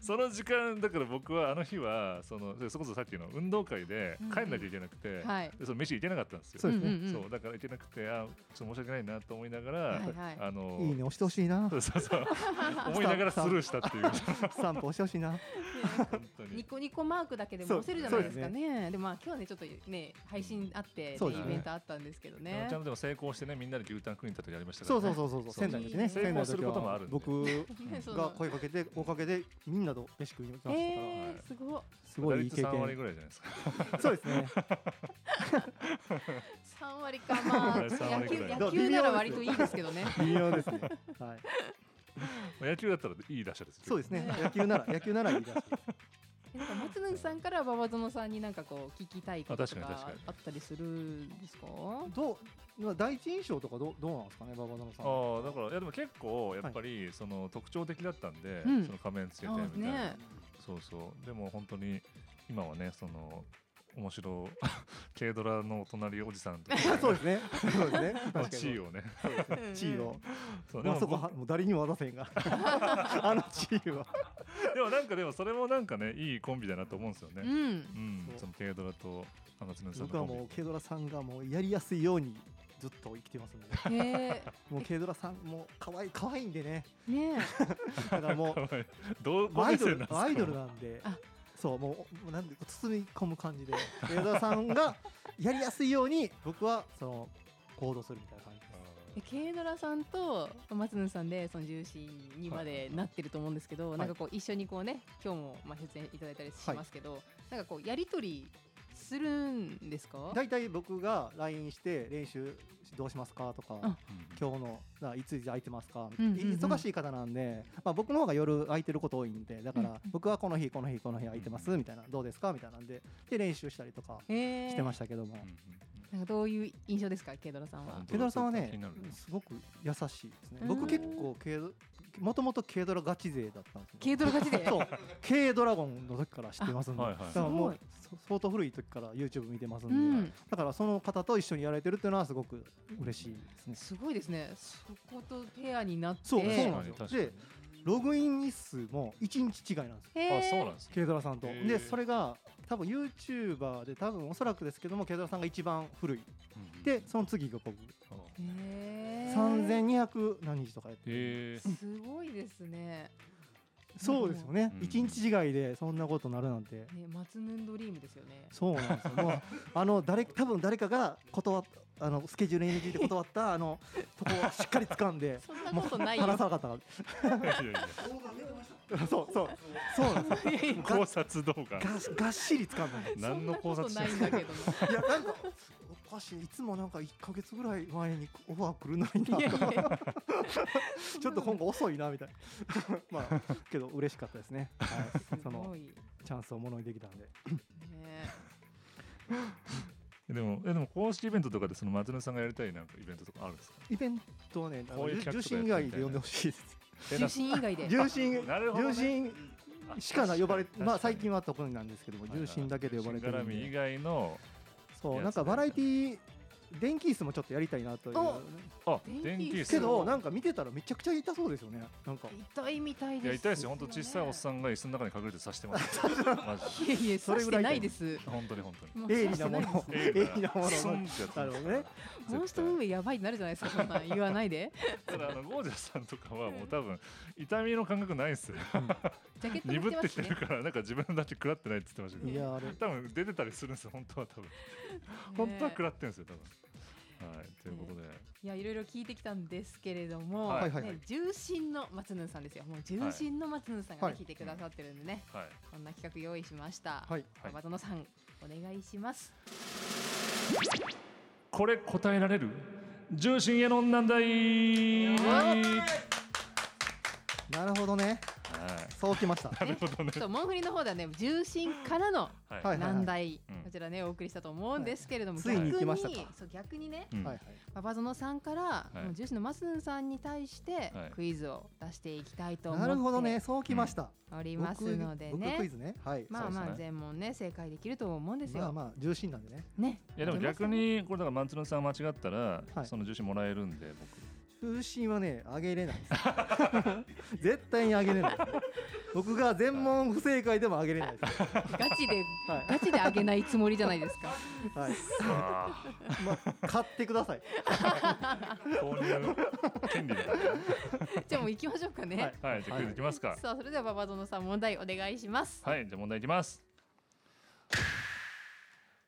A: その時間だから僕はあの日はそのそれこそさっきの運動会で帰んなきゃいけなくて、
B: はい
A: でその飯行けなかったんですよ。
G: そうですね
B: んんん
A: そうだから行けなくてあちょっと申し訳ないなと思いながら、
B: いはい
A: あの
G: いいね押してほし
A: [laughs]
G: いな
A: そうそうそう
G: [laughs]
A: 思いながらスルーしたっていう
G: 散歩押してほしいな
A: 本当に
B: ニコニコマークだけでも押せるじゃないですかね。でもまあ今日はねちょっとね配信あって、ね
G: そうです
B: イ
G: ね
B: ベントあったんですけど
A: でも
B: ね
A: ちゃ。んとでも成功してねみんなで牛タン食いに行った時ありましたか
G: そ
A: ら、
G: う
A: ね、
G: そうそうそうそう仙台ですね
A: 成功
G: 仙台の時は
A: することもあるんで
G: 僕
B: ね [laughs] その
G: が声かけておかげでみんなと飯食いに行きましたから、
B: えー、すごい。
G: すごいいい経
A: 打率3割
G: 験
A: ぐらいじゃないですか
G: そうですね
B: 三割かま
A: [laughs]
B: あ
A: 三
B: 野
A: 割
B: 球
A: ぐらい
B: 野球なら割といいですけどね。
G: 微妙ですねはい
A: まあ野球だったらいい打者ですよ
G: そうですね
B: ね
G: 野球なら野球ならいいだし
B: なんか松野さんから馬場園さんになんかこう聞きたいことと
A: あ確かに確
B: か
A: かに
B: あったりするんですか？
G: どうまあ第一印象とかどうどうなんですかね馬場園さんは
A: ああだからいやでも結構やっぱりその特徴的だったんで、
B: うん
A: その仮面つけてみ
B: あ
A: たいな、
B: ね。
A: そうそうでも本当に今はねその面白 [laughs] 軽ドラのお隣おじさんとか
G: [laughs] そうですねそうですね確か
A: の
G: に
A: 地位をね
G: 地位を
A: そうで
G: まあ
A: も
G: そこはもう誰にも渡せ [laughs] んがあの地位は
A: 僕でもなんかでもそれもなんかねいいコンビだなと思うんですよ
B: う
A: ね、
B: ん。
A: うん
G: そう
A: その軽ドラと天津さんの
G: 僕
A: コ
G: は
A: ンビ
G: もうケイドラさんがもうやりやすいようにずっと生きてますので
B: ね
G: もうケイドラさんもう可愛い可愛いんでね
B: えね
G: だ
A: [laughs]
G: からもう
A: どうご
G: アイ
A: 年生なん
G: ドル
A: ですか
G: アイドルなんで
B: あ
G: そうもうもうなんで包み込む感じで矢田さんがやりやすいように僕はその行動するみたいな感じ
A: あー
B: え。ケイドラさんと松野さんでその重心にまでなってると思うんですけど、
G: い
B: なんかこう一緒にこうね今日もまあ出演いただいたりしますけど、なんかこうやりとりするんですか？
G: 大体僕が LINE して練習どうしますかとか
B: あ
A: うん
G: 今日のないついつ空いてますか、
B: うんうんうん
G: 忙しい方なんで、まあ、僕の方が夜空いてること多いんでだか
B: うんう
G: ら
B: ん
G: 僕はこの日この日この日空いてます
A: うん
G: みたいなどうですかみたいなんでで練習したりとか
B: え
G: してま
B: し
G: したけども
A: うんうん
B: た。なんかどういう印象ですか、ケイドラさん
A: あ
B: は
A: 本。当
G: ケイドラさんは
A: 気
G: ね
A: になるね、
G: すごく優しいですね。
B: うん
G: 僕結構ケイド、もともとケイドラガチ勢だったんですよ。
B: ケイドラ勝ちで。
G: そう、K ドラゴンの時から知ってますんで、
A: あはいはい
G: だからも
B: す
G: うそ相当古い時から YouTube 見てますん
B: う
G: で、
B: ん、
G: だからその方と一緒にやられてるっていうのはすごく嬉しいですね。
B: すごいですね。そことペアになって。
G: そう、そう
A: う
G: なんです
A: 確か
G: よ。
A: に
G: で、ログイン日数も1日違いなんですよ。
B: へー
A: あそうなんですね
G: ケイドラさんと
A: へー
G: でそれが多分 YouTuber で多分おそらくですけどもケイドラさんが一番古い
A: うんうん
G: でその次が僕
A: あー
B: へー
G: 3200何日とかやってる
A: へえ
B: すごいですね。
G: そうですよね
A: う。ん
G: 一、日違いでそんなことなるなんて。
B: ね、松ヌンドリームですよね。。
G: そうなんですよ。も [laughs] うあの誰多分誰かが断っあのスケジュールに NG で断ったあのとこをしっかり掴んで
B: そんなことないよ。
G: 話さなかった
A: いやいやいや
G: から。 [laughs] そうそうそうなんですよ。
A: 考察動画
G: ががっしり掴んだの。
A: 何の考察
B: そん
A: し
B: な
A: て
B: こと
A: る
B: ないんだけど。
G: いやなんかおかしい。いつもなんか一ヶ月ぐらい前にオファー来るのにな。
B: いやいや
G: ちょっと今後遅いなみたい [laughs] な。まあけど嬉しかったですね。はい。
B: す
G: その
B: ごい。ね
G: チャンスをものにできたんで。
A: でもえでも公式イベントとかでその松野さんがやりたいなんかイベントとかあるんですか
G: イベントはね、あ
A: こ
G: の
A: ういう客と
G: 重
A: やってみたいな
G: 心以外で呼んでほしい
B: [laughs]
G: です。
B: 重心以外で。
G: 重心、
A: なるほどね
G: 重心しかな呼ばれ、まあ最近
A: は
G: は特になんですけども、重心だけで呼ばれてる
A: 絡
G: ん
A: み以
G: で、
A: 外の
G: そうなんかバラエティー電気椅子もちょっとやりたいなという
B: お。
A: あ
B: 電
A: 電
B: 気
A: 気椅子
G: けどなんか見てたらめちゃくちゃ痛そうですよね。なんか
B: 痛いみた
A: い
B: い
A: や
B: です。
A: 痛いですよ本当小さいおっさんが椅子の中に隠れて刺してますマ
G: [laughs]
A: ジで
B: いやいや、
G: そ
B: そ
G: れ
B: れ
G: ぐ
B: ぐ
G: ら
B: らい
G: い痛い
B: ないです。
A: 本当に本当に
B: もう
G: 鋭利なものを [laughs]
B: 刺してないで
G: 鋭利なものを
A: ス [laughs] ンってやって
G: なるほどね
B: すモンストムーブやばいになるじゃないですか。そんなん言わないで。
A: ただあのゴージャスさんとかはもう多分痛みの感覚ないですよ
B: ジャケット
A: 鈍っ
B: 持ってま
A: てきて
B: すね
A: る。からなんか自分だけ食らってないって言ってましたけ
G: い
A: ど
G: やあれ
A: 多分出てたりするんですよ本当は多分本当は食らってるんですよ多分はい、ということで、
B: いやいろいろ聞いてきたんですけれども、
A: はい
G: はいはいはい
B: ね重心の松野さんですよもう重心の松野さんが、ね
G: はい
B: 聞いてくださってるんでね、
A: はい、
B: こんな企画用意しました、
G: はい
A: はい
B: 馬園さんお願いします
A: これ答えられる重心への難題は
G: なるほどねそうきました
A: い、なるほどね、
B: そうモンフリの方ではね重心からの
A: はい
G: はい
B: 難題、
A: うん
B: こちらねお送りしたと思うんですけれども、
G: はいついに来ましたか
B: 逆にそう逆にね
A: うん
G: はいはい
B: 馬場園さんから、
A: い
B: もう重視のマスンさんに対して
A: はい
B: クイズを出していきたいと思
G: なるほど
B: っ
G: ね
B: て
G: そうきました、
B: おり
G: 僕
B: ますので
G: 僕クイ
B: ね
G: ズねはい
B: まあ
A: そう
B: ま
A: で
B: あ
A: すね
B: 全問ね正解できると思うんです
G: まあ
B: よ。
G: まあ重心なんでね
B: ね
A: いやでも逆にこれだからマンツノさん間違ったら、
G: はい
A: その重心もらえるんで
G: 重心はね上げれないです絶対に上げれないです僕が全問不正解でも上げれないです
B: ガチで
G: は
B: ガチであげないつもりじゃないです
G: [laughs]
B: か。
G: い、はい
A: 僕あ
G: まあ、買ってください
A: ー購入権利だからね
B: じゃあもう行きましょうかね。
G: はい
A: はいじゃあクイズいきますか
B: さあそれでは馬場園さん問題お願いします。
A: はい、じゃあ問題いきます。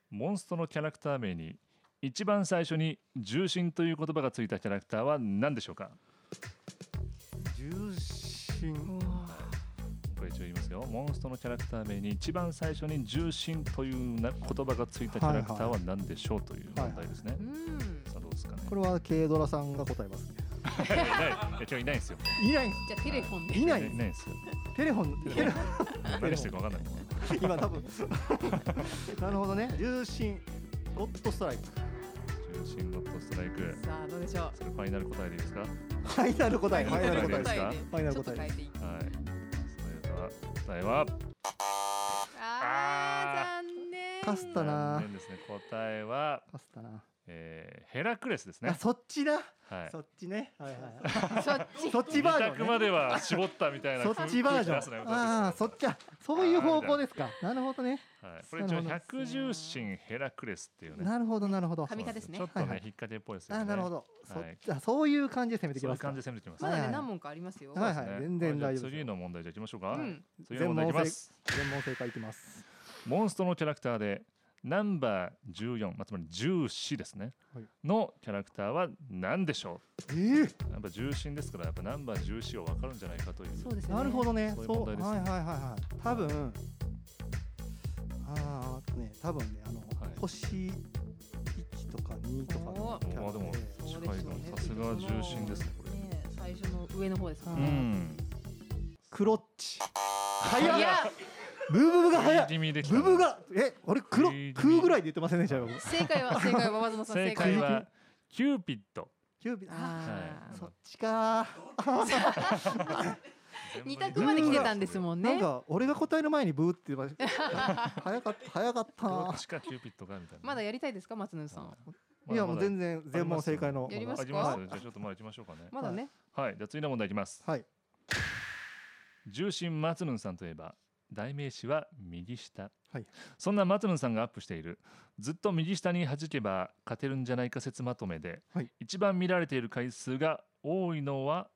A: モンストのキャラクター名に一番最初に重心という言葉がついたキャラクターは何でしょうか
G: 重心
A: これ一応言いますよ。モンストのキャラクター名に一番最初に重心というな言葉がついたキャラクターは何でしょうという問題ですね。
B: うん。
A: さあどうですかね。
G: これは軽ドラさんが答えますね
A: いやいないいや今日いないんですよ。
G: いないんで
B: じゃあテレフォン
G: す
B: で
G: い。ない
A: い
G: ん
A: な
G: で
A: いんですよ。
G: すテレフォンテレフ
A: 何してるか分かんない。
G: ォン今多分なるほどね重心ゴッドストライク
A: 重心ゴッドストライク。
B: さあどうでしょう。
A: それファイナル答えでいいですか。はい。
G: ファイナル答えフ
A: は
G: ァイナル
A: ファイナ
G: 答
A: ル
G: え
A: 答
G: です
A: か
B: ファイナル答えでちょっと変えていい。
A: それでは答えは。
B: ああ残念。
G: かすったな
A: 残念ですね答えは、
G: パスタな、
A: えー、ヘラクレスです
G: あ
A: ね
G: そっちだ、
A: はい
G: そっちねはいはい
B: そっち
G: そっちバ
A: 自
G: ージョン、
A: 宅
G: ね、
A: までは絞ったみたいな
G: そっちバージョ
A: 空気出すのや
G: ン。
A: めてほしいです
G: ああ、そっちは、そういう方向ですか。なるほどね。
A: はい、これ一応
G: そうなんです
B: ね
A: 百獣神ヘラクレスっていうね
G: なるほど、なるほど。
B: 神ミカですね
A: ちょっとね、
G: はいはい
A: 引っ掛けっぽいですよ
G: あ
A: ね
G: あ、なるほど。そ
A: はい
G: あそういう感じで攻めてき
A: そうい
G: ま
A: う
G: すか。
A: 感じで攻めてきます
B: ま
A: ね
B: だ
G: は
B: ね
G: い
B: 何問かありますよ。
G: はいはい、全然大丈夫です
A: 次
G: よ。
A: の問題じゃあいきましょうか、
B: うん。
A: 次の問題いきます
G: 全問正解いきます。
A: モンストのキャラクターでナンバー14、まあ、つまり重視ですね、
G: はい
A: のキャラクターは何でしょ
G: ええ
A: うやっぱ重心ですからやっぱナンバー重視を分かるんじゃないかという
B: そうですよね。
G: なるほどね。
A: そういう
G: そ
A: 問
G: う、
A: 題ですね
G: はいはいはいはい。多分。ああ、ね、多分ね、あの、
A: はい
G: 星一とか二とかのキャ
A: おー
G: ラ
A: まあでも
B: そう
A: 近い
B: ですよ
A: な
B: ね
A: さすが重心ですねこれ
B: ねえ最初の上の方ですも
A: うん
B: ね。
A: ん
G: クロッチ。
B: い
G: 早っ。
B: や
G: ブーブーが早い。
A: 食い気味できた
G: ブー
A: な
G: ブーが、え、俺、黒、
A: 食い気味
G: 空ぐらいで言ってませんでしたよ。僕
B: 正解は正解は馬場園さん
A: 正
B: 正
A: 解
B: 解は。
A: はキューピッド。
G: キュービあ
B: あ
A: はい
B: ー
G: そっちか
B: 二択まで来てたんです
A: ん。
B: も
G: ー。
B: ん
G: なん
B: ね。
G: か俺が答える前にブーって言いました。早かった早かった
A: ど
G: な
A: っ。ちかキューピッドかみたいな。
B: まだやりたいですか松野さん。
A: まだまだ
G: いやもう全
A: だ
G: 然全問正解の
B: やります
A: あります。じゃあちょっとまだ行きましょうかね。
B: まだね。
A: はい。じゃあ次の問題いきます。
G: はい。
A: 重心松野さんといえば代名詞は右下。
G: はい。
A: そんな松野さんがアップしているずっと右下に弾けば勝てるんじゃないか説まとめで、
G: はい
A: 一番見られている回数が多いのは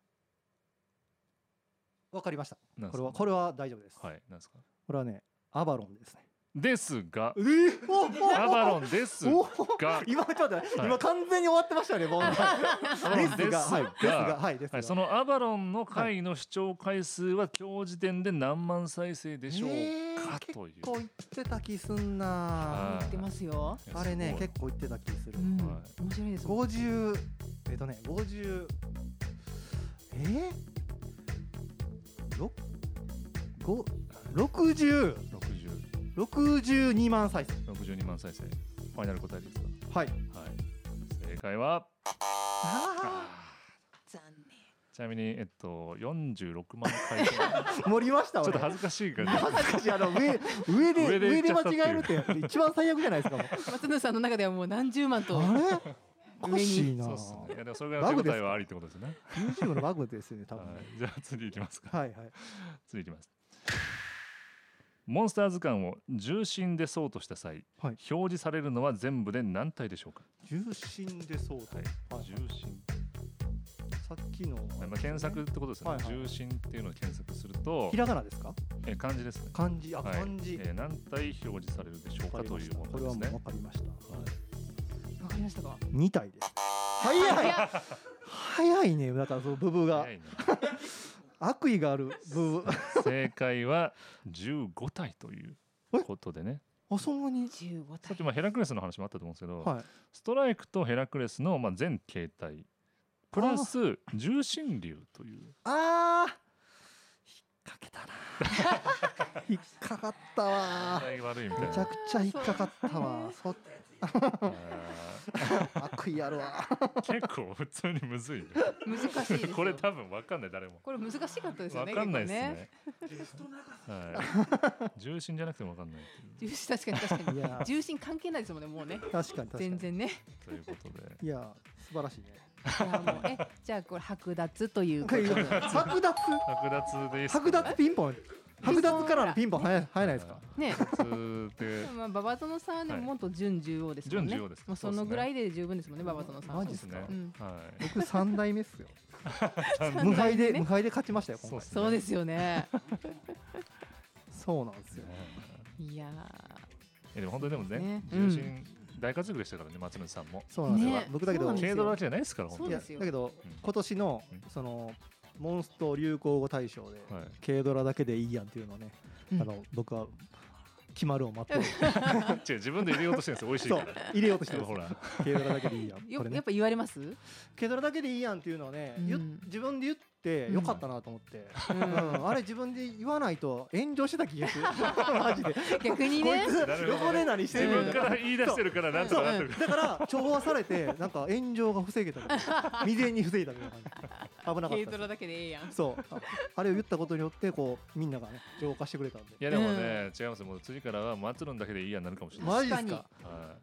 G: わかりました。
A: 何で
G: こ
A: す
G: れ
A: か
G: は。これは大丈夫です。
A: はい。なんですか。
G: これはねアバロンですね。
A: ですが
G: えー、おお
A: アバロンです
G: お
A: が。
G: [laughs] 今ちょっと待って
A: はい
G: 今完全に終わってましたよね。もう
A: アバロン
G: ですがはいですがはいです
A: は
G: が
A: い、そのアバロンの回の視聴回数は今日時点で何万再生でしょうか
G: えー
A: という。
G: こう言ってた気すんな。
A: はい
B: 言ってますよ。
A: いや
G: あれね
A: すごい
G: 結構言ってた気する
B: う。ん
A: は。
B: 面白いですもん。
G: 五十えっとね五十え六五六十
A: 60
G: 六十二万再生
A: 六十二万再生。ファイナル答えですか。
G: はい
A: はい。正解は
B: 残
A: ちなみにえっと四十六万
G: [laughs]
A: 回転。ち
G: 盛りました
A: ょっ
G: 俺
A: と恥ずかしいから、
G: まさかしあの上上
A: 上
G: で上
A: で行
G: で
A: っちゃったっていう
G: 間違えるって一番最悪じゃないですかもう
B: 念。松野さんの中ではもう何十万と。
G: あれお
B: 上に
G: かしいな
A: そうっすね。いやでもそれぐらいの手応えはありってことですね。
G: YouTube のバグです [laughs] よね多
A: は
G: 分ね
A: い。じゃ [laughs] あ次行きますか。
G: はいはい
A: 次いきますモンスター図鑑を重心でそうとした際、
G: はい
A: 表示されるのは全部で何体でしょうか、
G: 重心でそうとはい
A: 重心、
G: さっきの
A: まあ、検索ってことですよね、
G: はいはい
A: 重心っていうのを検索すると
G: ひらがなですか
A: え漢字ですね
G: 漢字あ
A: はい
G: 漢字
A: えー何体表示されるでしょうか
G: わかり
A: と
G: ま
A: い
G: し
A: う
G: た
A: も
G: これ
A: のです
G: はもう
A: ね
G: わかりました
A: はい
B: わかりましたか。
G: 2体です早い早いねだからそのブブが
A: 早いね
G: 悪意があるブブ
A: [laughs] 正解は15体ということでね
G: あそんなに
B: 十五
A: さっ
B: 体
A: き。まあヘラクレスの話もあったと思うんですけど、
G: はい
A: ストライクとヘラクレスのまあ全形態プラス重心流という
G: あー引っ掛けたな引っかかったわ
A: 具合悪いみたい
G: め
A: な
G: ちゃくちゃ引っかかったわそ
A: あ
G: 悪意あるわ
A: ー結構普通にむずいね
B: 難しいですよ。
A: これ多分わかんない誰も
B: これ難しかったですよ
A: わ
B: ね。
A: かんないです
B: 結構ね。
A: ねはい重心じゃなくてもわかんないっていう
B: 重心確かに確か
G: い
B: に。
G: や
B: 重心関係ないですもんねもうね。
G: 確かに確かに
B: 全然ね。
A: ということで
G: いや素晴らしいね
B: いやもうえじゃあこれ剥奪ということで。
A: 剥
G: 剥奪
A: 奪です
G: [laughs] 剥奪ピンポン剥奪からのピンポンはや入らないですか
B: ね。
A: 剥奪で
B: まあ馬場園さんはでも
A: はい
B: もっと準十王ですもんね。
A: 準十王です
B: もうそのぐらいで十分ですもんね馬場園さんは。
G: マジ
A: で
G: ですす
A: ね
G: か
B: うん。
A: はい
G: 僕三代目っすよ
A: 三代
G: 無敗で
B: ね
G: 無敗で勝ちましたよ
A: そう
G: 今回
A: です
B: そうですよね。
G: そうなんですよ
B: いや
A: えでも本当にでもね
B: ね
A: 重心大活躍でしたからね松村さんも
G: そうなんですよ
B: ね
G: 僕だけ
B: そう
G: ど
B: なんですよ
A: 軽度だけじゃないですから
B: そ
A: 本
B: う
A: 当に
B: で
A: は
B: すよ
G: だけど
A: うん
G: 今年の
A: うん
G: そのモンスト流行語大賞で
A: い
G: 軽ドラだけでいいやんっていうのをね
B: うん
G: あの僕は決まるを待ってる
A: [laughs] 違う自分で入れようとしてるんですよ
G: そ
A: 美
G: う
A: 味しいか
G: 入れようとして
A: ら
G: る
A: ほら
G: 軽ドラだけでいいやん
B: ーよ
G: これ
B: や
G: ね
B: っぱ言われます。
G: 軽ドラだけでいいやんっていうのはね
B: うん
G: 言っ自分で言ってよかったなと思って
B: うん
G: うんあれ自分で言わないと炎上してた気が
B: [laughs]
G: するマジで
B: 逆にね。
A: なるほどね
G: これ何して
A: 自
G: る
A: 分から言い出してるからなんとかなってる
G: だから調和されてなんか炎上が防げたみたいな未然に防いだみたいな感じ危なかっ
B: 軽
G: た
B: ト
G: で
B: ラだけでええやん
G: す。そうああれを言ったことによってこうみんながね浄化してくれたん
A: い
G: で
A: やでもね、違いますよもう次からは松論だけでいいやになるかもしれない
G: マジですか
A: は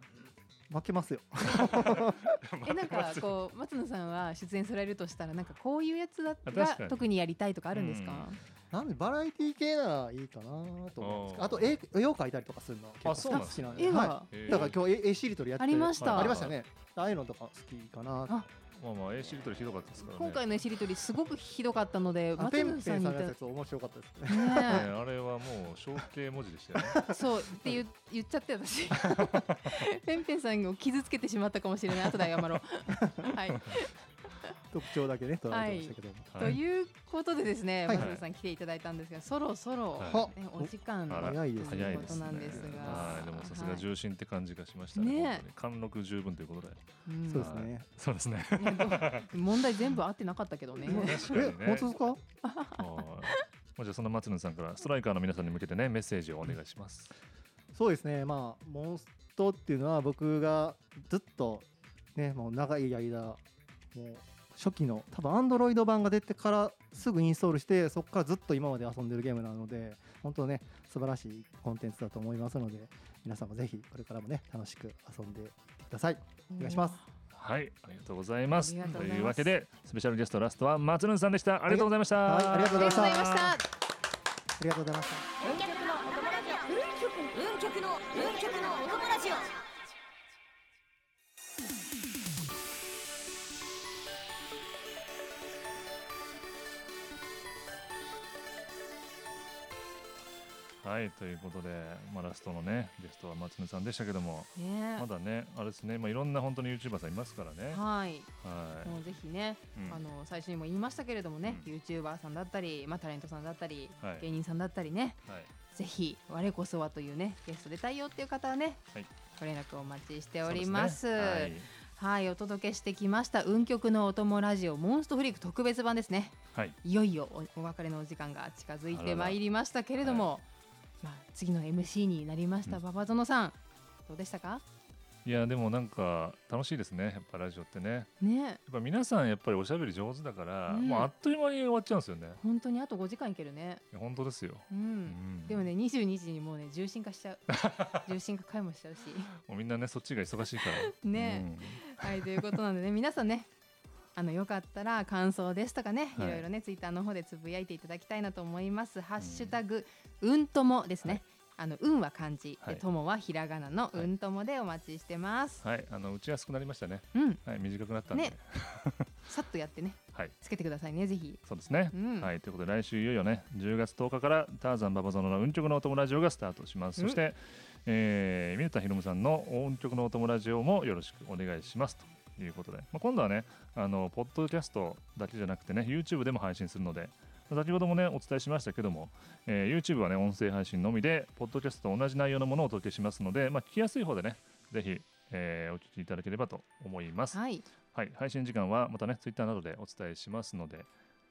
G: 負けますよ
B: えなんかこう松野さんは出演されるとしたらなんかこういうやつだ
A: あ確か
B: が
A: に
B: 特にやりたいとかあるんですか？
G: なんでバラエティ系ならいいかなと思うんですけ
A: おー
G: どあと絵絵を描いたりとかするの
A: あ
G: 結
A: そうなん
G: 構
A: で
G: 好
A: す
G: き
A: ね
G: なんで
B: 絵
G: は
B: は、
A: いえ
G: い
A: ー
G: だから今日絵絵しりとりやって
B: ありました
G: ありましたねああいうのとか好きかな
B: あ
A: まあまあ A しりとりひどかったですからね
B: 今回のしりとりすごくひどかったので
G: あペ
B: 松
G: ンペン
B: 野さん
G: さん
B: に
G: の
B: いた
G: やつ面白かったですね [laughs]
B: ね
A: ねあれはもう象形文字で
B: [laughs]
A: したよね
B: そうって言う言っちゃって私ペンペンさんを傷つけてしまったかもしれない後で謝ろう。はい、
G: 特徴だけね捉えてましたけども
A: は
B: と
A: い
B: いうことでですね、
G: はい
B: 松野さん来ていただいたんですがそろそろ、
A: は
B: ね、お時間
A: あら
G: 早いです
B: と
A: 早
B: い
A: いう
B: こ
A: で
B: と
A: すね
B: なんですが、
A: はいでもさすが
B: はい
A: 重心って感じがしましたね
B: ね
A: 本当に貫禄十分ということで
G: [laughs]
B: うん
G: そうですね
A: そうです
B: [laughs]
A: ね
B: いやどう問題全部合ってなかったけどね。
A: 確かに
G: え
A: ね
G: 本当ですか
A: はいまあじゃあそんな松野さんからストライカーの皆さんに向けてねメッセージをお願いします
G: そうですね、まあ、モンストっていうのは僕がずっと、ね、もう長い間、もう初期の、多分アンドロイド版が出てからすぐインストールして、そこからずっと今まで遊んでるゲームなので、本当ね、素晴らしいコンテンツだと思いますので、皆さんもぜひこれからもね、楽しく遊んでいってください。お願いします。
A: はいありがとうございます
B: ありがとうございます
A: いうわけでスペシャルゲストラストは松野さんでしたありがとうございました、
G: はい、ありがとうございました。
B: あ
G: あ
B: りがとうございました。
G: りがとうございました。
C: 運極のお友達を運極運極の運極のお友達を
A: はいということで、まあ、ラストのねゲストは松野さんでしたけども
B: ね
A: まだねあれですね、まあ、いろんな本当に YouTuber さんいますからね
B: はい、
A: はい
B: もうぜひね、
A: うん
B: あの最初にも言いましたけれどもね、ユーチューバーさんだったり、まあタレントさんだったり、
A: はい
B: 芸人さんだったりね、
A: はい
B: ぜひ我こそはというねゲスト出たいよっていう方はね、
A: はい
B: ご連絡お待ちしておりま
A: そ
B: す。
A: うでねはい
B: はい、お届けしてきました運極のお供ラジオモンストフリーク特別版ですね。
A: はい
B: いよいよおお別れのお時間が近づいてまいりましたけれども、まあ次の MC になりました
A: うん
B: 馬場園さん、どうでしたか？
A: いやでもなんか楽しいですねやっぱラジオってねやっ
B: ね、
A: ぱ皆さんやっぱりおしゃべり上手だから、
B: うん
A: もうあっという間に終わっちゃうんですよね
B: 本当にあと5時間いけるね。
A: いや本当ですよ、
B: うん。
A: うん
B: でもね22時にもうね重心化し
A: [laughs]
B: ちゃう重心化解もしちゃうし
A: もうみんなねそっちが忙しいから
B: [laughs] ね、
A: うん
B: はいということなので、ね、皆さんねあのよかったら感想ですとかね、
A: はい
B: い、ろいろねツイッターの方でつぶやいていただきたいなと思います「ハッシュタグうんとも」ですね、あの運は漢字
A: は
B: で
A: い
B: 友はひらがなの
A: い
B: 運友でお待ちしてます。
A: はい、あの打ちやすくなりましたね。
B: うん、
A: はい、短くなったんで。
B: ねさっとやってね、
A: はい、
B: つけてくださいねぜひ。
A: そうですね
B: う。ん、
A: はい、ということで来週いよいよね、10月10日からターザンババゾノの運極のお友ラジオがスタートします。
B: うん
A: そして、えー、ミネタヒロムさんの音曲のお友ラジオもよろしくお願いしますということで、まあ、今度はね、あのポッドキャストだけじゃなくてね、YouTube でも配信するので。先ほどもねお伝えしましたけども、えー YouTube はね音声配信のみで、ポッドキャストと同じ内容のものをお届けしますので、まあ、聞きやすい方でね、ぜひ、えーお聞きいただければと思います。
B: はい、
A: はい、配信時間はまたね、ツイッターなどでお伝えしますので、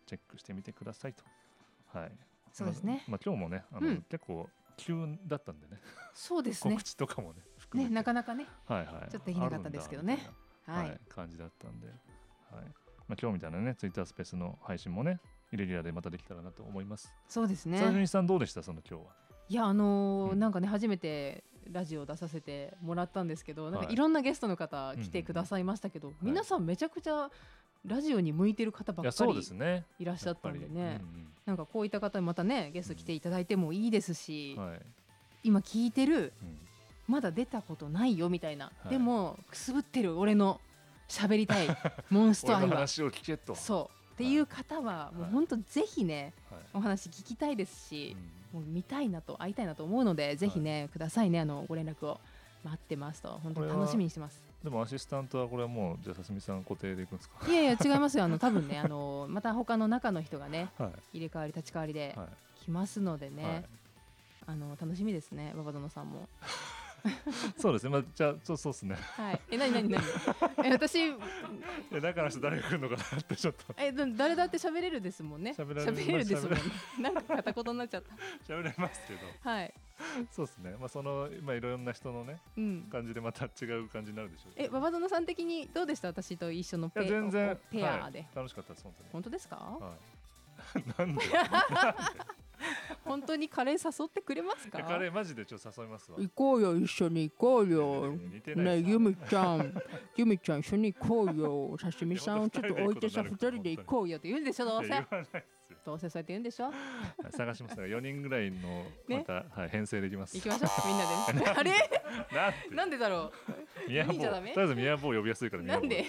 A: チェックしてみてくださいと。はい。
B: そうですね
A: まあ、今日もね、あの、
B: うん
A: 結構急だったんでね、
B: そうですね
A: 告。知とかもね、含め
B: ね
A: て
B: なかなかね、
A: はいはい。
B: ちょっとできなかったですけどね
A: あるんだみたいな。
B: は
A: はいい、、感じだったんで、はい。まあ、今日みたいなね、ツイッタースペースの配信もね、イレギュラーでまたできたらなと思います。
B: そうで
A: さ
B: す
A: あ、ジュ
B: ね。
A: ニさんどうでしたその今日は。
B: いやあのー
A: うん
B: なんかね初めてラジオ出させてもらったんですけど、なん
A: は
B: か
A: い
B: いろんなゲストの方
A: うんうん
B: 来てくださいましたけど、皆さんめちゃくちゃラジオに向いてる方ば
A: い
B: っ
A: や、
B: か
A: そうです
B: り
A: ね。
B: いらっしゃったんでね。
A: やっぱりうん
B: なんかこういった方にまたねゲスト来ていただいてもいいですし、
A: うんはい。
B: 今聞いてる
A: うん
B: まだ出たことないよみたいな、
A: はい
B: でもくすぶってる俺の喋り
A: [laughs]
B: たいモンスト
A: 俺
B: 愛
A: の
B: は
A: 話を聞けと。
B: そうっていう方はもう
A: はい
B: 本当ぜひね
A: はい。
B: お話聞きたいですし
A: う、ん
B: もう見たいなと会いたいなと思うのでぜひね、くださいねあのご連絡を待ってますと本当に楽しみにして
A: [laughs]
B: ます。
A: でもアシスタントはこれはもうじゃあさすみさん固定でいくんですか。
B: いやいや違いますよあの多分ねあのまた他の中の人がね
A: はい
B: 入れ替わり立ち替わりで
A: はい
B: 来ますのでね、
A: はい。
B: あの楽しみですね馬場殿さん
A: [laughs]
B: も。
A: そうですね。まあじゃあそうそうですね。 [laughs]
B: はい、え、なになになに。 [laughs] え、私、
A: いや中の人誰が来るのかなってちょっと
B: え、だ誰だって喋れるですもんね。
A: 喋られる
B: 喋れるですもんね。 [laughs] なんか片言になっちゃっ
A: 喋れますけど、
B: た。はい。
A: そうですね。まあそのまあいろんな人のね
B: うん。
A: 感じでまた違う感じになるでしょうけ
B: え、
A: ど。
B: 馬場園さん的にどうでした私と一緒のペ
A: いや全然
B: ペアで、
A: はい楽しかったです本
B: 本当ですか
A: 当に。はい。 [laughs] なんで。
B: 本当にカレー誘ってくれます
A: い
B: か
A: やカレーマジでちょっと誘いますわ。
B: 行こうよ一緒に行こうよ
A: 似てない
B: ねえ
A: です
B: ゆみちゃ [laughs] んゆみちゃん一緒に行こうよ刺身さんをちょっと置いてさ
A: いや
B: 二
A: 本当
B: 人で行こうよって言うんでしょどう
A: い
B: せ
A: や言わないですよ。
B: どうせそうやって言うんでしょ
A: はい探しますが四人ぐらいのま
B: ね
A: た、はい編成できます。
B: 行きましょうみんなで [laughs] ねあれ
A: なんで
B: なんでだろう
A: 宮坊
B: 見ちゃダメ
A: とりあえず宮坊呼びやすいから宮
B: な
A: 坊
B: ん [laughs] で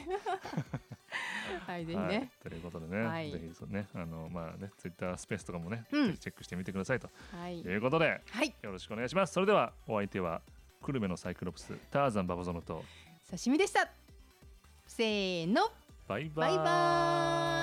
B: はい、ぜひ
A: はい
B: ね。、
A: ということでね、
B: はい
A: ぜひそうね、あのまあね、ツイッタースペースとかもね、
B: うん
A: ぜひチェックしてみてくださいと
B: はい
A: い。うことで、
B: はい。
A: よろしくお願いします。それではお相手は久留米のサイクロプス、ターザンババゾノと
B: 刺身でした。せーの、
A: バイバ
B: バイバーイ。